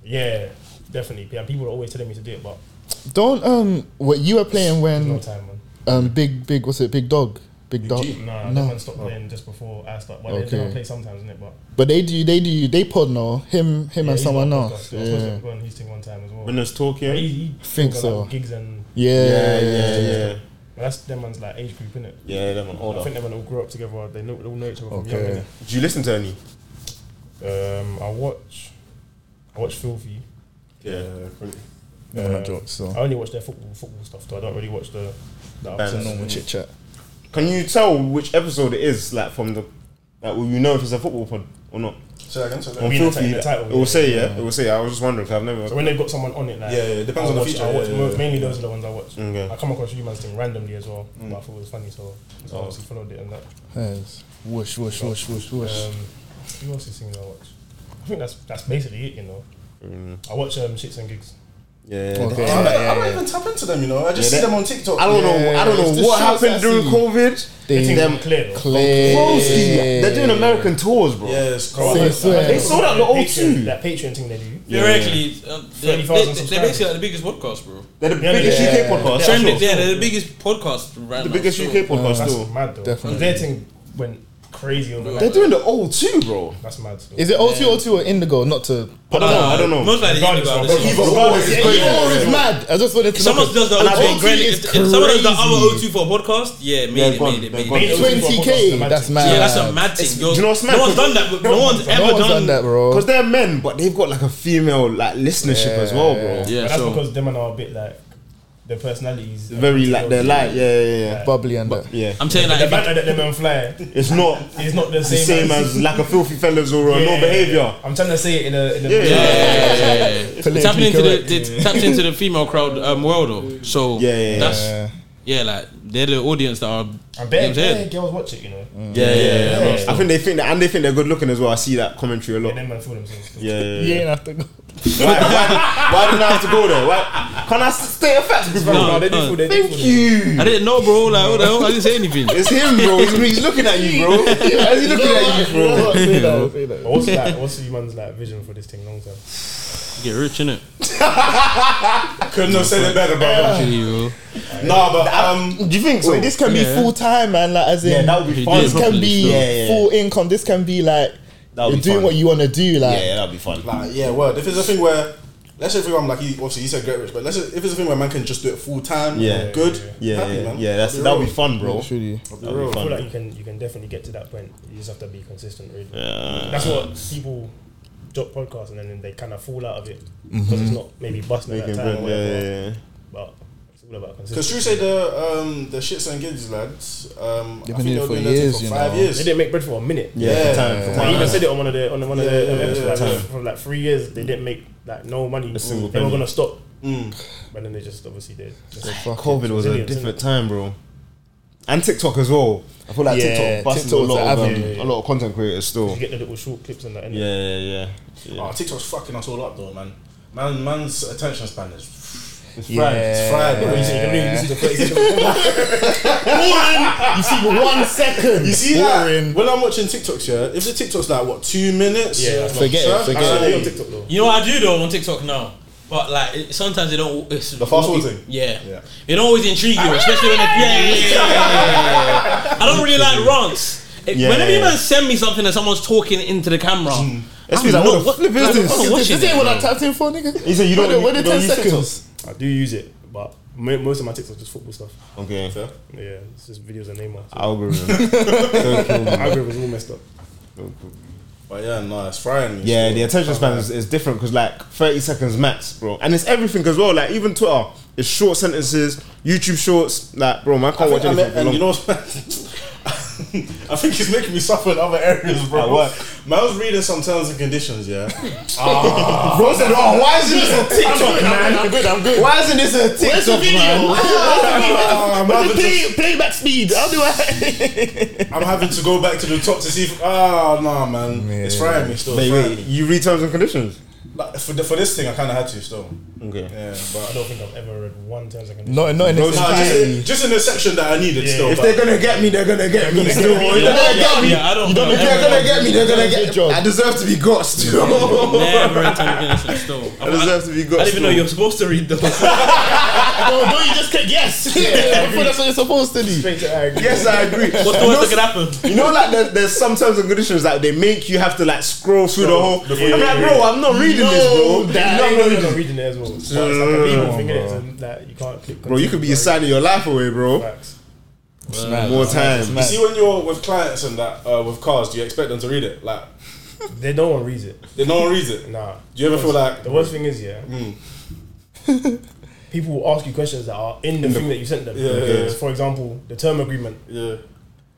yeah, definitely. Yeah, people are always telling me to do it, but
[LAUGHS] Don't um, what you were playing
no
when
time, man.
um, big big what's it, big dog, big dog.
Oh, Nah, that
No.
man stopped playing just before I stopped. But they, they
Okay.
don't play sometimes, innit? But
But they do, they do, they pod now. Him, him,
yeah,
and
he's got a
someone else.
podcast. I was supposed to
Yeah.
go on his thing one time as well.
When there's Tokyo.
But
Yeah,
he, he
Think
got, like,
so.
gigs and
Yeah,
yeah, yeah, yeah.
But that's them man's like age group, innit?
Yeah, them and
I
older.
think them man all grew up together. They know, they all know each other.
Okay.
Do you listen to any?
From young, innit? um, I watch, I watch Filthy. Um,
Yeah.
No, not jokes. So.
I only watch their football football stuff. though. I don't really watch the. the other
Bands.
stuff.
Normal chit chat.
Can you tell which episode it is? Like from the, like will you know if it's a football pod? or not?
Say that again. Say that
On
again.
mean the ti-
filthy,
the title,
it will
yeah.
say yeah. It will say. I was just wondering because I've never.
So when they've got someone on it, like
Yeah, yeah, it depends
I
on the
watch,
feature,
I watch,
yeah, yeah, Mm. yeah.
mainly those are the ones I watch.
Okay.
I come across Human's thing randomly as well, but I thought it was funny, so, so
Oh.
I obviously followed it and that.
Yes. Whoosh, whoosh, whoosh, whoosh, whoosh.
Um, who else is singing I watch? I think that's that's basically it, you know.
Mm.
I watch um, shits and gigs.
Yeah.
okay.
I, don't- I
yeah,
don't
yeah, yeah.
even tap into them, you know. I just
Yeah,
see
that-
them on TikTok.
I don't know.
Yeah,
I don't
it's
know
the
what
shots
happened
I
during
see.
COVID.
They
They-
think
Them
them clear though.
Clear.
Broski, they're doing American tours, bro.
Yeah, it's
Bro, I
Say
know-
crazy.
swear.
they
sold out the old two.
Patreon, that Patreon thing they do.
Theoretically, uh, they're,
30,000
they're, they're
subscribers.
basically like the biggest podcast, bro.
They're the
Yeah,
biggest
yeah,
UK
yeah. Oh,
podcast.
Same
still.
thing, yeah, they're the biggest podcast right
The
now,
biggest
so-
UK podcast
That's
still.
mad though.
Definitely.
Their thing went crazy over
They're
that.
doing the old too, bro.
That's mad. Still.
Is it O2 O2 or Indigo? Not to.
I
uh,
don't know. I don't know.
Most likely,
Regardless
Indigo,
of-
this is-
Either one is
Yeah,
crazy.
Indigo is mad. I just wanted to.
if someone does the
And I
O2
think
and Granny,
it's
if, if someone does the other
crazy.
O2 for a podcast, yeah, made
They're
it,
gone,
made
they're
it, made it.
gone.
Made it.
20k. That's mad.
Yeah, that's a mad thing. Yo,
do you know what's mad?
No one's
'Cause-
done that. No one's
No
ever
one's done that, bro.
Because they're men, but they've got like a female like listenership as well, bro.
But
Yeah,
that's
so
because them and are a bit like their personalities.
Very like they're light. Yeah, yeah, yeah.
Bubbly and that.
Yeah,
I'm saying that.
The
if you-
banter that them men fly
it's not
is not the
the
same,
same as like a filthy fellas or a
Yeah,
no
yeah,
behavior.
yeah. I'm trying to say it in a in a
Yeah,
Yeah,
yeah,
yeah, yeah, [LAUGHS] yeah, yeah.
Politically
Tapping into the,
correct.
the tapped into the female crowd um, world though. So
Yeah, yeah, yeah.
that's
Yeah.
yeah, like they're the audience that are.
I
you know what
bet
I'm
yeah,
saying?
girls watch it, you know. And
yeah, yeah,
yeah,
I think they think that, and they think they're good looking as well. I see that commentary a lot.
them men feel themselves.
Yeah, yeah, yeah.
You ain't have to go.
why, why, why didn't I have to go there? Why, can I stay a fact?
No,
bro?
they do
feel- they
Thank you.
I didn't know, bro. Like, what the hell? I didn't say [LAUGHS] anything.
It's him, bro. He's, he's looking at you, bro. Why is he looking at you, bro?
Say that, say that.
But what's like what's your man's like vision for this thing long term?
Get rich, innit?
Couldn't have said it better, bro.
You
Nah, but um,
Do you think so?
This can be
Yeah.
full time, man. Like as in,
would
He
this
did.
can be
Yeah, yeah, yeah.
full income. This can be like
That would
you're
be
doing
fun.
what you want to do. Like
Yeah, yeah, that'd be fun.
like yeah, word. If it's a thing where, let's say for example, like he obviously he said get rich, but let's say if it's a thing where man can just do it full time,
Yeah.
good,
Yeah,
happy,
yeah,
man.
yeah. That's
I'll
that'd be
real.
fun, bro.
truly.
That'd be
I feel like
fun.
you can you can definitely get to that point. You just have to be consistent, really. That's what people drop podcasts and then they kind of fall out of it
Mm-hmm.
because it's not maybe busting at that
Making
time.
bread.
or
Yeah,
whatever.
yeah, yeah.
But it's all about
Because
consistency.
true say the um the shits and gigs lads, um,
They've been
I think they
here
were
for
doing that
years,
for
you
five
know.
years.
They didn't make bread for a minute.
Yeah,
Yeah.
for time, for
Yeah.
They
time.
even said it on one of the on one of the
Yeah, yeah,
episodes,
yeah.
like, for like three years they didn't make like no money.
single
they were
penny. Mm.
gonna stop, but then they just obviously did.
COVID was a
Resilience,
different time, bro. And TikTok as well. I feel like
Yeah,
TikTok busted a
TikTok's
lot of
an
um,
avenue.
a lot of content creators still.
You get the little short clips and that. innit?
Yeah, yeah, yeah. yeah.
Oh, TikTok's fucking us all up though, man. Man, man's attention span is it's fried.
Yeah.
It's fried, bro.
You see, you can really listen to 30
[LAUGHS]
seconds.
You see, [LAUGHS] one second.
You see
Boring.
that? When I'm watching TikToks, yeah, if the TikTok's like what two minutes,
Yeah,
Like, Uh,
forget it,
sir,
forget
I-
They on TikTok though.
know what I do though on TikTok now, but like it, sometimes they don't. It's the
fast forward thing?
Yeah.
Yeah.
It don't always intrigue you, especially when it, yeah, yeah, yeah, yeah, yeah. I don't really like rants. It-
Yeah,
Whenever
yeah,
you man
yeah.
send me something and someone's talking into the camera,
Let's
I'm
be like,
not-
what the flip is
I'm
this?
not
Is
watching
This ain't
it,
what
bro.
I tapped in for, nigga.
He said you don't.
Where the- where the
you don't
10
use TikTok.
seconds?
I do use it, but mo- most of my TikToks is football stuff.
Okay.
Yeah, it's just videos and Neymar. So
Algorithm. Don't kill me.
algorithm's all messed up.
But yeah, no, it's frying me.
Yeah,
still.
the attention span is, is different because like thirty seconds max, bro, and it's everything as well. Like even Twitter, it's short sentences, YouTube shorts. Like, bro, man, I can't
I
watch
think- I
anything
mean,
for
and
long.
you know, [LAUGHS] I think it's making me suffer in other areas, bro.
Like what?
Man, I was reading some terms and conditions, yeah.
bro said, "Oh, why isn't [LAUGHS] this a TikTok, man?
[LAUGHS] I'm good. I'm good.
Why isn't this a
Where's the
TikTok,
video?
man?"
Oh, I'm,
Where's
having
the
[LAUGHS]
play,
to,
playback speed? How do I?
I'm having to go back to the top to see. If, ah, nah, man, it's frying me still. it's
Wait,
frying
wait,
me.
you read terms and conditions?
Like, for, the, for this thing, I kind of had to still.
Okay.
Yeah,
I
but
don't think I've ever read one terms and conditions.
Not, not in this
Nah, just,
entirety.
in, just in the section that I needed still.
If
but-
they're gonna get me, they're gonna get me. Still, If they're gonna get me.
Yeah, I don't.
You don't
know.
look
They're
Everyone-
gonna get me. They're gonna get me. I deserve to be got still.
Never in time again, it's still. I,
I deserve to be got.
I didn't even know you were supposed to read those.
No, don't you just click yes? [LAUGHS] Yeah, that's what you're supposed to do.
Yes, I agree.
What's the worst that could happen?
You know, like there, there's some terms and conditions that they make you have to like scroll through the whole. I'm like, bro, I'm not reading this, bro.
I
I'm not
ain't gonna
reading
be
this.
reading it as well. But it's like a legal thing, innit? So that you can't click.
Bro, you could be signing your life away, bro.
Facts.
More time.
You see, when you're with clients and that uh, with cars, do you expect them to read it? Like,
They no one reads it.
they no one reads it.
Nah.
Do you ever feel like
The worst thing is, yeah. [LAUGHS] people will ask you questions that are in the thing that you sent them.
Yeah, yeah, yeah.
For example, the term agreement.
yeah,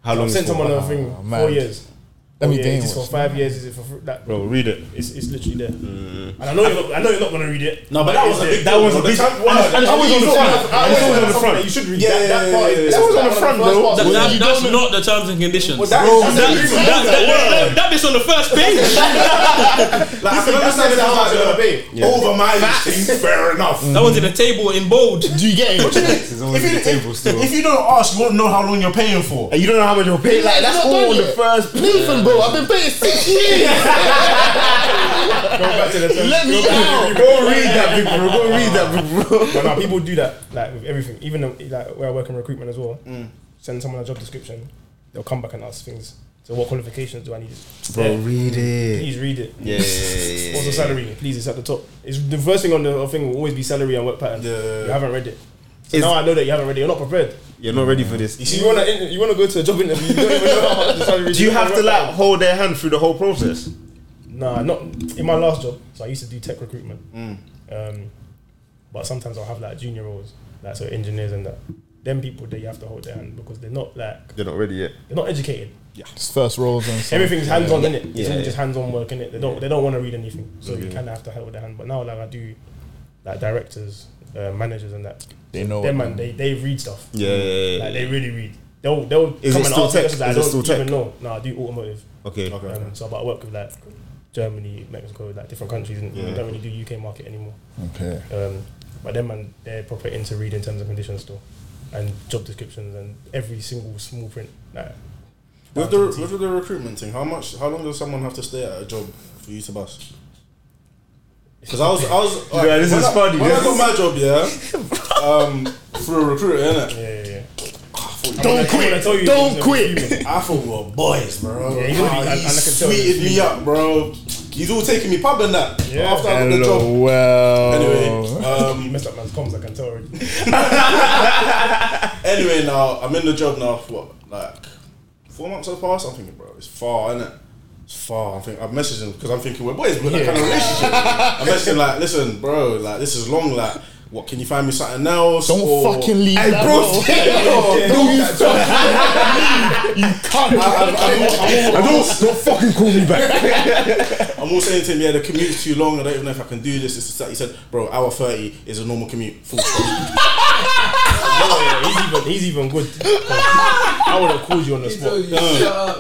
How long?
I
is
sent
for?
someone a thing
Oh, man.
four years.
Let me
yeah,
Dane
is this for
was.
five years? Is it for fr- like,
Bro, read it.
It's, it's literally there. And I know you're not, I know you're not gonna read it.
No, but that
it's
was a
there.
big
that
deal,
was a
bro.
big.
The
And,
time-
and,
Wow,
it's always on the front. And it's always on the front.
You should read
Yeah,
that.
yeah,
that part
yeah,
is.
yeah.
That was on the
That
front, bro.
one on the first
That,
part.
that, that's not the terms and conditions.
Well,
that,
that- that's
that, that,
the reason.
that, that, that bit's on the first page.
Like, I can understand if I was like, uh, over my thing, fair enough.
Mm.
that one's in a table in bold.
Do you get it?
It's always on the table
[LAUGHS]
still.
If you don't ask, you won't know how long you're paying for.
And you don't know how much you're paying. Like that's
Not
all
done
on the
yet.
first.
Nathan, bro, I've been paying six years. Let me out.
Go read that, big bro. Go read that, big bro.
but no, people do that like with everything. Even though, like where I work in recruitment as well. Send someone a job description, they'll come back and ask things. So what qualifications do I need?
Bro,
Yeah.
read it.
Please read it.
Yeah, yeah, yeah, yeah,
What's
yeah.
the salary? Please, it's at the top. It's the first thing on the thing will always be salary and work pattern.
Yeah, yeah, yeah.
You haven't read it. So
Is-
now I know that you haven't read it. You're not prepared.
You're not ready for this.
You wanna in- you wanna go to a job interview. You don't even know how much the
[LAUGHS]
salary.
Do you
is.
have to like hold their hand through the whole process?
Nah, not in my last job. So I used to do tech recruitment.
Mm.
Um, but sometimes I'll have like junior roles, like so engineers and that. Them people that you have to hold their hand because they're not like
They're not ready yet.
they're not educated.
It's first rolls and stuff.
Everything's hands on, innit? It's
Yeah, Mm-hmm.
all
yeah.
just hands on work, innit? They don't they don't want to read anything, so you kind of have to hold their hand. But now, like I do, like directors, uh, managers, and that.
They know
Them
what-
man, they they read stuff.
Yeah, yeah, yeah, yeah.
Like they really read. They'll they'll
Is
come
it
and
still
ask
tech?
questions that I
Is it
don't
still tech?
even know. No, I do automotive.
Okay. okay.
Um, so, but I work with like Germany, Mexico, like different countries, and we don't really do UK market anymore.
Okay.
Um, but them man, they're proper into reading terms and conditions still, and job descriptions and every single small print. Like,
With the with the recruitment thing, how much how long does someone have to stay at a job for you to bust? Because I was I was like,
[LAUGHS] Yeah, this
when
is
I,
funny.
When
This
I got my job, yeah,
[LAUGHS]
um, through a recruiter, innit? Ah,
yeah, yeah, yeah.
Don't
quit! Tell you
Don't
things,
quit.
I'm human.
I thought we were boys, bro.
Yeah, he's gonna be-
Ah,
and-
he
and I can tell he's
sweeted me up, bro. He's all taking me pub and that
Yeah.
after I got the
Hello,
job.
well.
Anyway,
You
um,
messed up man's comms. I can tell already. [LAUGHS]
anyway, now I'm in the job now for what, like four months have passed. I'm thinking, bro, it's far, innit? It's far. I'm thinking, I'm messaging because I'm thinking we're boys, we're that kind of relationship. I'm messaging like, listen, bro, like this is long, like. What can you find me something else?
Don't
Or-
fucking leave.
Hey,
that
bro,
[LAUGHS]
role.
stay there.
[LAUGHS] Don't you fucking
I, I'm, I'm, I'm, I'm, all,
Don't fucking call me
[LAUGHS]
back.
I'm all saying to him, yeah, the commute's too long. I don't even know if I can do this. This is that. He said, bro, hour thirty is a normal commute. Full stop.
[LAUGHS]
Yeah, he's even he's even good. I would have called you on the spot.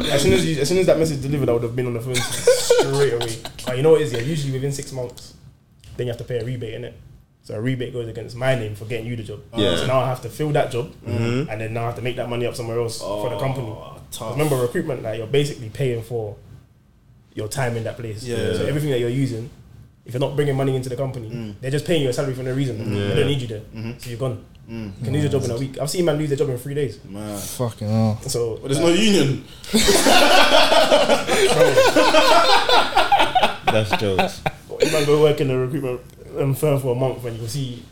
As soon as you, as soon as that message delivered, I would have been on the phone straight away. But you know what it is? Yeah, usually within six months, then you have to pay a rebate in it. So a rebate goes against my name for getting you the job.
Yeah.
So now I have to fill that job, and then now I have to make that money up somewhere else for the company.
tough.
Remember recruitment? Like you're basically paying for your time in that place.
Yeah.
So everything that you're using, if you're not bringing money into the company,
Mm.
they're just paying you a salary for no reason. They don't need you there,
Mm-hmm.
so you're gone.
Mm.
You can lose your job in a week. I've seen man lose their job in three days.
Man.
Fucking hell.
So
But there's no union.
That's jokes.
You might go work in a recruitment um, firm for a month and you will see.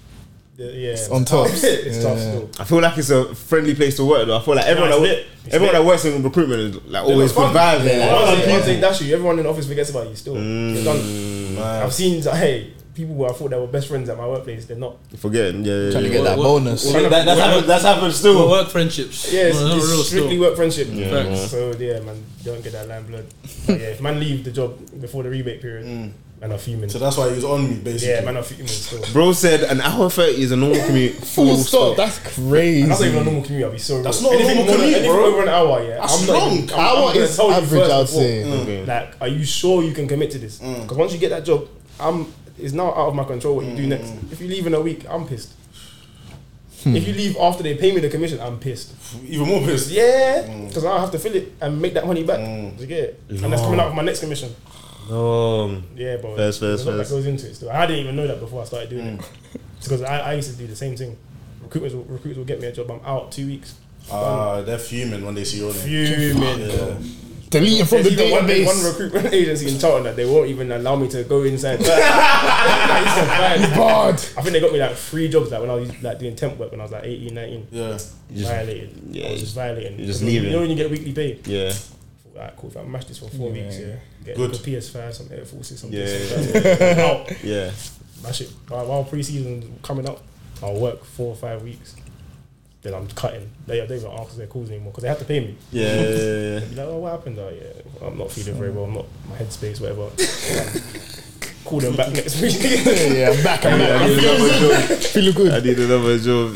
The, yeah, it's
on top.
Tough. [LAUGHS] it's tough
Yeah.
still.
I feel like it's a friendly place to work though. I feel like everyone
No, it's
that
lit.
wo-
It's
everyone
lit.
that works in recruitment is like always good vibes.
Yeah.
Yeah.
Once they- once they dash you, everyone in the office forgets about you. Still, you're done.
Mm.
I've seen like, hey people who I thought they were best friends at my workplace, they're not.
Forgetting, yeah, yeah,
Trying to
yeah.
get that
Well,
bonus.
That, that's, happened, that's happened
Well,
still.
work friendships.
Yeah, it's,
Well,
it's
that's real
strictly
still.
work friendship.
Facts.
So yeah, man, don't get that line blood. But yeah, if man leave the job before the rebate period, man, are fuming.
Mm. So that's why he was on me, basically.
Yeah, man, are fuming still.
Bro said an hour thirty is a normal commute.
[LAUGHS] Full stop. That's
That's not even a
crazy.
normal commute. I'll be so.
That's
wrong.
not a normal
Anything more than-
commute,
anything
bro.
Over an hour, yeah.
That's Mm.
I'm not
long.
Even, I'm, I'm
Hour
gonna
is
tell you
average,
first
I'd
before.
say.
Okay.
Like, are you sure you can commit to this?
Mm.
Because once you get that job, I'm it's now out of my control what you
Mm.
do next. If you leave in a week, I'm pissed. If you leave after they pay me the commission, I'm pissed.
Even more pissed.
Yeah, because I have to fill it and make that money back. Do you get it? And that's coming out of my next commission.
Um,
Yeah, bro.
First,
there's
first,
a lot
first.
That goes into it. Still, I didn't even know that before I started doing it. Because I, I used to do the same thing. Recruiters, will- recruiters will get me a job. I'm out two weeks.
Ah, they're fuming when they see your name.
Fuming.
Yeah.
Deleting from the
There's even one, one
database.
recruitment [LAUGHS] agency in Charlton that they won't even allow me to go [LAUGHS] inside. I used to find-
Barred.
I think they got me like three jobs like when I was like doing temp work when I was like 18, 19.
Yeah.
violated.
yeah,
I was just violating.
you're just
Because You
leaving.
know when you get weekly pay?
yeah,
Thought, Alright, cool. If I mash this for four weeks, yeah. Get
Good.
Good. PS5, some Air Forces, some
Yeah,
this, some that. Out.
yeah.
Mash it. While, while preseason coming up, I'll work four or five weeks. then I'm cutting. They I don't even ask their calls anymore because they have to pay me.
Yeah, yeah, yeah, yeah.
Be like, oh, what happened? Oh, yeah, I'm not feeling very well. I'm not my headspace, whatever. Call them back next week.
[LAUGHS] yeah, I'm back. I'm
I
back.
need another job.
[LAUGHS] Feeling
I
good.
need another job.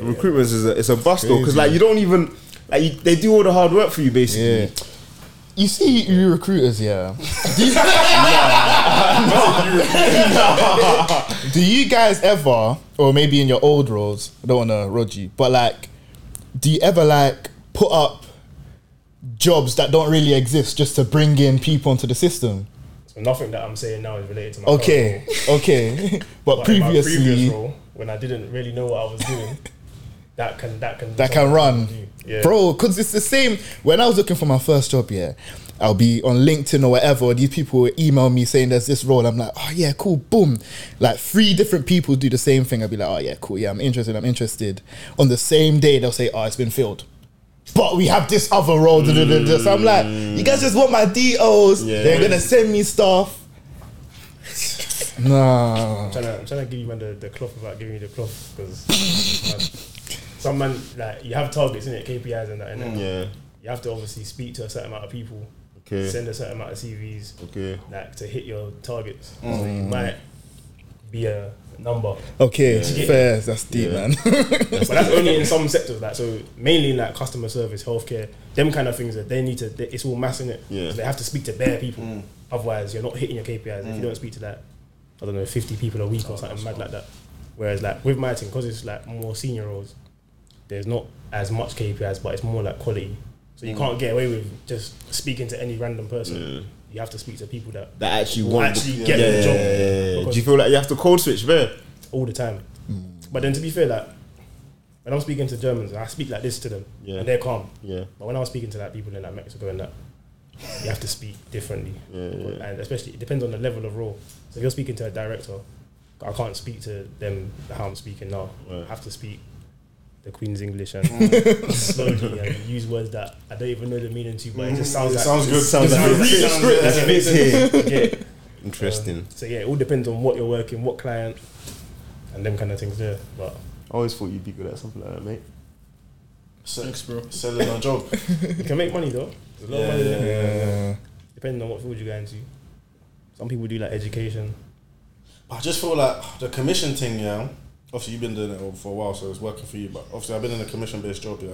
Recruitment is a, it's a bust though because like you don't even like you, they do all the hard work for you basically.
Yeah. You see, you recruiters, [LAUGHS]
[LAUGHS]
yeah. Do you guys ever, or maybe in your old roles, I don't want to rod you, but like, do you ever like put up jobs that don't really exist just to bring in people into the system?
So nothing that I'm saying now is related to my current role.
Okay,
[LAUGHS]
okay. But,
But in Oh. my
previously,
previous role, when I didn't really know what I was doing, that can that can
that can run,
Yeah.
bro. Because it's the same. When I was looking for my first job, yeah, I'll be on LinkedIn or whatever. These people will email me saying there's this role. I'm like, oh yeah, cool, boom. Like three different people do the same thing. I'll be like, oh yeah, cool, yeah, I'm interested, I'm interested. On the same day, they'll say, oh, it's been filled. But we have this other role. da, da, da, da. So I'm like, you guys just want my DOs.
Yeah.
They're gonna send me stuff. [LAUGHS] nah.
I'm trying, to, I'm trying to give you man the, the cloth without giving you the cloth [LAUGHS] because some man like you have targets in it, KPIs and that, and
Yeah.
you have to obviously speak to a certain amount of people,
Okay.
send a certain amount of CVs,
Okay. Mm.
like to hit your targets. So you might be a number,
Okay, fair. That's deep, man. [LAUGHS]
but that's only in some sectors. Like so, mainly in like customer service, healthcare, them kind of things that they need to. They, it's all mass in it.
Yeah.
So they have to speak to bare people. Otherwise, you're not hitting your KPIs if you don't speak to that. I don't know, 50 people a week or something mad like that. Whereas like with my team, because it's like more senior roles, there's not as much KPIs, but it's more like quality. So you can't get away with just speaking to any random person. You have to speak to people that
That actually
Will
want
actually get the job.
yeah. Do you feel like you have to code switch there?
all the time. But then to be fair, like when I'm speaking to Germans, I speak like this to them,
Yeah.
and they're calm.
Yeah.
But when I was speaking to like people in like Mexico and that, you have to speak differently, and especially it depends on the level of role. So if you're speaking to a director, I can't speak to them how I'm speaking now. I have to speak the Queen's
[LAUGHS]
English and slowly and use words that I don't even know the meaning to, but it just sounds
It
like
sounds good.
sounds like
It
a
sounds
script.
good.
That's a bit
yeah.
Interesting.
So yeah, it all depends on what you're working, what client, and them kind of things there. But
I always thought you'd be good at something like that, mate.
Thanks, bro. Selling our [LAUGHS] job.
You can make money though. There's a lot of money there. Depending on what field you go into. Some people do like education.
I just feel like the commission thing, yeah. Obviously, you've been doing it for a while, so it's working for you. But obviously, I've been in a commission-based job, yeah.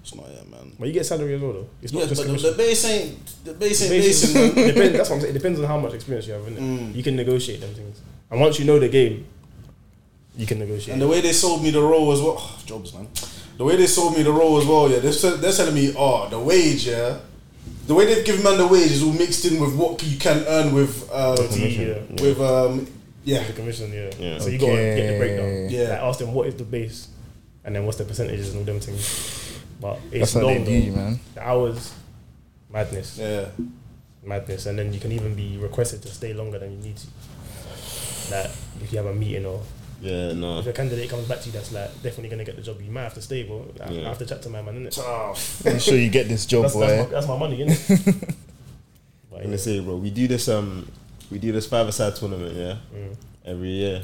It's not yet, man.
But you get salary as well though. It's not
Yeah, but
just
the,
commission.
the base ain't [LAUGHS] the base ain't
Basically,
basing, man.
depends, that's what I'm saying. It depends on how much experience you have, is
Mm.
You can negotiate them things. And once you know the game, you can negotiate.
And the way they sold me the role as well, [SIGHS] jobs, man. The way they sold me the role as well, yeah. They're, se- they're telling me, oh, the wage, yeah. The way they've given man the wage is all mixed in with what you can earn with, uh,
Commission, yeah.
with, um, yeah.
the commission, yeah. So you gotta get the breakdown.
Yeah.
Like, ask them what is the base and then what's the percentages and all them things. But
That's
it's
how they
long
do
though.
you, man.
The hours, madness.
Yeah,
madness, and then you can even be requested to stay longer than you need to. Like if you have a meeting or
Yeah, no.
if a candidate comes back to you that's like definitely gonna get the job, you might have to stay, bro. I, I
Yeah.
have to chat to my man, innit? [LAUGHS]
I'm sure you get this job,
That's, that's,
boy.
my, that's my money, innit?
I'm
but, yeah,
gonna say, bro, we do this um, we do this five side tournament, yeah,
Mm.
every year.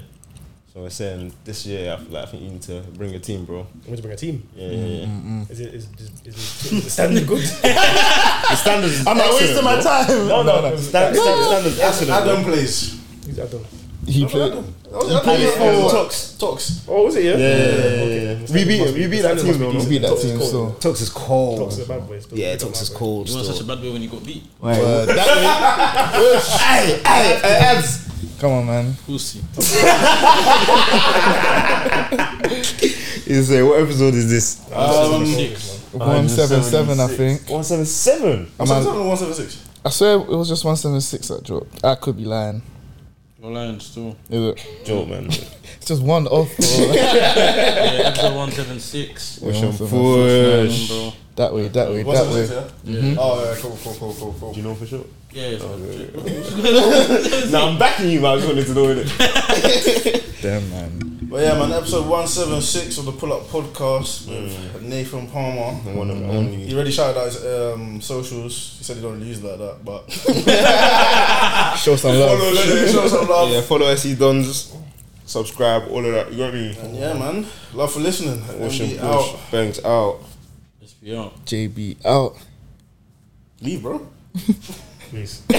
So I'm saying this year, I, feel like, I think you need to bring a team, bro.
I'm going to bring a team.
Yeah, yeah, yeah.
Is it is, is, is, is the standard good?
The standards.
I'm not wasting my time.
no, no, no.
Standard, standards, excellent.
Adam
Bro.
plays.
He's Adam.
He played.
Adam plays for Tox. Tox.
Oh, was it? Yeah.
Yeah, yeah, yeah, yeah. We beat him. We beat that team, bro.
He beat that team, so.
Tox is cold.
Tox is a bad boy. Still.
yeah,
He's a
Tox
bad
is
boy.
cold.
You weren't such a
Still.
bad boy when you got beat.
Uh, that
Hey, hey, hey, Abs.
way- Come on, man.
Pussy.
You say what episode is this?
Um,
Uh,
One seven seven, I think.
One seven seven.
I'm
Um,
at-
What's on 176?
I swear it was just one seven six that dropped. I could be lying.
You're lying still.
Is it?
Joke, man.
[LAUGHS] It's just one off. bro.
Yeah, episode 176.
Push and
seven,
push.
Bro.
that way, that way, that way.
176, yeah? Oh, yeah, cool, cool, cool, cool, cool.
Do you know for sure?
Yeah, yeah,
No, I'm backing you, man. I just wanted to know it.
Damn, man.
But yeah, man, episode 176 of the Pull Up Podcast with Nathan Palmer.
Mm. One and only.
He already shouted out his um, socials. He said he don't use it like that, but [LAUGHS]
Show some
follow,
love.
let him show some love.
Yeah, follow SE Dons. subscribe, all of that. You got me.
And yeah, man. Love for listening.
Wash
MB
and push.
out.
Bangs out.
Let's be out.
JB out.
Leave, bro.
Please.